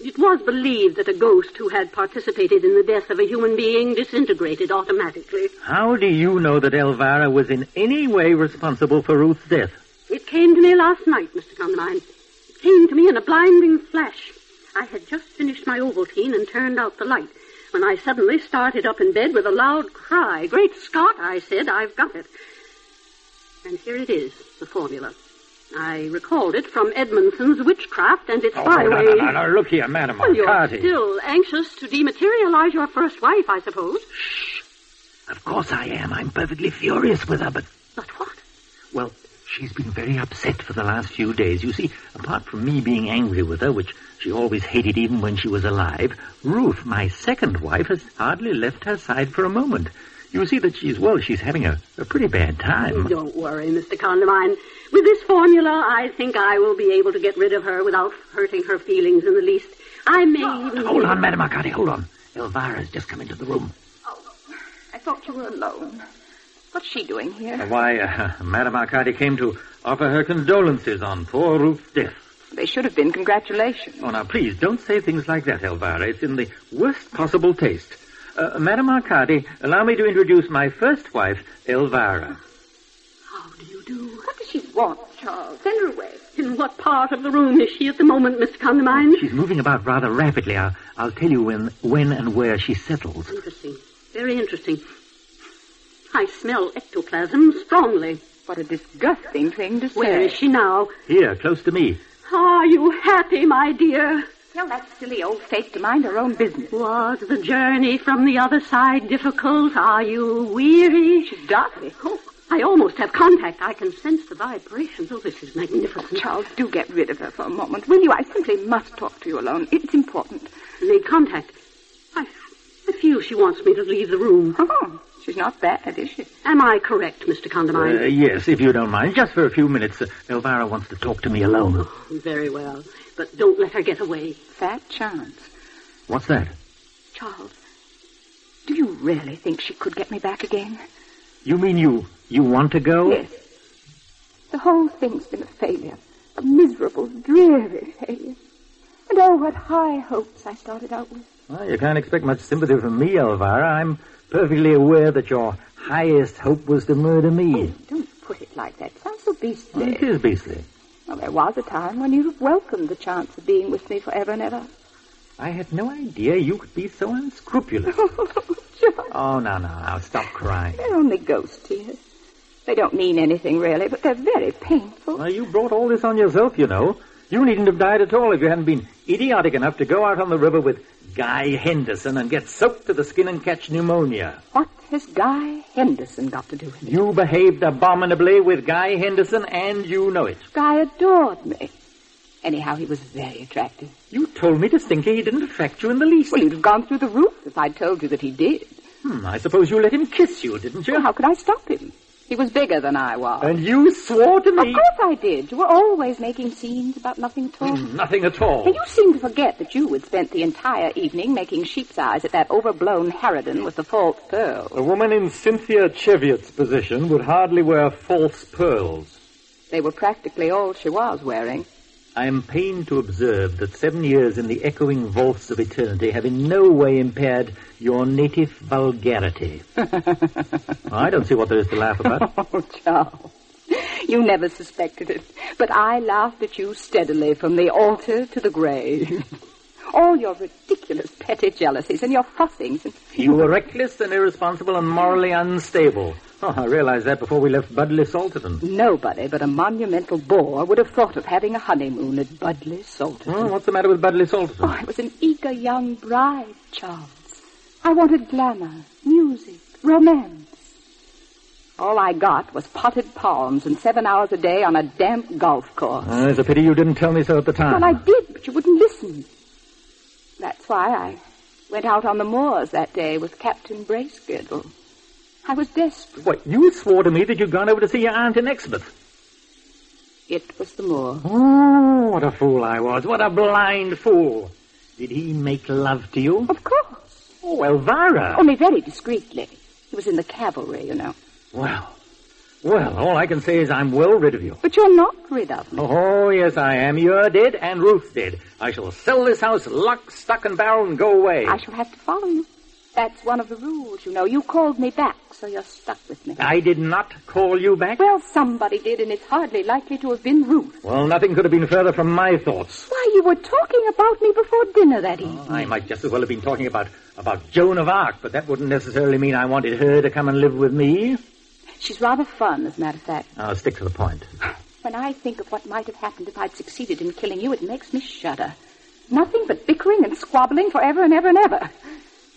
it was believed that a ghost who had participated in the death of a human being disintegrated automatically. How do you know that Elvira was in any way responsible for Ruth's death? It came to me last night, Mr. Condamine. It came to me in a blinding flash. I had just finished my Ovaltine and turned out the light when I suddenly started up in bed with a loud cry. Great Scott, I said, I've got it. And here it is, the formula. I recalled it from Edmondson's Witchcraft and its Oh, byway. no, no, no, no, look here, Madame Well, you're McCarty. still anxious to dematerialize your first wife, I suppose. Of course I am. I'm perfectly furious with her, but. But what? Well, she's been very upset for the last few days. You see, apart from me being angry with her, which she always hated even when she was alive, Ruth, my second wife, has hardly left her side for a moment. You see that she's, well, she's having a, a pretty bad time. Don't worry, Mr. Condamine. With this formula, I think I will be able to get rid of her without hurting her feelings in the least. I may even... Hold on, Madame Arcati, hold on. Elvira's just come into the room. I thought you were alone. What's she doing here? Why, uh, Madame Arcati came to offer her condolences on poor Ruth's death. They should have been congratulations. Oh, now, please, don't say things like that, Elvira. It's in the worst possible taste. Uh, Madame Arcadi, allow me to introduce my first wife, Elvira. What does she want, Charles? Send her away. In what part of the room is she at the moment, Mr. Condamine? She's moving about rather rapidly. I'll, I'll tell you when, when and where she settles. Interesting. Very interesting. I smell ectoplasm strongly. What a disgusting thing to say. Where is she now? Here, close to me. Are Ah, you happy, my dear? Tell that silly old fake to mind her own business. Was the journey from the other side difficult? Are you weary? She's darkly. Oh, I almost have contact. I can sense the vibrations. Oh, this is magnificent. Charles, do get rid of her for a moment, will you? I simply must talk to you alone. It's important. Made contact. I feel she wants me to leave the room. Oh, she's not bad, is she? Am I correct, Mr. Condamine? Uh, yes, if you don't mind, just for a few minutes. Uh, Elvira wants to talk to me alone. Oh, Very well. But don't let her get away. Fat chance. What's that? Charles, do you really think she could get me back again? You mean you you want to go? Yes. The whole thing's been a failure. A miserable, dreary failure. And oh, what high hopes I started out with. Well, you can't expect much sympathy from me, Elvira. I'm perfectly aware that your highest hope was to murder me. Don't put it like that. It sounds so beastly. Well, it is beastly. Well, there was a time when you'd have welcomed the chance of being with me forever and ever. I had no idea you could be so unscrupulous. oh, no, no, now stop crying. They're only ghost tears. They don't mean anything, really, but they're very painful. Well, you brought all this on yourself, you know. You needn't have died at all if you hadn't been idiotic enough to go out on the river with Guy Henderson and get soaked to the skin and catch pneumonia. What has Guy Henderson got to do with it? You behaved abominably with Guy Henderson, and you know it. Guy adored me. Anyhow, he was very attractive. You told me distinctly he didn't attract you in the least. Well, you'd have gone through the roof if I'd told you that he did. Hmm, I suppose you let him kiss you, didn't you? Well, how could I stop him? He was bigger than I was. And you swore to me. Of course I did. You were always making scenes about nothing at all. Nothing at all. And you seem to forget that you had spent the entire evening making sheep's eyes at that overblown harridan with the false pearls. A woman in Cynthia Cheviot's position would hardly wear false pearls. They were practically all she was wearing. I am pained to observe that seven years in the echoing vaults of eternity have in no way impaired your native vulgarity. I don't see what there is to laugh about. Oh, Charles, you never suspected it, but I laughed at you steadily from the altar to the grave. All your ridiculous petty jealousies and your fussings and... You were reckless and irresponsible and morally unstable. Oh, I realized that before we left Budley Salterton. Nobody but a monumental bore would have thought of having a honeymoon at Budley Salterton. Well, Oh, Hmm, what's the matter with Budley Salterton? Oh, I was an eager young bride, Charles. I wanted glamour, music, romance. All I got was potted palms and seven hours a day on a damp golf course. Oh, it's a pity you didn't tell me so at the time. Well, I did, but you wouldn't listen. That's why I went out on the moors that day with Captain Bracegirdle. I was desperate. What, you swore to me that you'd gone over to see your aunt in Exmouth. It was the moor. Oh, what a fool I was. What a blind fool. Did he make love to you? Of course. Oh, Elvira. Only very discreetly. He was in the cavalry, you know. Well, well, all I can say is I'm well rid of you. But you're not rid of me. Oh, yes, I am. You're dead, and Ruth dead. I shall sell this house lock, stock, and barrel and go away. I shall have to follow you. That's one of the rules, you know. You called me back, so you're stuck with me. I did not call you back. Well, somebody did, and it's hardly likely to have been Ruth. Well, nothing could have been further from my thoughts. Why, you were talking about me before dinner that evening. I might just as well have been talking about, about Joan of Arc, but that wouldn't necessarily mean I wanted her to come and live with me. She's rather fun, as a matter of fact. Now, stick to the point. When I think of what might have happened if I'd succeeded in killing you, it makes me shudder. Nothing but bickering and squabbling forever and ever and ever.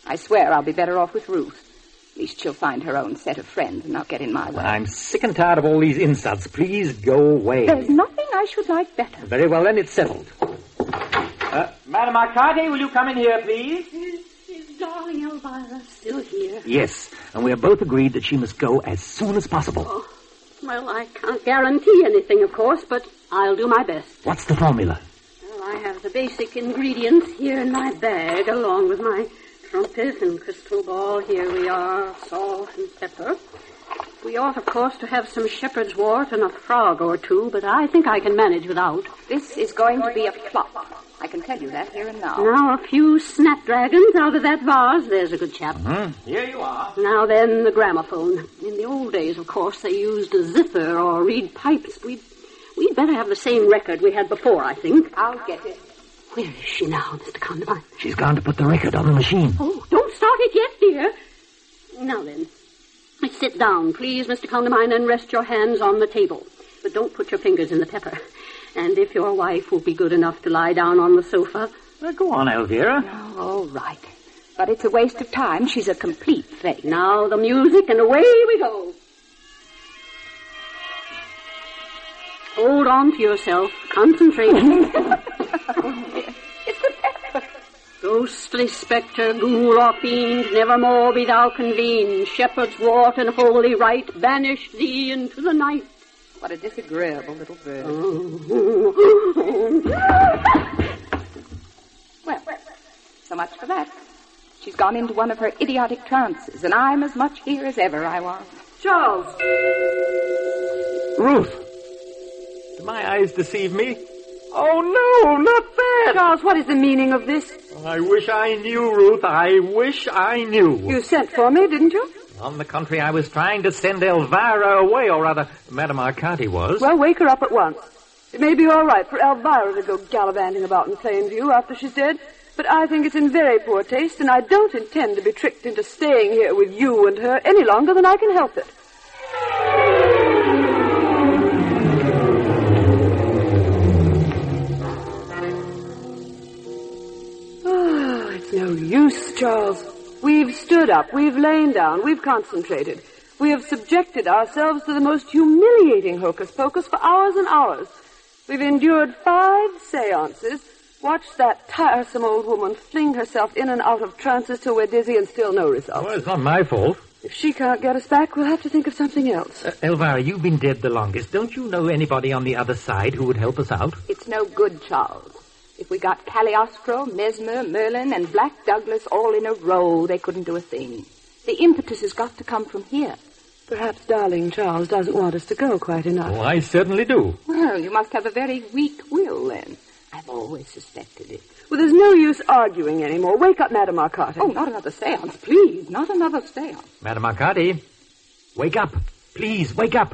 I swear I'll be better off with Ruth. At least she'll find her own set of friends and not get in my way. I'm sick and tired of all these insults. Please go away. There's nothing I should like better. Very well, then it's settled. Uh, Madame Arcade, will you come in here, please? Is darling Elvira still here? Yes, and we are both agreed that she must go as soon as possible. Oh, well, I can't guarantee anything, of course, but I'll do my best. What's the formula? Well, I have the basic ingredients here in my bag, along with my trumpet and crystal ball. Here we are, salt and pepper. We ought, of course, to have some shepherd's wort and a frog or two, but I think I can manage without. This is going to be a flop. I can tell you that here and now. Now, a few snapdragons out of that vase. There's a good chap. Here you are. Now then, the gramophone. In the old days, of course, they used a zither or reed pipes. We'd, we'd better have the same record we had before, I think. I'll get it. Where is she now, Mr. Condamine? She's gone to put the record on the machine. Oh, don't start it yet, dear. Now then, sit down, please, Mr. Condamine, and rest your hands on the table. But don't put your fingers in the pepper. And if your wife will be good enough to lie down on the sofa. Well, go on, Elvira. Oh, all right. But it's a waste of time. She's a complete fake. Now the music, and away we go. Hold on to yourself. Concentrate. Ghostly spectre, ghoul or fiend, nevermore be thou convened. Shepherd's wrought and holy rite, banish thee into the night. What a disagreeable little bird. Well, so much for that. She's gone into one of her idiotic trances, and I'm as much here as ever I was. Charles! Ruth! Do my eyes deceive me? Oh, no, not that! Charles, what is the meaning of this? I wish I knew, Ruth. I wish I knew. You sent for me, didn't you? On the contrary, I was trying to send Elvira away, or rather, Madame Arcati was. Well, wake her up at once. It may be all right for Elvira to go gallivanting about in plain view after she's dead, but I think it's in very poor taste, and I don't intend to be tricked into staying here with you and her any longer than I can help it. Oh, it's no use, Charles. We've stood up, we've lain down, we've concentrated. We have subjected ourselves to the most humiliating hocus pocus for hours and hours. We've endured five seances, watched that tiresome old woman fling herself in and out of trances till we're dizzy and still no result. Well, it's not my fault. If she can't get us back, we'll have to think of something else. Uh, Elvira, you've been dead the longest. Don't you know anybody on the other side who would help us out? It's no good, Charles. If we got Cagliostro, Mesmer, Merlin, and Black Douglas all in a row, they couldn't do a thing. The impetus has got to come from here. Perhaps darling Charles doesn't want us to go quite enough. Oh, I certainly do. Well, you must have a very weak will, then. I've always suspected it. Well, there's no use arguing anymore. Wake up, Madame Arcati. Oh, not another seance, please. Not another seance. Madame Arcati, wake up. Please, wake up.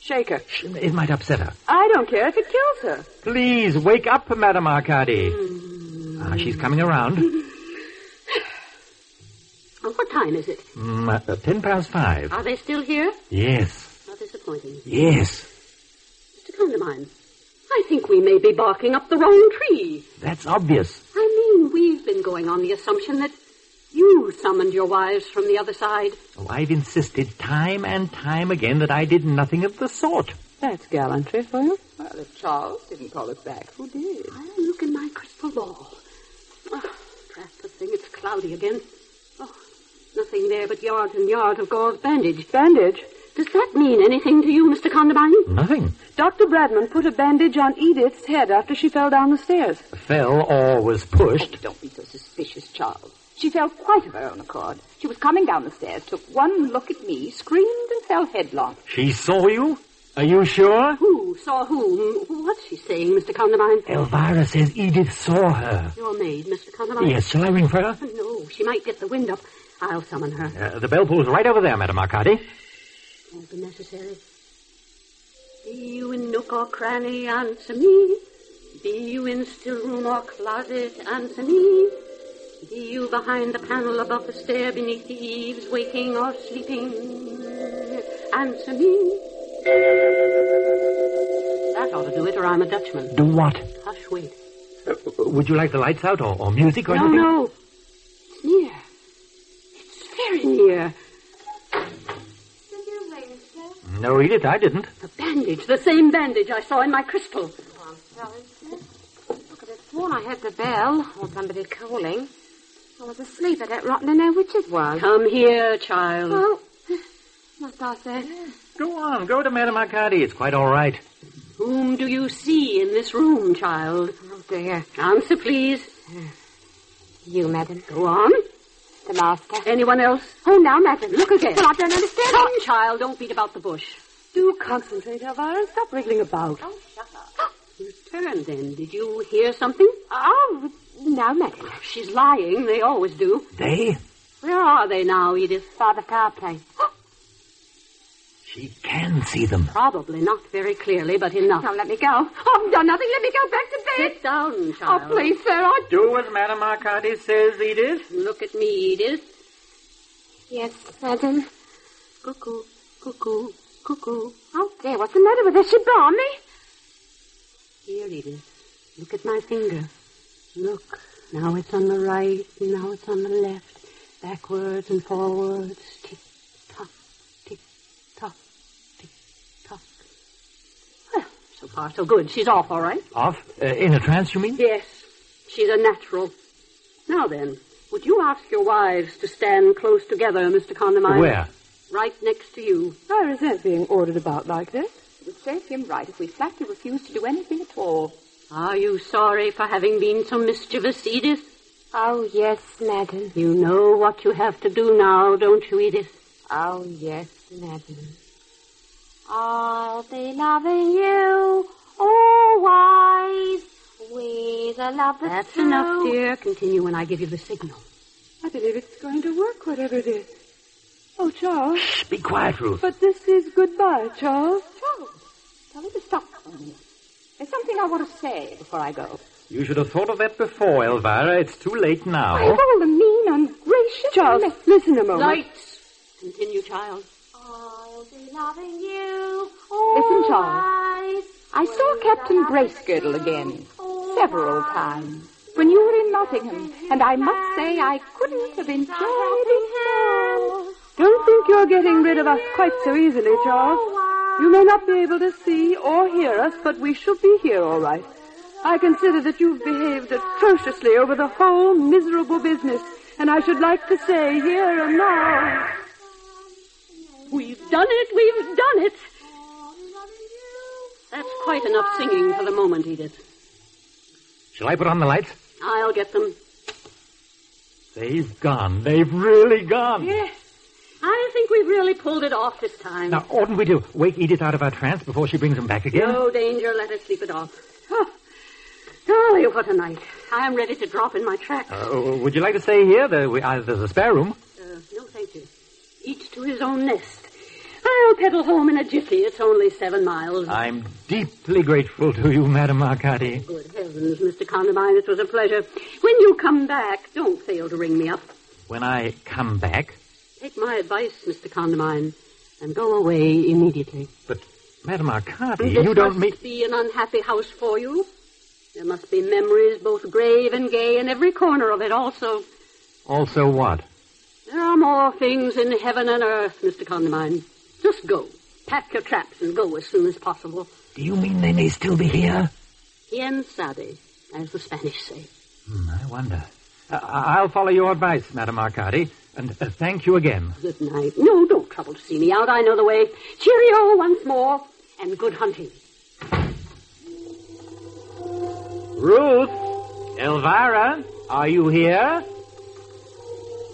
Shake her. It might upset her. I don't care if it kills her. Please, wake up, Madame Arcadi. Mm. Ah, she's coming around. Oh, what time is it? Mm, uh, ten past five. Ah. Are they still here? Yes, How disappointing. yes. Mr. Condamine, I think we may be barking up the wrong tree. That's obvious. I mean, we've been going on the assumption that you summoned your wives from the other side. Oh, I've insisted time and time again that I did nothing of the sort. That's gallantry for you. Well, if Charles didn't call us back, who did? I look in my crystal ball. Oh, drat the thing, it's cloudy again. Oh, nothing there but yards and yards of gauze bandage. Bandage? Does that mean anything to you, Mr. Condamine? Nothing. Dr. Bradman put a bandage on Edith's head after she fell down the stairs. Fell or was pushed. Oh, Don't be so suspicious, Charles. She fell quite of her own accord. She was coming down the stairs, took one look at me, screamed, and fell headlong. She saw you? Are you sure? Who saw whom? What's she saying, Mr. Condamine? Elvira says Edith saw her. Your maid, Mr. Condamine. Yes, shall I ring for her? No, she might get the wind up. I'll summon her. Uh, the bell pulls right over there, Madame Arcadi. Won't be necessary. Be you in nook or cranny, answer me. Be you in still room or closet, answer me. Be you behind the panel above the stair, beneath the eaves, waking or sleeping, answer me. That ought to do it, or I'm a Dutchman. Do what? Hush, wait. Uh, would you like the lights out or, or music or no, anything? no. It's near. It's very near. No, Edith, I didn't. The bandage, the same bandage I saw in my crystal. I could have sworn I heard the bell, or Oh, somebody calling. I was asleep, I don't rotten to know which it was. Come here, Um, child. Oh, must I say? Go on, go to Madame Arcadi. It's quite all right. Whom do you see in this room, child? Oh, dear. Answer, please. You, madam. Go on. The master. Anyone else? Oh, now, madam. Look again. Well, I don't understand. Come, child, don't beat about the bush. Oh, Do concentrate, Elvira, and stop wriggling about. You turned then. Did you hear something? Oh, no, madam. She's lying. They always do. They? Where are they now, Edith? By the fireplace. She can see them. Probably not very clearly, but enough. Now, let me go. I've done nothing. Let me go back to bed. Sit down, Oh, child. please, sir. I... Do as Madame Arcadi says, Edith. Look at me, Edith. Yes, madam. Cuckoo, cuckoo, cuckoo. Oh, dear, what's the matter with her? She barred eh? me. Here, Edith. Look at my finger. Look. Now it's on the right, and now it's on the left. Backwards and forwards. Tick tock, tick tock, tick tock. Well, so far so good. She's off, all right? Off? Uh, in a trance, you mean? Yes. She's a natural. Now then, would you ask your wives to stand close together, Mr. Condamine? Where? Right next to you. I resent being ordered about like this. It would serve him right if we flatly refused to do anything at all. Are you sorry for having been so mischievous, Edith? Oh, yes, madam. You know what you have to do now, don't you, Edith? Oh, yes, madam. I'll be loving you always with a love that's, That's enough, dear. Continue when I give you the signal. I believe it's going to work, whatever it is. Oh, Charles. Be quiet, Ruth. But this is goodbye, Charles. Tell her to stop calling you. There's something I want to say before I go. You should have thought of that before, Elvira. It's too late now. all the mean, ungracious... Charles, listen a moment. Lights! Continue, child. I'll be loving you Listen, always. I saw Captain Bracegirdle again, several times, when you were in Nottingham, and I must say I couldn't have enjoyed it more. Don't think you're getting rid of us quite so easily, Charles. You may not be able to see or hear us, but we should be here all right. I consider that you've behaved atrociously over the whole miserable business, and I should like to say here and now. We've done it. We've done it. That's quite enough singing for the moment, Edith. Shall I put on the lights? I'll get them. They've gone. They've really gone. Yes. I think we've really pulled it off this time. Now, oughtn't we to wake Edith out of her trance before she brings them back again? No danger. Let us sleep it off. Oh, golly, what a night. I am ready to drop in my tracks. Uh, would you like to stay here? There, we, uh, there's a spare room. Uh, no, thank you. Each to his own nest. I'll pedal home in a jiffy. It's only seven miles. I'm deeply grateful to you, Madame Arcadi. Good heavens, Mr. Condamine, it was a pleasure. When you come back, don't fail to ring me up. When I come back, Take my advice, Mr. Condamine, and go away immediately. Madame Arcadi, This you don't mean. must be an unhappy house for you. There must be memories both grave and gay in every corner of it also. Also, what? There are more things in heaven and earth, Mr. Condamine. Just go. Pack your traps and go as soon as possible. Do you mean they may still be here? Quien sabe, as the Spanish say. Hmm, I wonder. Uh, I'll follow your advice, Madame Arcadi, and uh, thank you again. Good night. No, don't trouble to see me out. I know the way. Cheerio once more, and good hunting. Ruth! Elvira, are you here?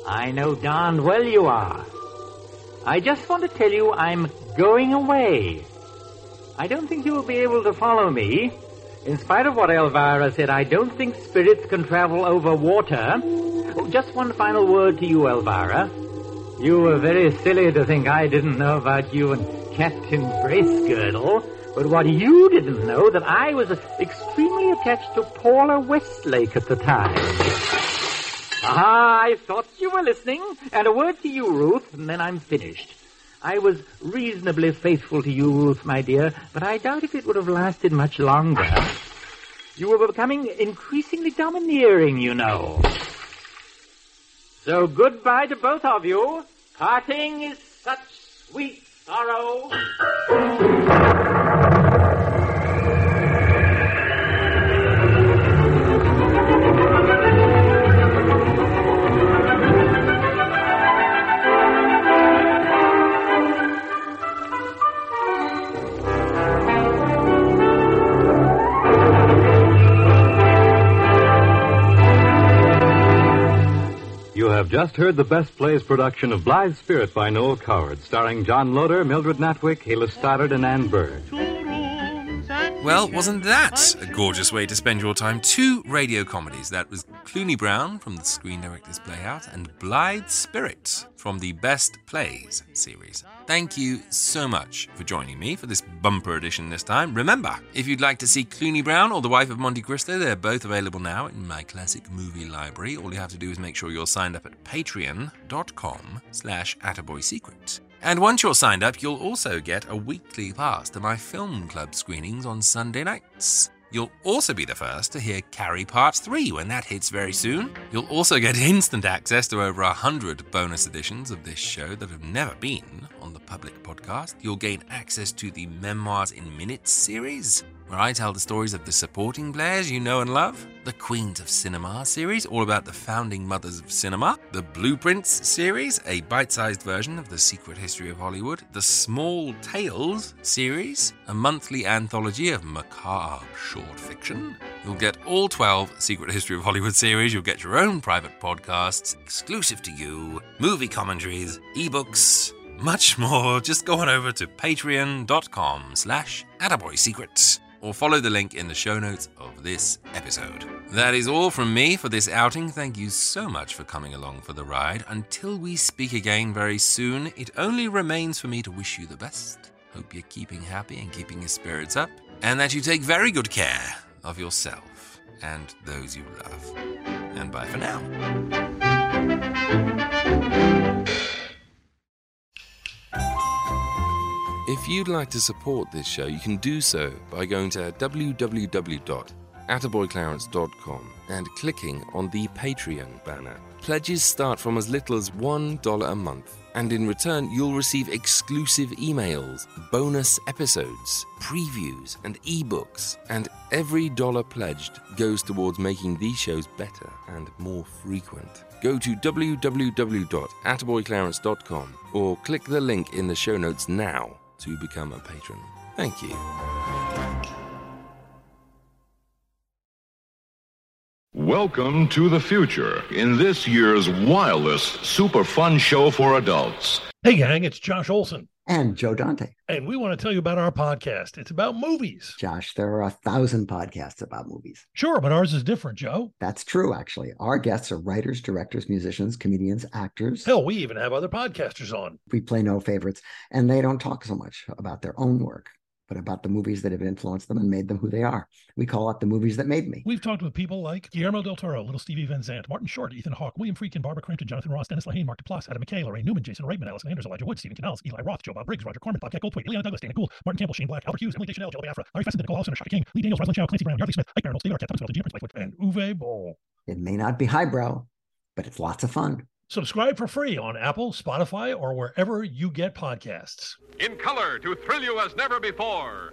I know darned well you are. I just want to tell you I'm going away. I don't think you'll be able to follow me. In spite of what Elvira said, I don't think spirits can travel over water. Oh, just one final word to you, Elvira. You were very silly to think I didn't know about you and Captain Bracegirdle, but what you didn't know that I was extremely attached to Paula Westlake at the time. Ah, I thought you were listening, and a word to you, Ruth, and then I'm finished. I was reasonably faithful to you, Ruth, my dear, but I doubt if it would have lasted much longer. You were becoming increasingly domineering, you know. So goodbye to both of you. Parting is such sweet sorrow. You have just heard the Best Plays production of Blythe Spirit by Noel Coward, starring John Loder, Mildred Natwick, Hela Stoddard, and Ann Byrd. Well, wasn't that a gorgeous way to spend your time? Two radio comedies. That was Clooney Brown from the Screen Directors Playout and Blythe Spirit from the Best Plays series. Thank you so much for joining me for this bumper edition this time. Remember, if you'd like to see Clooney Brown or The Wife of Monte Cristo, they're both available now in my classic movie library. All you have to do is make sure you're signed up at patreon.com slash attaboysecret. And once you're signed up, you'll also get a weekly pass to my film club screenings on Sunday nights. You'll also be the first to hear Carrie Part 3 when that hits very soon. You'll also get instant access to over 100 bonus editions of this show that have never been on on the public podcast, you'll gain access to the Memoirs in Minutes series, where I tell the stories of the supporting players you know and love, the Queens of Cinema series, all about the founding mothers of cinema, the Blueprints series, a bite sized version of the secret history of Hollywood, the Small Tales series, a monthly anthology of macabre short fiction. You'll get all 12 Secret History of Hollywood series. You'll get your own private podcasts exclusive to you, movie commentaries, ebooks, much more. Just go on over to patreon.com slash attaboysecrets or follow the link in the show notes of this episode. That is all from me for this outing. Thank you so much for coming along for the ride. Until we speak again very soon, it only remains for me to wish you the best. Hope you're keeping happy and keeping your spirits up, and that you take very good care of yourself and those you love. And bye for now. If you'd like to support this show, you can do so by going to www.attaboyclarence.com and clicking on the Patreon banner. Pledges start from as little as $1 a month, and in return, you'll receive exclusive emails, bonus episodes, previews, and ebooks. And every dollar pledged goes towards making these shows better and more frequent. Go to www.attaboyclarence.com or click the link in the show notes now to become a patron. Thank you. Welcome to the future in this year's wildest super fun show for adults. Hey, gang, it's Josh Olson. And Joe Dante. And we want to tell you about our podcast. It's about movies. Josh, there are a thousand podcasts about movies. Sure, but ours is different, Joe. That's true, actually. Our guests are writers, directors, musicians, comedians, actors. Hell, we even have other podcasters on. We play no favorites, and they don't talk so much about their own work, but about the movies that have influenced them and made them who they are. We call it the movies that made me. We've talked with people like Guillermo del Toro, Little Stevie Van Zandt, Martin Short, Ethan Hawke, William Friedkin, Barbara Crampton, Jonathan Ross, Dennis Lehane, Mark Duplass, Adam McKay, Lorraine Newman, Jason Reitman, Alison Anders, Elijah Wood, Stephen Canals, Eli Roth, Joe Bob Briggs, Roger Corman, Bobcat Goldthwait, Ileana Douglas, Dana Gould, Martin Campbell, Shane Black, Albert Hughes, Emily Deschanel, Joe Biafra, Larry Fessenden, Nicole House, Shaka King, Lee Daniels, Rosalind Chow, Clancy Brown, Yardley Smith, Ike Barinholtz, David Arquette, Thomas Wilson, James Lightfoot, and Uwe Boll. It may not be highbrow, but it's lots of fun. Subscribe for free on Apple, Spotify, or wherever you get podcasts. In color to thrill you as never before.